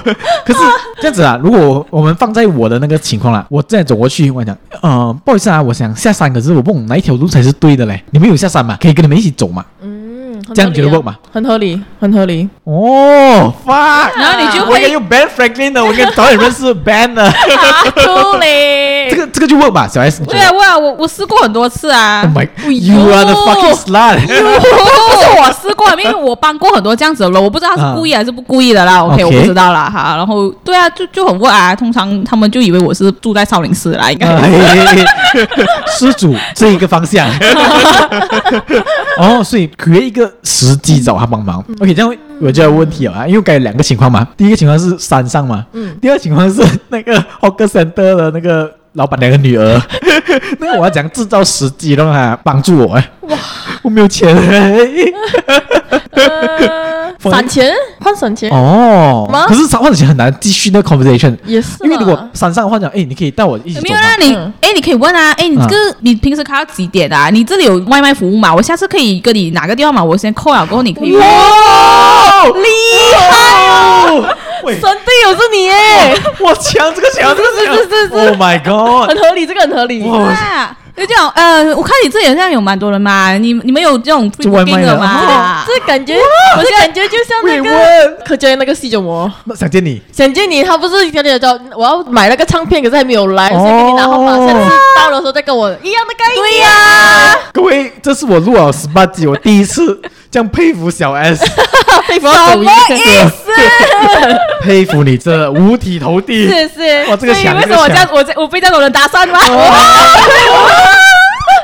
[SPEAKER 1] 可是这样子啊，如果我们放在我的那个情况啦，我这样走过去，我讲，呃，不好意思啊，我想下山，可是我不懂哪一条路才是对的嘞。你们有下山吗？可以跟你们一起走吗？
[SPEAKER 3] 嗯，很
[SPEAKER 1] 这样觉得
[SPEAKER 3] 合理啊
[SPEAKER 1] work 吗？
[SPEAKER 3] 很合理，很合 理。
[SPEAKER 1] 哦，fuck！
[SPEAKER 2] 然后你就
[SPEAKER 1] 我应该
[SPEAKER 2] 会
[SPEAKER 1] 用 Ben Franklin 的，我应该早点认识 Ben 的。
[SPEAKER 3] 出嘞
[SPEAKER 1] 这个这个就 work 吧，小 S。你觉得
[SPEAKER 2] 对啊，我啊我我试过很多次啊
[SPEAKER 1] Oh。my,
[SPEAKER 3] 呦
[SPEAKER 1] you are the fucking slut.
[SPEAKER 2] 不是我试过，因为我帮过很多这样子的人，我不知道他是故意还是不故意的啦。OK，,
[SPEAKER 1] OK
[SPEAKER 2] 我不知道啦哈。然后对啊，就就很问啊，通常他们就以为我是住在少林寺啦，应该。
[SPEAKER 1] 哎，施主这一个方 向。哦，所以 create 一个时机找他帮忙。OK，这样
[SPEAKER 2] 嗯
[SPEAKER 1] 会我就有问题了啊，因为我该有两个情况嘛。第一个情况是山上嘛，
[SPEAKER 2] 嗯
[SPEAKER 1] 第二情况是那个 hawker center 的那个老板娘的女 儿。那我要怎样制造时机让她帮助我？哎，哇，我没有钱。哎
[SPEAKER 2] 啊
[SPEAKER 1] 放
[SPEAKER 3] 散钱换散钱
[SPEAKER 1] 哦
[SPEAKER 3] 吗，
[SPEAKER 1] 可是或者很难继续那个 conversation。
[SPEAKER 3] 也是啦，
[SPEAKER 1] 因为如果山上的话讲，哎，你可以带我一起走
[SPEAKER 2] 没有
[SPEAKER 1] 吗？
[SPEAKER 2] 啦，你
[SPEAKER 3] 嗯
[SPEAKER 2] 哎、你可以问啊，哎、你这个、你平时开到几点啊？你这里有外卖服务吗？我下次可以跟你哪个电话码，我先扣了过后你可以问。
[SPEAKER 1] 哇，厉害哦！喂，
[SPEAKER 3] 神队友是你耶，
[SPEAKER 1] 我强，这个强，这个强，
[SPEAKER 3] 是是是是
[SPEAKER 1] Oh my god！
[SPEAKER 3] 很合理，这个很合理。
[SPEAKER 1] 哇，
[SPEAKER 2] 啊，就这样，呃，我看你这里好像有蛮多人嘛，你你们有这种 pre
[SPEAKER 1] 就外卖
[SPEAKER 2] booking
[SPEAKER 1] 的
[SPEAKER 2] 的吗？
[SPEAKER 3] 啊这感觉，我现在感觉就像那
[SPEAKER 1] 慰
[SPEAKER 3] 个柯佳嬿那个戏酒魔，
[SPEAKER 1] 那想见你，
[SPEAKER 3] 想见你，他不是跟你说我要买那个唱片，可是还没有来，
[SPEAKER 1] 哦
[SPEAKER 3] 所以给你拿号码，下次到的时候再跟我一样的概念。对呀、
[SPEAKER 1] 各位，这是我录了十八集，我第一次这样佩服小 S，
[SPEAKER 3] 佩服到手艺，
[SPEAKER 1] 佩服你，真的五体投地。
[SPEAKER 3] 谢谢。
[SPEAKER 1] 哇，这个
[SPEAKER 2] 所以
[SPEAKER 1] 强，
[SPEAKER 2] 为
[SPEAKER 1] 这
[SPEAKER 2] 什
[SPEAKER 1] 个
[SPEAKER 2] 么我这
[SPEAKER 1] 强
[SPEAKER 2] 样，我这我被这种人搭讪吗？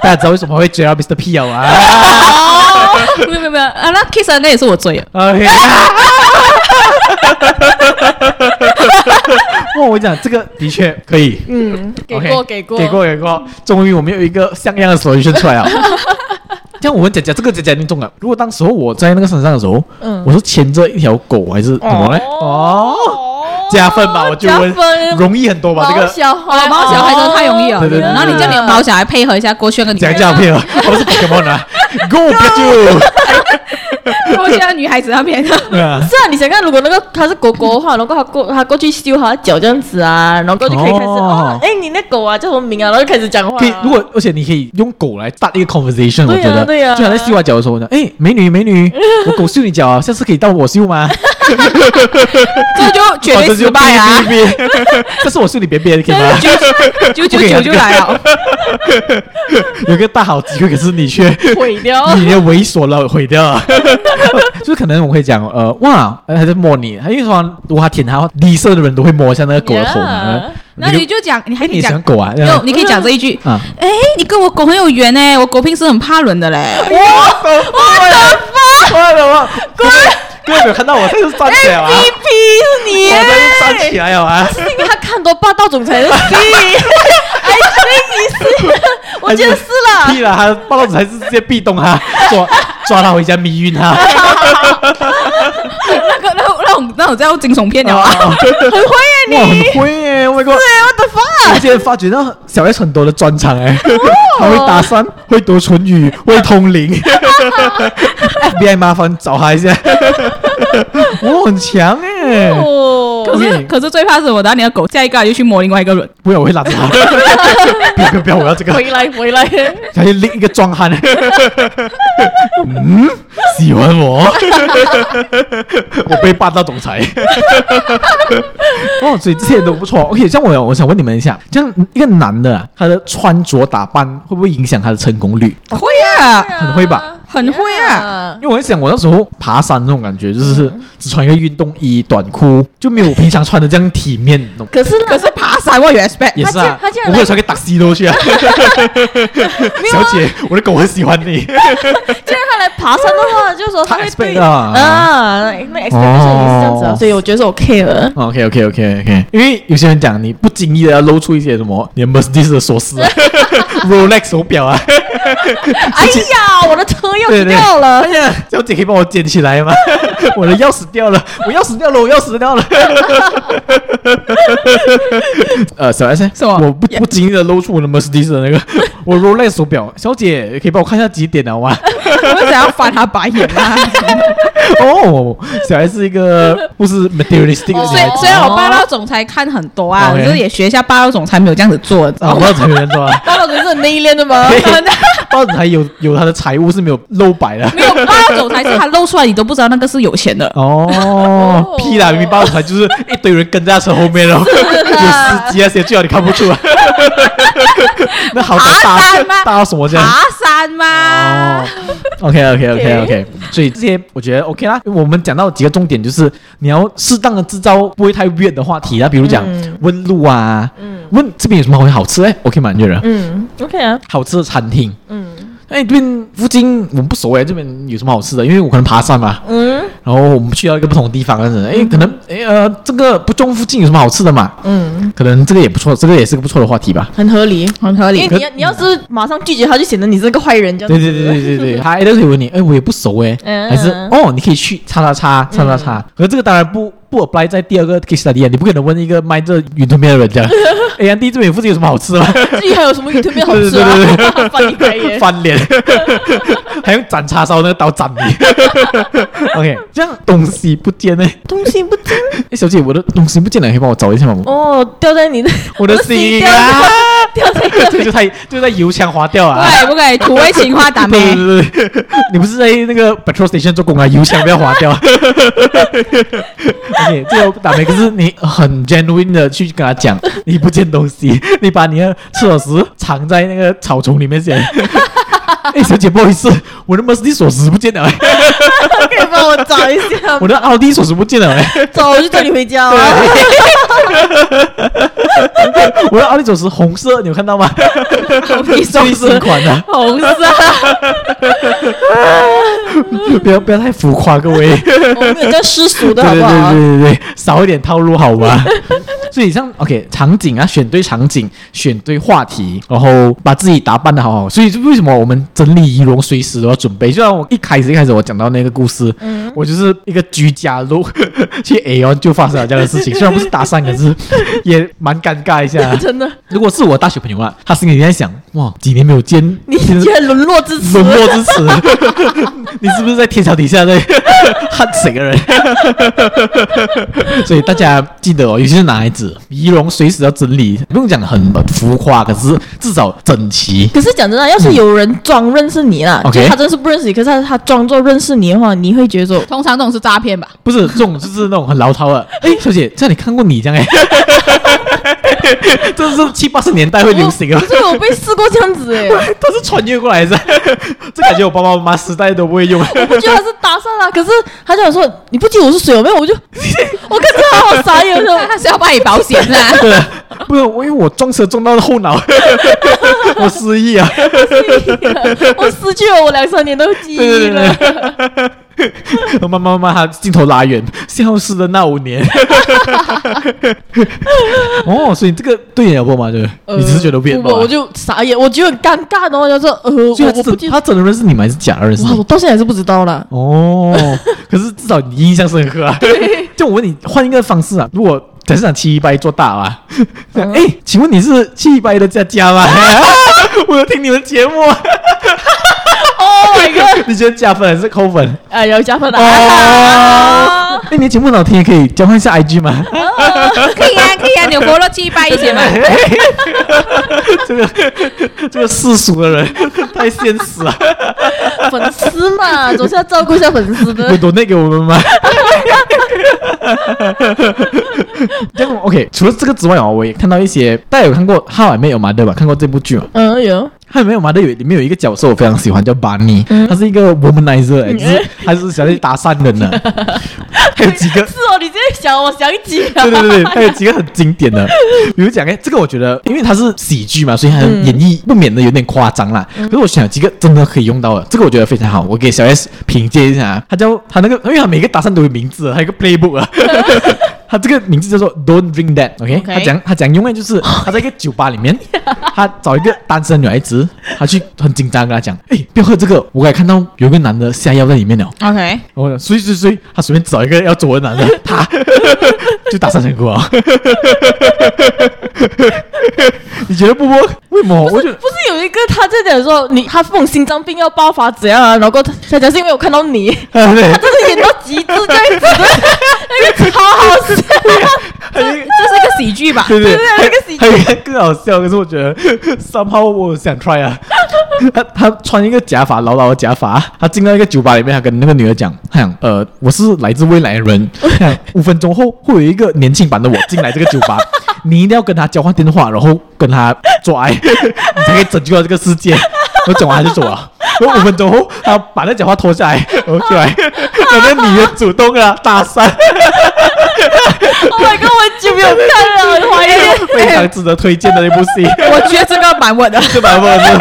[SPEAKER 1] 大家知道为什么会追到 Mr. P 了啊？
[SPEAKER 2] 没有没有没有啊，那 kiss 那也是我追的。
[SPEAKER 1] OK。哇，我讲这个的确可以，
[SPEAKER 3] 嗯，给
[SPEAKER 1] OK，
[SPEAKER 3] 过给过
[SPEAKER 1] 给过，给过，终于我们有一个像样的 solution 出来 了。像我们讲讲这个讲讲你中了。如果当时候我在那个山上的时候，
[SPEAKER 3] 嗯
[SPEAKER 1] 我是牵着一条狗还是什么呢？哦，加分吧，我就问
[SPEAKER 3] 哦加分
[SPEAKER 1] 容易很多吧，这
[SPEAKER 3] 毛
[SPEAKER 1] 个
[SPEAKER 3] 小
[SPEAKER 2] 哦
[SPEAKER 3] 孩，，
[SPEAKER 2] 猫小孩真的太容易啊
[SPEAKER 1] 对
[SPEAKER 2] 了。
[SPEAKER 1] 对对
[SPEAKER 2] 然后你叫你的猫小孩配合一下郭轩跟你，
[SPEAKER 1] 讲
[SPEAKER 3] 啊
[SPEAKER 1] 讲片了，我们是 Pokemon 啊，Go Pikachu，
[SPEAKER 2] 郭轩的女孩子那边。
[SPEAKER 1] 对啊
[SPEAKER 3] 是啊，你想看，如果那个他是狗狗的话，然后他过他过去修他的脚这样子啊，然后过去可以开始
[SPEAKER 1] 哦
[SPEAKER 3] 哦，哎、你那狗啊叫什么名啊，然后就开始讲话、
[SPEAKER 1] 可以，如果而且你可以用狗来搭一个 conversation，我
[SPEAKER 3] 对啊
[SPEAKER 1] 觉得，
[SPEAKER 3] 对啊
[SPEAKER 1] 就好像在秀完脚的时候，我讲，哎，美女美 女，我狗秀你脚啊，下次可以到我秀吗？
[SPEAKER 2] 这就绝
[SPEAKER 1] 哦这
[SPEAKER 2] 对
[SPEAKER 1] 就
[SPEAKER 2] 失败啊！
[SPEAKER 1] 哔哔哔 这是我秀你别别的，可以吗？
[SPEAKER 2] 九九九就来了，
[SPEAKER 1] 有个大好机会，可是你却
[SPEAKER 3] 毁掉。
[SPEAKER 1] 你的猥琐了毁掉了， 就可能我会讲呃哇，呃他在摸你，因为说如果他舔他，绿色的人都会摸一下那个狗的头嘛
[SPEAKER 3] Yeah。
[SPEAKER 2] 那
[SPEAKER 1] 就
[SPEAKER 2] 你就讲，你还
[SPEAKER 1] 哎
[SPEAKER 2] 可
[SPEAKER 1] 你
[SPEAKER 2] 以
[SPEAKER 1] 喜欢
[SPEAKER 2] 讲，
[SPEAKER 1] 狗啊？这样
[SPEAKER 2] 就你可以讲这一句。
[SPEAKER 1] 啊，
[SPEAKER 2] 哎，你跟我狗很有缘呢，我狗平时很怕人的嘞。
[SPEAKER 1] 哇了哇，各位各位没有看到我，这是站起来啊，
[SPEAKER 2] 哎
[SPEAKER 3] 一批是你
[SPEAKER 1] 我
[SPEAKER 3] 耶，
[SPEAKER 1] 这是站起来了啊，
[SPEAKER 3] 是因为他看多霸道总裁的戏，哎，所以你是，我觉得是啦
[SPEAKER 1] 屁。了，他报道子还是直接壁咚他，抓抓他回家迷晕他，
[SPEAKER 2] 那个那那种那种叫惊悚片了 啊！
[SPEAKER 1] 很会耶你，哇很会耶，哎，Oh my god！
[SPEAKER 2] 啊，What the fuck？哦
[SPEAKER 1] 我竟然发觉到小 S 很多的专长哎，他会搭讪，会读唇语，会通灵。FBI 麻烦找他一 下，我很强哎、
[SPEAKER 3] 哦，
[SPEAKER 2] 可是
[SPEAKER 1] OK
[SPEAKER 2] 可是最怕是我拿你的狗，下一个就去摸另外一个人，
[SPEAKER 1] 不要，我会拉着他。 不要不要不要，我要这个，
[SPEAKER 3] 回来回来，
[SPEAKER 1] 小心另一个壮汉。嗯，喜欢我， 我被霸道总裁。 哦，所以这些都不错。OK，像我有，我想问你们一下，像一个男的啊，他的穿着打扮会不会影响他的成功率？
[SPEAKER 2] 会啊，
[SPEAKER 1] 很会吧？
[SPEAKER 2] 很会啊。
[SPEAKER 3] 啊
[SPEAKER 1] 因为我在想，我那时候爬山那种感觉，就是
[SPEAKER 3] 嗯
[SPEAKER 1] 只穿一个运动衣、短裤，就没有我平常穿的这样体面。你懂吗
[SPEAKER 3] 可是呢
[SPEAKER 2] 可是爬山我有 respect，
[SPEAKER 1] 也是啊，
[SPEAKER 3] 他竟然他竟然
[SPEAKER 1] 我
[SPEAKER 3] 来啊
[SPEAKER 1] 会有穿个 tuxedo 去啊，小姐，我的狗很喜欢你。
[SPEAKER 3] 既然他来爬山的话，就说他
[SPEAKER 1] 太
[SPEAKER 3] 会
[SPEAKER 1] expect
[SPEAKER 3] 对
[SPEAKER 1] 了
[SPEAKER 3] 啊，那那 아, expectation 也是这样子啊，
[SPEAKER 1] 哦
[SPEAKER 3] 所以我觉得是 OK 的。
[SPEAKER 1] OK OK OK OK，因为有些人讲你不经意的要露出一些什么，你的 Mercedes 的锁匙、 啊、Rolex 手表啊，
[SPEAKER 3] 哎呀，我的车
[SPEAKER 1] 对
[SPEAKER 3] 又
[SPEAKER 1] 对
[SPEAKER 3] 掉了
[SPEAKER 1] 哎，呀，小姐可以帮我捡起来吗？ 我的钥匙掉了，我钥匙掉了，我钥匙掉了。 呃，小 S，
[SPEAKER 2] 什么
[SPEAKER 1] 我不不经意的露出我的 Mercedes 的那个我 Rolex 手表，小姐可以帮我看一下几点了 吗？
[SPEAKER 2] 我想要翻他白眼 啊！
[SPEAKER 1] 哦，小 S 是一个不是 materialistic 的
[SPEAKER 3] 哦
[SPEAKER 1] 女
[SPEAKER 2] 虽
[SPEAKER 1] 孩
[SPEAKER 3] 哦
[SPEAKER 1] 子
[SPEAKER 2] 虽然我霸道总裁看很多啊，我
[SPEAKER 1] OK
[SPEAKER 2] 就是也学一下霸道总裁没有这样子做，知
[SPEAKER 1] 啊，
[SPEAKER 2] 道
[SPEAKER 1] 我
[SPEAKER 2] 吗？
[SPEAKER 1] 要承认是吧？
[SPEAKER 3] 大老总是很内敛的吗？
[SPEAKER 1] 报纸还有有他的财务是没有露白的。
[SPEAKER 2] 没有霸道总裁是他露出来，你都不知道那个是有钱的。
[SPEAKER 1] 哦，屁啦！明明报纸台就是一堆人跟在他车后面哦，
[SPEAKER 2] 啊
[SPEAKER 1] 有司机那些，最好你看不出 来。那好歹
[SPEAKER 2] 爬
[SPEAKER 1] 搭
[SPEAKER 2] 山吗
[SPEAKER 1] 搭什么这样？
[SPEAKER 2] 爬山吗
[SPEAKER 1] 哦？，OK OK OK OK，所以这些我觉得 OK 啦。我们讲到几个重点，就是你要适当的制造不会太 weird 的话题啊，比如讲
[SPEAKER 3] 嗯
[SPEAKER 1] 问路啊，
[SPEAKER 2] 嗯
[SPEAKER 1] 问这边有什么好好吃哎，OK 吗？你觉得？
[SPEAKER 3] 嗯，OK 啊，
[SPEAKER 1] 好吃的餐厅，
[SPEAKER 3] 嗯
[SPEAKER 1] 哎，这边附近我们不熟哎，这边有什么好吃的？因为我可能爬山嘛，
[SPEAKER 3] 嗯
[SPEAKER 1] 然后我们去到一个不同的地方，但是哎，可能哎呃，这个不中附近有什么好吃的嘛？
[SPEAKER 3] 嗯，
[SPEAKER 1] 可能这个也不错，这个也是个不错的话题吧。
[SPEAKER 3] 很合理。
[SPEAKER 2] 很合
[SPEAKER 3] 因
[SPEAKER 2] 理
[SPEAKER 3] 为。你要你要是马上拒绝他，就显得你是个坏人这
[SPEAKER 1] 对
[SPEAKER 3] 样子。
[SPEAKER 1] 对对对对 对，他都可以问你，哎，我也不熟哎，
[SPEAKER 3] 嗯
[SPEAKER 1] 还是哦，你可以去叉叉叉叉叉叉。可是这个当然不不 apply 在第二个 case study 啊，你不可能问一个卖这云吞面的人 讲，哎呀，弟这边附近有什么好吃的吗？
[SPEAKER 3] 至于还有什么鱼特别好吃啊？
[SPEAKER 1] 对对
[SPEAKER 3] 翻你白眼。
[SPEAKER 1] 翻脸， 还用斩叉烧那个刀斩你。OK，这 样东西不见呢？
[SPEAKER 3] 东西不见
[SPEAKER 1] 哎，小姐，我的东西不见了，可以帮我找一下吗？
[SPEAKER 3] 哦，掉在你的
[SPEAKER 1] 我 的心 啊！
[SPEAKER 3] 掉在掉在
[SPEAKER 1] 这就太就在油腔滑调啊！
[SPEAKER 2] 对，不 可以土味情话打
[SPEAKER 1] 对
[SPEAKER 2] 咩？
[SPEAKER 1] 对对对，你不是在那个 petrol station 做工啊？油腔不要滑调。OK，这个打没，可是你很 genuine 的去跟他讲，你不见东西，你把你的厕所匙藏在那个草丛里面先。哎，小姐，不好意思，我的 Mercedes 锁匙不见了，哎
[SPEAKER 3] 可以帮我找一下
[SPEAKER 1] 我。的奥迪锁匙不见了，哎
[SPEAKER 3] 走，我就带你回家啊。
[SPEAKER 1] 我的奥迪锁匙红色，你有看到吗？
[SPEAKER 2] 土味
[SPEAKER 1] 最新款的，
[SPEAKER 2] 红色，
[SPEAKER 1] 不要不要太浮夸，各位。
[SPEAKER 3] 我们有叫世俗的好
[SPEAKER 1] 对
[SPEAKER 3] 不好？。
[SPEAKER 1] 对对对对，少一点套路好吗？ 所以像 OK 场景啊，选对场景，选对话题，然后把自己打扮的好好。所以就为什么我们整理仪容随时都要准备？就像我一开始一开始我讲到那个故事，我就是一个居家路 去 A O 就发生了这样的事情，虽然不是搭讪，可是也蛮尴尬一下
[SPEAKER 3] 真的，
[SPEAKER 1] 如果是我大学朋友啊，他心里在想：哇，几年没有见，
[SPEAKER 3] 你居然沦落至此
[SPEAKER 1] 冷，漠之词，你是不是在天桥底下在 恨谁个人？ 所以大家记得哦，尤其是男孩子，仪容随时要整理，不用讲得很浮夸，可是至少整齐。
[SPEAKER 3] 可是讲真的，要是有人装认识你啦，
[SPEAKER 1] 嗯 OK
[SPEAKER 3] 就是他真是不认识你，可是他他装作认识你的话，你会觉 得说，
[SPEAKER 2] 通常这种是诈骗吧？
[SPEAKER 1] 不是这种，就是那种很牢骚的。哎，小姐，这样你看过你这样哎、 这是七八十年代会流行啊
[SPEAKER 3] 我。可是我被试过这样子哎，
[SPEAKER 1] 他是穿越过来的，这感觉我爸爸妈妈时代都不会用。。
[SPEAKER 3] 我觉得他是搭讪啦，可是他就想说你不记得我是谁有没有？我就 我看着他好傻眼
[SPEAKER 2] 他
[SPEAKER 3] 的，
[SPEAKER 2] 是要帮你保险啊
[SPEAKER 1] 对，不是我，因为我撞车撞到后脑， 我失忆啊。
[SPEAKER 3] 我失去了我两三年的记忆
[SPEAKER 1] 对
[SPEAKER 3] 了
[SPEAKER 1] 对。 对对，妈妈妈，她镜头拉远，消失的那五年。 哦，所以这个对眼有播吗？对不对，
[SPEAKER 3] 呃
[SPEAKER 1] 你只是觉得变吗
[SPEAKER 3] 我？我就傻眼，我觉得很尴尬，然后就说呃，
[SPEAKER 1] 所以
[SPEAKER 3] 我
[SPEAKER 1] 他
[SPEAKER 3] 我不记
[SPEAKER 1] 真
[SPEAKER 3] 得，
[SPEAKER 1] 他真的认识你吗？还是假的认识
[SPEAKER 3] 哇，我
[SPEAKER 1] 你？
[SPEAKER 3] 到现在还是不知道啦。
[SPEAKER 1] 哦，可是至少你印象深刻啊。就我问你，换一个方式啊，如果才市场七一八做大嘛。
[SPEAKER 3] 嗯
[SPEAKER 1] 哎、请问你是七一八的家家吗？ 我有听你们节目。啊
[SPEAKER 3] Oh my god！
[SPEAKER 1] 你觉得加分还是扣分？
[SPEAKER 3] 哎，有加分 的。
[SPEAKER 1] 哦，哎，你的节目很好听，也可以交换一 下 IG 吗？
[SPEAKER 2] 可以啊，可以啊，你有 follow 七八一 些吗？
[SPEAKER 1] 这个这个世俗的 人太现实啊了，
[SPEAKER 3] 粉丝嘛， 总是要照顾一下粉丝
[SPEAKER 1] 有
[SPEAKER 3] 的。
[SPEAKER 1] 多那给我们吗？ 这样 OK，除了这个之外哦，我也看到一些大家有看过《How I Met Your Mother》吧？看过这部剧吗？
[SPEAKER 3] 嗯，有。
[SPEAKER 1] 《How I Met Your Mother》有里面有一个角色我非常喜欢，叫 Barney，、他是一个 womanizer，、欸、就是他是想去搭讪人的。 还有几个
[SPEAKER 3] 是哦，你这样想，我想起了。
[SPEAKER 1] 对对对，对，还有几个很经典的，比如讲哎，这个我觉得，因为它是喜剧嘛，所以它演绎不免的有点夸张啦。可是我想有几个真的可以用到的，这个我觉得非常好，我给小 S 凭借一下啊，他叫他那个，因为他每个搭讪都有名字的，还有一个 playbook 啊。他这个名字叫做 Don't Drink That，OK？、
[SPEAKER 2] OK
[SPEAKER 1] 他讲他讲用的就是他在一个酒吧里面，他找一个单身女孩子，他去很紧张地跟她讲，哎，不要喝这个，我刚才看到有一个男的下药在里面了。
[SPEAKER 2] OK，
[SPEAKER 1] 我讲所以所以所以，他随便找一个要走的男 的，他就打三成功啊！你觉得不不？为什么？我
[SPEAKER 3] 不
[SPEAKER 1] 觉得
[SPEAKER 3] 是不是有一个他在讲说你他这种心脏病要爆发怎样啊？然后他讲是因为我看到你，
[SPEAKER 1] 啊对，
[SPEAKER 3] 真是演到极致这样子， 那个超好笑。
[SPEAKER 1] 还有一个
[SPEAKER 2] 这是个喜剧吧？
[SPEAKER 1] 对对，
[SPEAKER 3] 对
[SPEAKER 1] 还
[SPEAKER 3] 那个喜剧
[SPEAKER 1] 还有一个更好笑，可是我觉得 somehow 我想 try 啊。 他他穿一个假发，牢牢的假发，他进到一个酒吧里面，他跟那个女的讲，他讲呃，我是来自未来的 人，他讲五分钟后会有一个年轻版的我进来这个酒吧， 你一定要跟他交换电话，然后跟他做爱， 你才可以拯救到这个世界。我讲完他就走了。然后五分钟后，他把那假发脱下来，然后出来， 然后那女的主动啊搭 讪，
[SPEAKER 2] 哦
[SPEAKER 3] Oh my god！我很久没有看了，我怀念。
[SPEAKER 1] 非常值得推荐的一部戏。
[SPEAKER 2] 我觉得这个蛮稳的。
[SPEAKER 1] 这版本的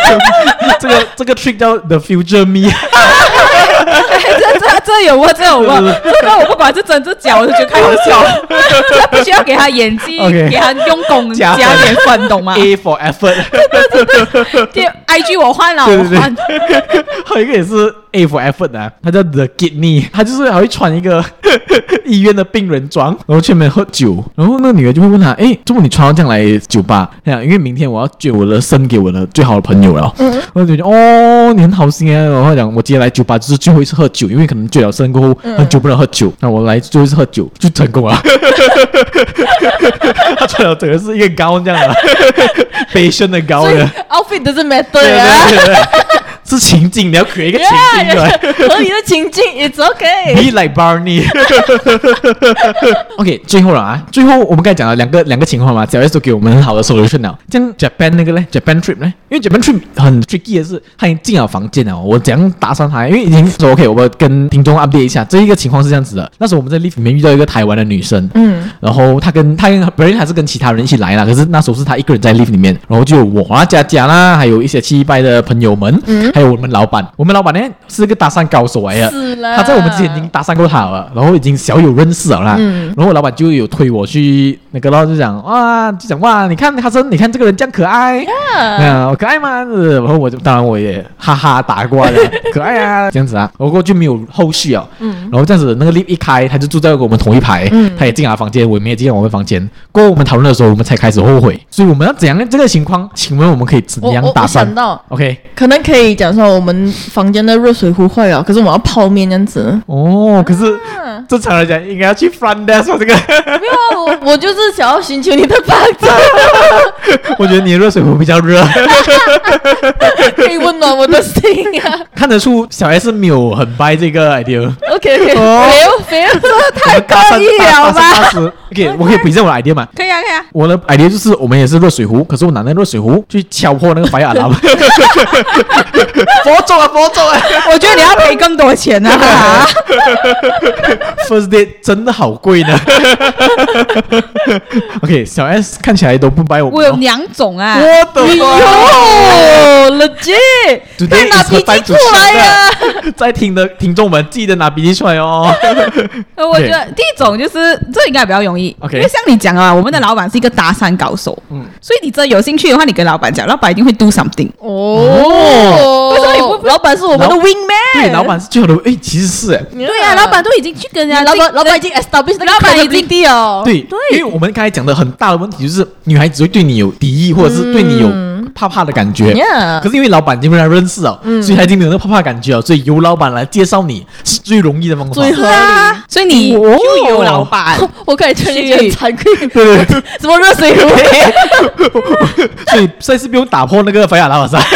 [SPEAKER 1] 这个这个 trick 叫 The Future Me，
[SPEAKER 2] 这这这有过，这 有过，这个我不管是真是假，我就觉得开 玩 笑，这不需要给他演技，
[SPEAKER 1] OK
[SPEAKER 2] 给他用功
[SPEAKER 1] 加
[SPEAKER 2] 加
[SPEAKER 1] 分
[SPEAKER 2] 点分，懂吗
[SPEAKER 1] A for effort，
[SPEAKER 2] 第 IG 我换了，
[SPEAKER 1] 对
[SPEAKER 2] 我
[SPEAKER 1] 对对
[SPEAKER 2] 换，
[SPEAKER 1] 还有一个也是 A for effort 的、啊，他叫 The Kidney，他就是还会穿一个 医院的病人装，然后去那边喝酒，然后那个女的就会问他，诶，怎么你穿到这样来酒吧？他讲因为明天我要捐我的肾给我的最好的朋友了，我就觉得哦，你很好心啊，然后讲我今天来酒吧就是最后一次喝酒，因为可能捐了肾过后很久不能喝酒，那我来最后一次喝酒就成功了。 他穿了整个是一个高这 样的，悲深的啊高
[SPEAKER 3] 所以
[SPEAKER 1] 的，
[SPEAKER 3] outfit doesn't matter
[SPEAKER 1] 对
[SPEAKER 3] 啊，
[SPEAKER 1] 对对，是情景，你要 create 一个情境出来。
[SPEAKER 3] Yeah，合理的情境 it's okay。
[SPEAKER 1] Be like Barney 。OK，最后了啊，最后我们刚才讲了两个两个情况嘛，小 S 都给我们很好的 solution 了。这样 Japan 那个呢，Japan trip 呢，因为 Japan trip 很 tricky 的是，他已经进了房间了，我怎样搭讪他？因为已经说 OK，我跟听众 update 一下，这一个情况是这样子的。那时候我们在 lift 里面遇到一个台湾的女生，嗯，然后她跟她跟本人还是跟其他人一起来啦，可是那时候是她一个人在 lift 里面，然后就有我啊、佳佳啦，还有一些七拜的朋友们，嗯，还有我们老板，我们老板呢是一个搭讪高手来的，
[SPEAKER 3] 是啦
[SPEAKER 1] 他在我们之前已经搭讪过他了，然后已经小有认识了啦。
[SPEAKER 3] 嗯
[SPEAKER 1] 然后我老板就有推我去那个咯，然后就讲哇，就讲哇，你看他真，你看这个人这样可爱，嗯、我可爱吗？是然后我就当然我也哈哈打过 来了，可爱啊，这样子啊。然后过后就没有后续啊。
[SPEAKER 3] 嗯
[SPEAKER 1] 然后这样子那个 lift 一开，他就住在我们同一排，他也进了房间，我也没有进到我们房间。过后我们讨论的时候，我们才开始后悔。所以我们要怎样这个情况？请问我们可以怎
[SPEAKER 3] 我
[SPEAKER 1] 样
[SPEAKER 3] 我
[SPEAKER 1] 搭
[SPEAKER 3] 我
[SPEAKER 1] 讪
[SPEAKER 3] 想到，
[SPEAKER 1] ？OK，
[SPEAKER 3] 可能可以讲说我们房间的热水壶坏了，可是我们要泡面这样子。
[SPEAKER 1] 哦，可是
[SPEAKER 3] 啊
[SPEAKER 1] 正常来讲应该要去 front desk 吧这个。
[SPEAKER 3] 没有啊，我我就是想要寻求你的帮助，
[SPEAKER 1] 我觉得你的热水壶比较热，
[SPEAKER 3] 可以温暖我的心啊。
[SPEAKER 1] 看得出小 S 没有很 buy 这个 idea。
[SPEAKER 3] OK OK，
[SPEAKER 1] 哦
[SPEAKER 3] 没有没有，这
[SPEAKER 1] 太
[SPEAKER 2] 刻意了吧
[SPEAKER 1] ？OK，我可以比较我的 idea 嘛？
[SPEAKER 2] 可以啊，可以啊。
[SPEAKER 1] 我的 idea 就是我们也是热水壶，可是我拿那热水壶去敲破那个 fire alarm。佛咒啊，佛咒啊
[SPEAKER 2] 我觉得你要赔更多钱啊！
[SPEAKER 1] ！First date 真的好贵呢。OK，小 S 看起来都不 buy 我
[SPEAKER 2] 我
[SPEAKER 1] 们
[SPEAKER 2] 有
[SPEAKER 1] 哦。
[SPEAKER 2] 两种啊，
[SPEAKER 1] 我的妈！
[SPEAKER 3] legit，
[SPEAKER 1] Today
[SPEAKER 3] 拿
[SPEAKER 1] is
[SPEAKER 3] 笔
[SPEAKER 1] her
[SPEAKER 3] 记
[SPEAKER 1] time to
[SPEAKER 3] 出
[SPEAKER 1] shine
[SPEAKER 3] 来呀、
[SPEAKER 1] 在听的听众们记得拿笔记出来哦。
[SPEAKER 2] 呃，我觉得第一种就是这应该比较容易
[SPEAKER 1] OK
[SPEAKER 2] 因为像你讲啊，我们的老板是一个搭讪高手，嗯，所以你真的有兴趣的话，你跟老板讲，老板一定会 do something。
[SPEAKER 3] 哦，
[SPEAKER 2] 为什么你不
[SPEAKER 3] 老板是我们的
[SPEAKER 1] 老
[SPEAKER 3] wing man？
[SPEAKER 1] 对，老板是最好的，哎，其实是哎，
[SPEAKER 3] 对
[SPEAKER 2] 对啊，老板都已经去跟人家
[SPEAKER 3] 老板老板已
[SPEAKER 2] 经
[SPEAKER 3] 经 establish 那个
[SPEAKER 2] 老板已经
[SPEAKER 3] credibility 了，
[SPEAKER 1] 对，因为 我们刚才讲的很大的问题就是女孩子会对你有敌意，或者是对你有怕怕的感觉。
[SPEAKER 3] Yeah 嗯
[SPEAKER 1] 可是因为老板已经被他认识了，所以他已经没有那怕怕的感觉啊了，所以由老板来介绍你是最容易的方法。
[SPEAKER 3] 最合理。
[SPEAKER 2] 所以你
[SPEAKER 1] 哦
[SPEAKER 2] 就有老 板，
[SPEAKER 3] 我可以承认觉得很惭 愧，
[SPEAKER 1] 对对对，
[SPEAKER 3] 怎么热 水如雷？
[SPEAKER 1] 所以所以是不用打破那个白亚 老板。
[SPEAKER 3] 啊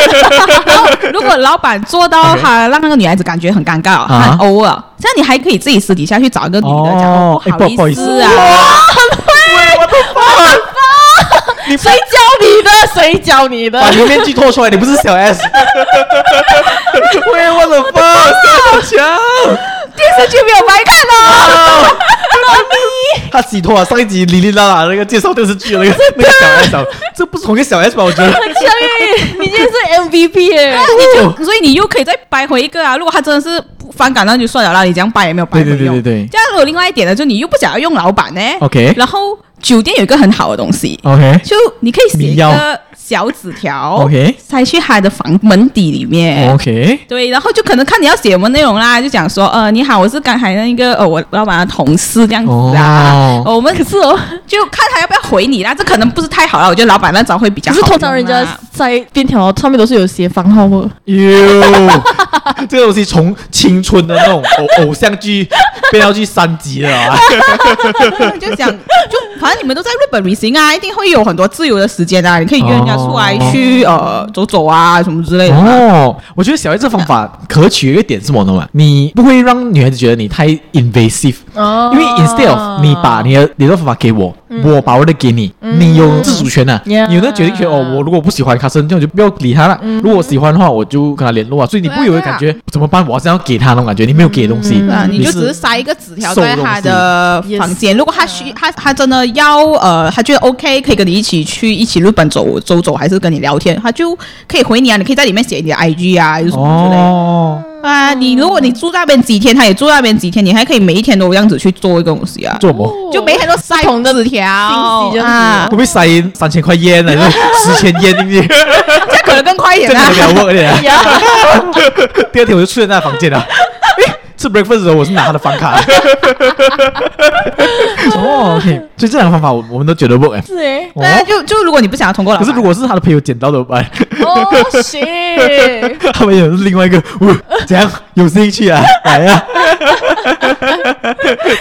[SPEAKER 2] 然后如果老板做到
[SPEAKER 1] OK
[SPEAKER 2] 他让那个女孩子感觉很尴尬，
[SPEAKER 1] 啊
[SPEAKER 2] 很 over，这样你还可以自己私底下去找一个女的讲，
[SPEAKER 1] 哦
[SPEAKER 2] 哦
[SPEAKER 1] 哎不
[SPEAKER 2] 不
[SPEAKER 1] 好
[SPEAKER 2] 好
[SPEAKER 1] 意
[SPEAKER 2] 意
[SPEAKER 1] 思
[SPEAKER 2] 思啊，
[SPEAKER 1] 你
[SPEAKER 3] 谁教你的？谁教你的
[SPEAKER 1] 把？你的面具脱出来，你不是小 S。喂，我的妈，好强！
[SPEAKER 2] 电视剧没有白 看哦。
[SPEAKER 1] 他洗脱啊！上一集哩哩啦啦那个介绍电视剧的那个那个小 S，啊这不是同一个小 S 吧？我觉得。
[SPEAKER 3] 教育，你今天是 MVP 耶！
[SPEAKER 1] 哦
[SPEAKER 2] 所以你又可以再掰回一个啊！如果他真的是不反感，那就算了啦，你这样掰也没有掰 回
[SPEAKER 1] 对
[SPEAKER 2] 用。
[SPEAKER 1] 对对对对
[SPEAKER 2] 这样有另外一点呢，就你又不想要用老板呢
[SPEAKER 1] OK
[SPEAKER 2] 然后酒店有一个很好的东西
[SPEAKER 1] OK
[SPEAKER 2] 就你可以写
[SPEAKER 1] 迷
[SPEAKER 2] 一
[SPEAKER 1] 药
[SPEAKER 2] 个小纸条
[SPEAKER 1] OK 哦
[SPEAKER 2] 塞去他的房门底里面。
[SPEAKER 1] OK，
[SPEAKER 2] 对，然后就可能看你要写什么内容啦，就讲说，呃，你好，我是刚才那一个呃，我老板的同事这样子啊
[SPEAKER 1] 哦。
[SPEAKER 2] 哦我们可是哦，就看他要不要回你啦，这可能不是太好了。我觉得老板那招会比较
[SPEAKER 3] 可
[SPEAKER 2] 好
[SPEAKER 3] 是
[SPEAKER 2] 用啦。啊
[SPEAKER 3] 通常人家在便条上面都是有写房号的，
[SPEAKER 1] 哟，这个东西从青春的那种偶偶像剧变到去三级了啊！
[SPEAKER 2] 就想，就反正你们都在日本旅行啊，一定会有很多自由的时间啊，你可以约人家出来
[SPEAKER 1] 哦
[SPEAKER 2] 去、呃走走啊什么之类的 嘛。
[SPEAKER 1] 哦，我觉得小 S 这方法可取的一个点是什么呢嘛？你不会让女孩子觉得你太 invasive，
[SPEAKER 3] 哦嗯
[SPEAKER 1] 因为 instead of 你把你的联络方法给我，我把我的给你，你有自主权的、啊
[SPEAKER 3] Yeah 嗯
[SPEAKER 1] 你有那个决定权。哦，我如果不喜欢卡森，这样我就不要理他了。如果我喜欢的话，我就跟他联络啊。所以你不会有
[SPEAKER 2] 对啊
[SPEAKER 1] 感觉、怎么办？我好像要给他那种感觉，你没有给东西，
[SPEAKER 3] 嗯
[SPEAKER 2] 对啊，你就只
[SPEAKER 1] 是
[SPEAKER 2] 是塞一个纸条在他的
[SPEAKER 3] 收东西
[SPEAKER 2] 房间。如果他需他他真的要呃，他觉得 OK，可以跟你一起去一起日本走走走，还是跟你聊天，他就可以回你啊。你可以在里面写你的 IG 啊，还是什么之类的。
[SPEAKER 1] 哦。
[SPEAKER 2] 啊，你如果你住那边几天，他也住那边几天，你还可以每一天都这样子去做一个东西啊，
[SPEAKER 1] 做什么？
[SPEAKER 3] Oh
[SPEAKER 2] 就每天都塞
[SPEAKER 3] 不同的
[SPEAKER 2] 纸条
[SPEAKER 3] 信息这样子
[SPEAKER 2] 啊
[SPEAKER 1] 会，不会塞三千块烟呢？ 十千烟进去，
[SPEAKER 2] 这样可能更快一
[SPEAKER 1] 这
[SPEAKER 2] 点
[SPEAKER 1] 样
[SPEAKER 2] 啊
[SPEAKER 1] 可 能。比较 work 一点 啊。
[SPEAKER 3] 呀，
[SPEAKER 1] 第二天我就出现在他房间了。啊 诶吃 breakfast 的时候，我是拿他的房卡。 哦，OK，所以这两个方法我我们都觉得 work 哎。
[SPEAKER 3] 是 诶。
[SPEAKER 1] 哦
[SPEAKER 2] 对啊，就就如果你不想要通过老
[SPEAKER 1] 可
[SPEAKER 2] 板，
[SPEAKER 1] 是如果是他的朋友捡到怎么办？
[SPEAKER 3] 哦，shit！
[SPEAKER 1] 他们也是另外一个，哦怎样有兴趣 啊？来呀、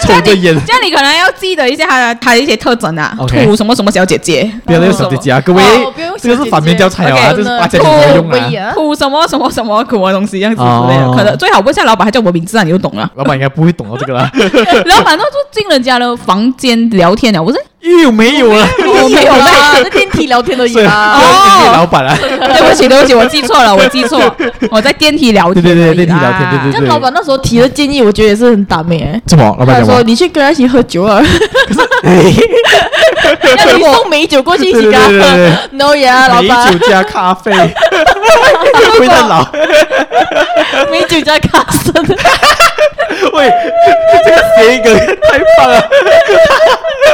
[SPEAKER 1] 抽着烟，
[SPEAKER 2] 这样你可能要记得一下他的他的一些特征啊，
[SPEAKER 1] OK
[SPEAKER 2] 吐什么什么小姐姐，
[SPEAKER 1] 不要再用手机机啊！各位
[SPEAKER 3] 哦不要，用
[SPEAKER 1] 这个
[SPEAKER 3] 手
[SPEAKER 1] 是
[SPEAKER 3] 机
[SPEAKER 1] 反面教材啊，
[SPEAKER 3] ，OK，
[SPEAKER 1] 这是
[SPEAKER 3] 真的
[SPEAKER 1] 大家没有用
[SPEAKER 3] 不一
[SPEAKER 1] 啊。
[SPEAKER 3] 样
[SPEAKER 2] 吐什么什么什么什么东西这样子之类的，
[SPEAKER 1] 哦。
[SPEAKER 2] 可能最好问一下老板，他叫我名字啊，你就 懂了
[SPEAKER 1] 老板应该不会懂到这 个啦，
[SPEAKER 2] 老板都就进人家的房间聊天 了，我是
[SPEAKER 1] 又 没有了，
[SPEAKER 3] 我没有啦，在电梯聊天而已
[SPEAKER 1] 所以
[SPEAKER 3] 啦。哦
[SPEAKER 1] 要给老板啊。
[SPEAKER 2] 对不起对不起，我记错了，我记错，我在电梯聊天而已
[SPEAKER 1] 对
[SPEAKER 2] 啊，
[SPEAKER 1] 对对电梯聊天对对对
[SPEAKER 3] 像老板那时候提的建议，我觉得也是很打面诶。
[SPEAKER 1] 怎么？老板
[SPEAKER 3] 他
[SPEAKER 1] 讲
[SPEAKER 3] 说
[SPEAKER 1] 吗？
[SPEAKER 3] 你去跟他一起喝 酒啊，要你送美酒过去一起跟他
[SPEAKER 1] 对对对对
[SPEAKER 3] 喝。No 呀，老
[SPEAKER 1] 美
[SPEAKER 3] 板，
[SPEAKER 1] 酒加咖 啡， 会太老。
[SPEAKER 3] 美酒加卡森，
[SPEAKER 1] 喂，这个谐音梗太棒了！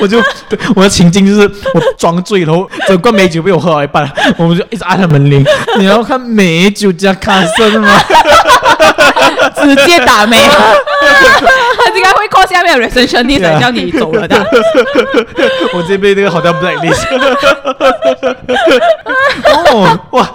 [SPEAKER 1] 我就对我的情境就是我装醉，然后整罐美酒被我喝到一半，我们就一直按他门铃。你要看美酒加卡森吗？
[SPEAKER 2] 直接打没，他应该会 call 下面的 reception 地
[SPEAKER 1] 对啊
[SPEAKER 2] 叫你走 了的。
[SPEAKER 1] 我直接被那个好像 blacklist。哦，哇，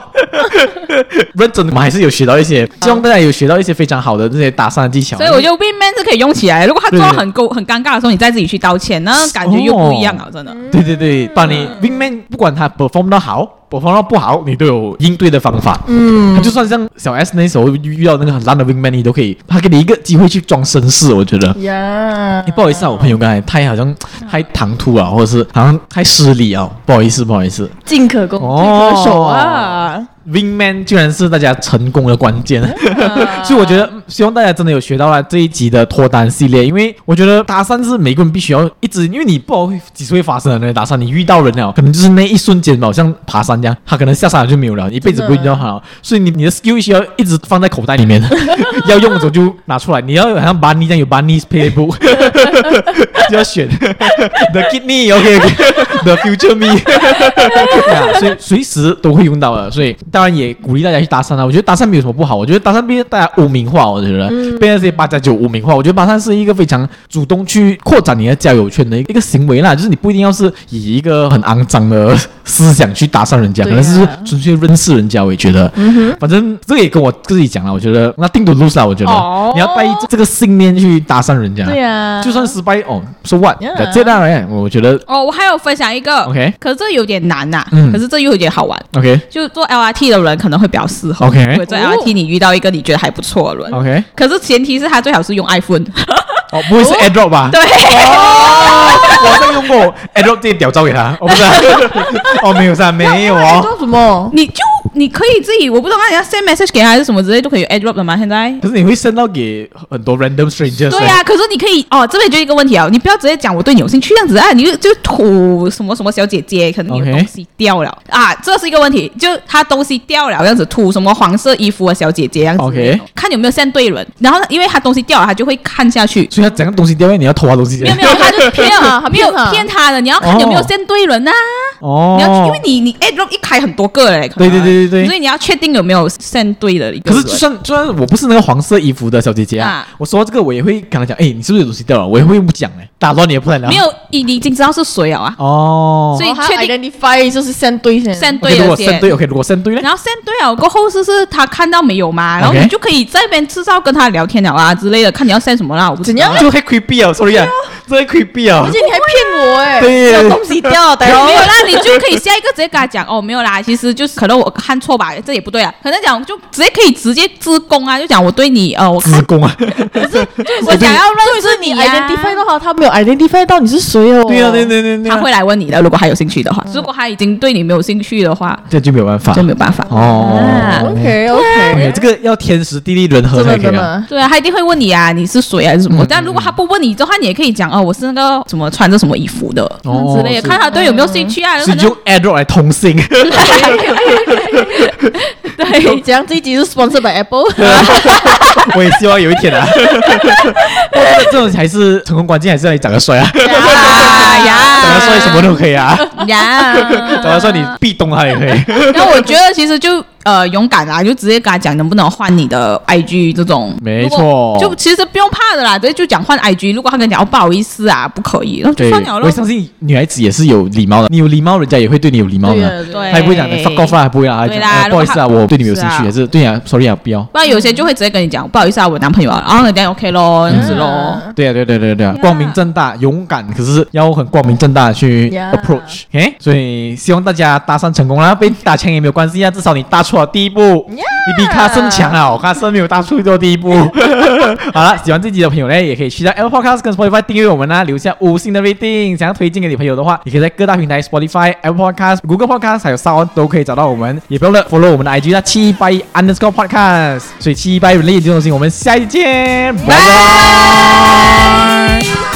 [SPEAKER 1] 认真，我们还是有学到一些，希望大家有学到一些非常好的这些搭讪技巧。啊
[SPEAKER 2] 所以我觉得 win man 是可以用起来的。如果他做到
[SPEAKER 1] 对对
[SPEAKER 2] 很够很尴尬的时候，你再自己去道歉，那感觉又不一样了，真的。
[SPEAKER 1] 对对对，帮你 wingman 不管他 perform 到好，perform 到不好，你都有应对的方法。嗯，他就算像小 S 那时候遇到那个很烂的 wingman，你都可以，他给你一个机会去装绅士，我觉得。
[SPEAKER 3] 嗯呀
[SPEAKER 1] 哎，不好意思啊，我朋友刚才太好像太唐突啊，或者是好像太失礼啊，不好意思，不好意思。
[SPEAKER 3] 进可攻，退可守啊。
[SPEAKER 1] Wingman 居然是大家成功的关键， 所以我觉得嗯希望大家真的有学到了这一集的脱单系列，因为我觉得搭讪是每个人必须要一直，因为你不知道会几时会发生的那些搭讪，你遇到人了，可能就是那一瞬间吧，好像爬山一样，他可能下山了就没有了，一辈子不会遇到他了，所以你你的 skill 需要一直放在口袋里面， 要用的时候就拿出来，你要有像 Bunny 这样有 Bunny's playbook，就要选 the kidney OK the future me。对啊，所以随时都会用到的，所以当然也鼓励大家去搭讪啊。我觉得搭讪没有什么不好，我觉得搭讪被大家污名化，我觉得、
[SPEAKER 3] 嗯
[SPEAKER 1] 被那些八加九污名化。我觉得搭讪是一个非常主动去扩展你的交友圈的一个行为啦，就是你不一定要是以一个很肮脏的思想去搭讪人家，可
[SPEAKER 3] 对啊嗯
[SPEAKER 1] 能是纯粹认识人家。我也觉得，反正这个也跟我自己讲了，我觉得那定都 lose 了，我觉得、
[SPEAKER 3] 哦
[SPEAKER 1] 你要带这个信念去搭讪人家，
[SPEAKER 3] 对呀，
[SPEAKER 1] 就算
[SPEAKER 2] 啊
[SPEAKER 1] 失败哦，so what，
[SPEAKER 3] Yeah
[SPEAKER 1] 这当然，我觉得
[SPEAKER 2] 哦，我还有分享一个
[SPEAKER 1] OK
[SPEAKER 2] 可是这有点难呐、
[SPEAKER 1] 嗯
[SPEAKER 2] 可是这又有点好玩。
[SPEAKER 1] OK
[SPEAKER 2] 就做 LRT 的人可能会比较适合
[SPEAKER 1] OK
[SPEAKER 2] 因为做 LRT 你遇到一个你觉得还不错的人
[SPEAKER 1] OK，
[SPEAKER 2] 可是前提是他最好是用 iPhone。
[SPEAKER 1] 哦，不会是 airdrop 吧？
[SPEAKER 2] 对，
[SPEAKER 1] 哦，我好像用过 AirDrop 这些屌照给他，我不是 啊，哦，没有噻，没有
[SPEAKER 3] 你
[SPEAKER 1] 哦。
[SPEAKER 3] 做什么？
[SPEAKER 2] 你就你可以自己，我不知道人家 send message 给他还是什么之类，就可以 airdrop 的嘛。现在
[SPEAKER 1] 可是你会 send 到给很多 random strangers，
[SPEAKER 2] 对啊呀、可是你可以哦，这边就一个问题啊，你不要直接讲我对你有兴趣这样子啊，你就就吐什么什么小姐姐，可能你
[SPEAKER 1] OK
[SPEAKER 2] 的东西掉了啊，这是一个问题，就她东西掉了这样子，吐什么黄色衣服的小姐姐这样子
[SPEAKER 1] OK
[SPEAKER 2] 看有没有像对人，然后呢，因为她东西掉了，她就会看下去。
[SPEAKER 1] 所以他整个东西掉，你要偷他东西。
[SPEAKER 2] 没有没有，她就骗
[SPEAKER 3] 啊她
[SPEAKER 2] 没有
[SPEAKER 3] 骗啊
[SPEAKER 2] 骗她的，你要看有没有
[SPEAKER 1] 哦
[SPEAKER 2] 像对人呐、
[SPEAKER 1] 哦
[SPEAKER 2] 你，要因为你你 a d r o p 一开很多个嘞，可
[SPEAKER 1] 对
[SPEAKER 2] 能
[SPEAKER 1] 对对对对
[SPEAKER 2] 所以你要确定有没有像对的一个
[SPEAKER 1] 可
[SPEAKER 2] 人。
[SPEAKER 1] 是就算就算我不是那个黄色衣服的小姐姐啊
[SPEAKER 2] 啊，
[SPEAKER 1] 我说到这个我也会跟他讲，哎，你是不是有东西掉了？我也会不讲哎，打乱你的 plan 啊
[SPEAKER 2] 没有，你你已经知道是谁了啊，
[SPEAKER 1] 哦
[SPEAKER 2] 所以
[SPEAKER 3] 哦他
[SPEAKER 2] 确定
[SPEAKER 3] identify 就是相对先
[SPEAKER 2] send 对
[SPEAKER 1] OK，如
[SPEAKER 2] 了
[SPEAKER 1] 果
[SPEAKER 2] 先
[SPEAKER 1] send 对 OK，如果 send 对呢？
[SPEAKER 2] 然后 send 对了过后，是是他看到没有嘛？然后
[SPEAKER 1] OK
[SPEAKER 2] 你就可以在那边制造跟他聊天了啊之类的，看你要 send 什么啦。我不知
[SPEAKER 3] 怎
[SPEAKER 2] 道
[SPEAKER 3] 样？
[SPEAKER 1] 就太 creepy 啊，sorry 啊，这太 creepy 啊
[SPEAKER 3] 而，且你还骗我哎，
[SPEAKER 1] 对啊
[SPEAKER 3] 我东西掉了，等
[SPEAKER 1] 哦
[SPEAKER 2] 没有
[SPEAKER 3] 下
[SPEAKER 2] 啦，你就可以下一个直接跟他讲哦，没有啦，其实就是可能我看错吧，这也不对啊，可能讲就直接可以直接自宫啊，就讲我对你呃，我看
[SPEAKER 1] 子宫 啊，
[SPEAKER 2] 我想要认识你
[SPEAKER 3] 你
[SPEAKER 2] 啊。
[SPEAKER 3] identify 到他，他没有 identify 到你是谁哦。
[SPEAKER 1] 对啊对对对对啊，
[SPEAKER 2] 他会来问你的，如果他有兴趣的话，如果他已经对你没有兴趣的话，
[SPEAKER 1] 这就没有办法
[SPEAKER 2] 就没有办法。
[SPEAKER 1] 哦
[SPEAKER 2] 啊。
[SPEAKER 3] OK
[SPEAKER 1] OK，
[SPEAKER 3] OK，
[SPEAKER 1] 这个要天时地利人和
[SPEAKER 3] 真
[SPEAKER 1] 才可
[SPEAKER 3] 的真
[SPEAKER 1] 以啊。
[SPEAKER 3] 的，
[SPEAKER 2] 对啊，他一定会问你啊，你是谁啊，还是什么？
[SPEAKER 1] 嗯
[SPEAKER 2] 但如果他不问你的话，你也可以讲哦，我是那个什么穿着什么衣服的、
[SPEAKER 1] 哦
[SPEAKER 2] 之类的，
[SPEAKER 1] 是
[SPEAKER 2] 看他对有没有兴趣啊。有
[SPEAKER 1] 所
[SPEAKER 2] 可
[SPEAKER 1] 以
[SPEAKER 2] 能
[SPEAKER 1] 用 AirDrop 来通信，啊
[SPEAKER 2] 对，
[SPEAKER 3] 怎样这一集是 sponsored by Apple？
[SPEAKER 1] 我也希望有一天啊，这这种才是成功关键，还是要你长得帅啊，
[SPEAKER 2] 呀嗯呀
[SPEAKER 1] 长得帅什么都可以啊，
[SPEAKER 2] 呀嗯
[SPEAKER 1] 长。得帅你壁咚他也可以，
[SPEAKER 2] 那我觉得其实就呃勇敢啊，就直接跟他讲能不能换你的 IG 这种，
[SPEAKER 1] 没错
[SPEAKER 2] 如果就其实不用怕的啦，直接就讲换 IG。如果他跟你讲哦不好意思啊，不可以，那就
[SPEAKER 1] 对
[SPEAKER 2] 算了，
[SPEAKER 1] 我
[SPEAKER 2] 咯。
[SPEAKER 1] 相信女孩子也是有礼貌的，你有礼貌，人家也会对你有礼貌
[SPEAKER 3] 啊
[SPEAKER 1] 的，
[SPEAKER 2] 对
[SPEAKER 1] 她也不会讲你哎 fuck off 啦，不会啦，
[SPEAKER 2] 对啦
[SPEAKER 1] 她讲呃不
[SPEAKER 2] 如
[SPEAKER 1] 好
[SPEAKER 2] 果
[SPEAKER 1] 意
[SPEAKER 2] 她
[SPEAKER 1] 思啊，我对你没有兴
[SPEAKER 2] 是
[SPEAKER 1] 趣，
[SPEAKER 2] 啊
[SPEAKER 1] 还是对啊，sorry 啊，不要。
[SPEAKER 2] 不然有些就会直接跟你讲不好意思啊，我男朋友啊，然后人家 OK 咯，这样子咯。
[SPEAKER 3] 嗯
[SPEAKER 1] 对啊，对对对对啊，
[SPEAKER 2] Yeah
[SPEAKER 1] 光明正大、勇敢，可是要很光明正大地去
[SPEAKER 3] Yeah
[SPEAKER 1] approach。哎，所以希望大家搭讪成功啦，被打枪也没有关系啊，至少你踏出了第一步。你比卡森强啊，我卡森没有踏出做第一步。 好了，喜欢这集的朋友呢，也可以去到 Apple Podcast 跟 Spotify 订阅我们啦，啊留下五星的 rating。想要推荐给你朋友的话，也可以在各大平台 Spotify、Apple Podcast、Google Podcast 还有 Sound 都可以找到我们。也不要忘了 follow 我们的 IG 啦，七八一 underscore podcast。所以七八一人类这种东西，我们下一集见，拜拜。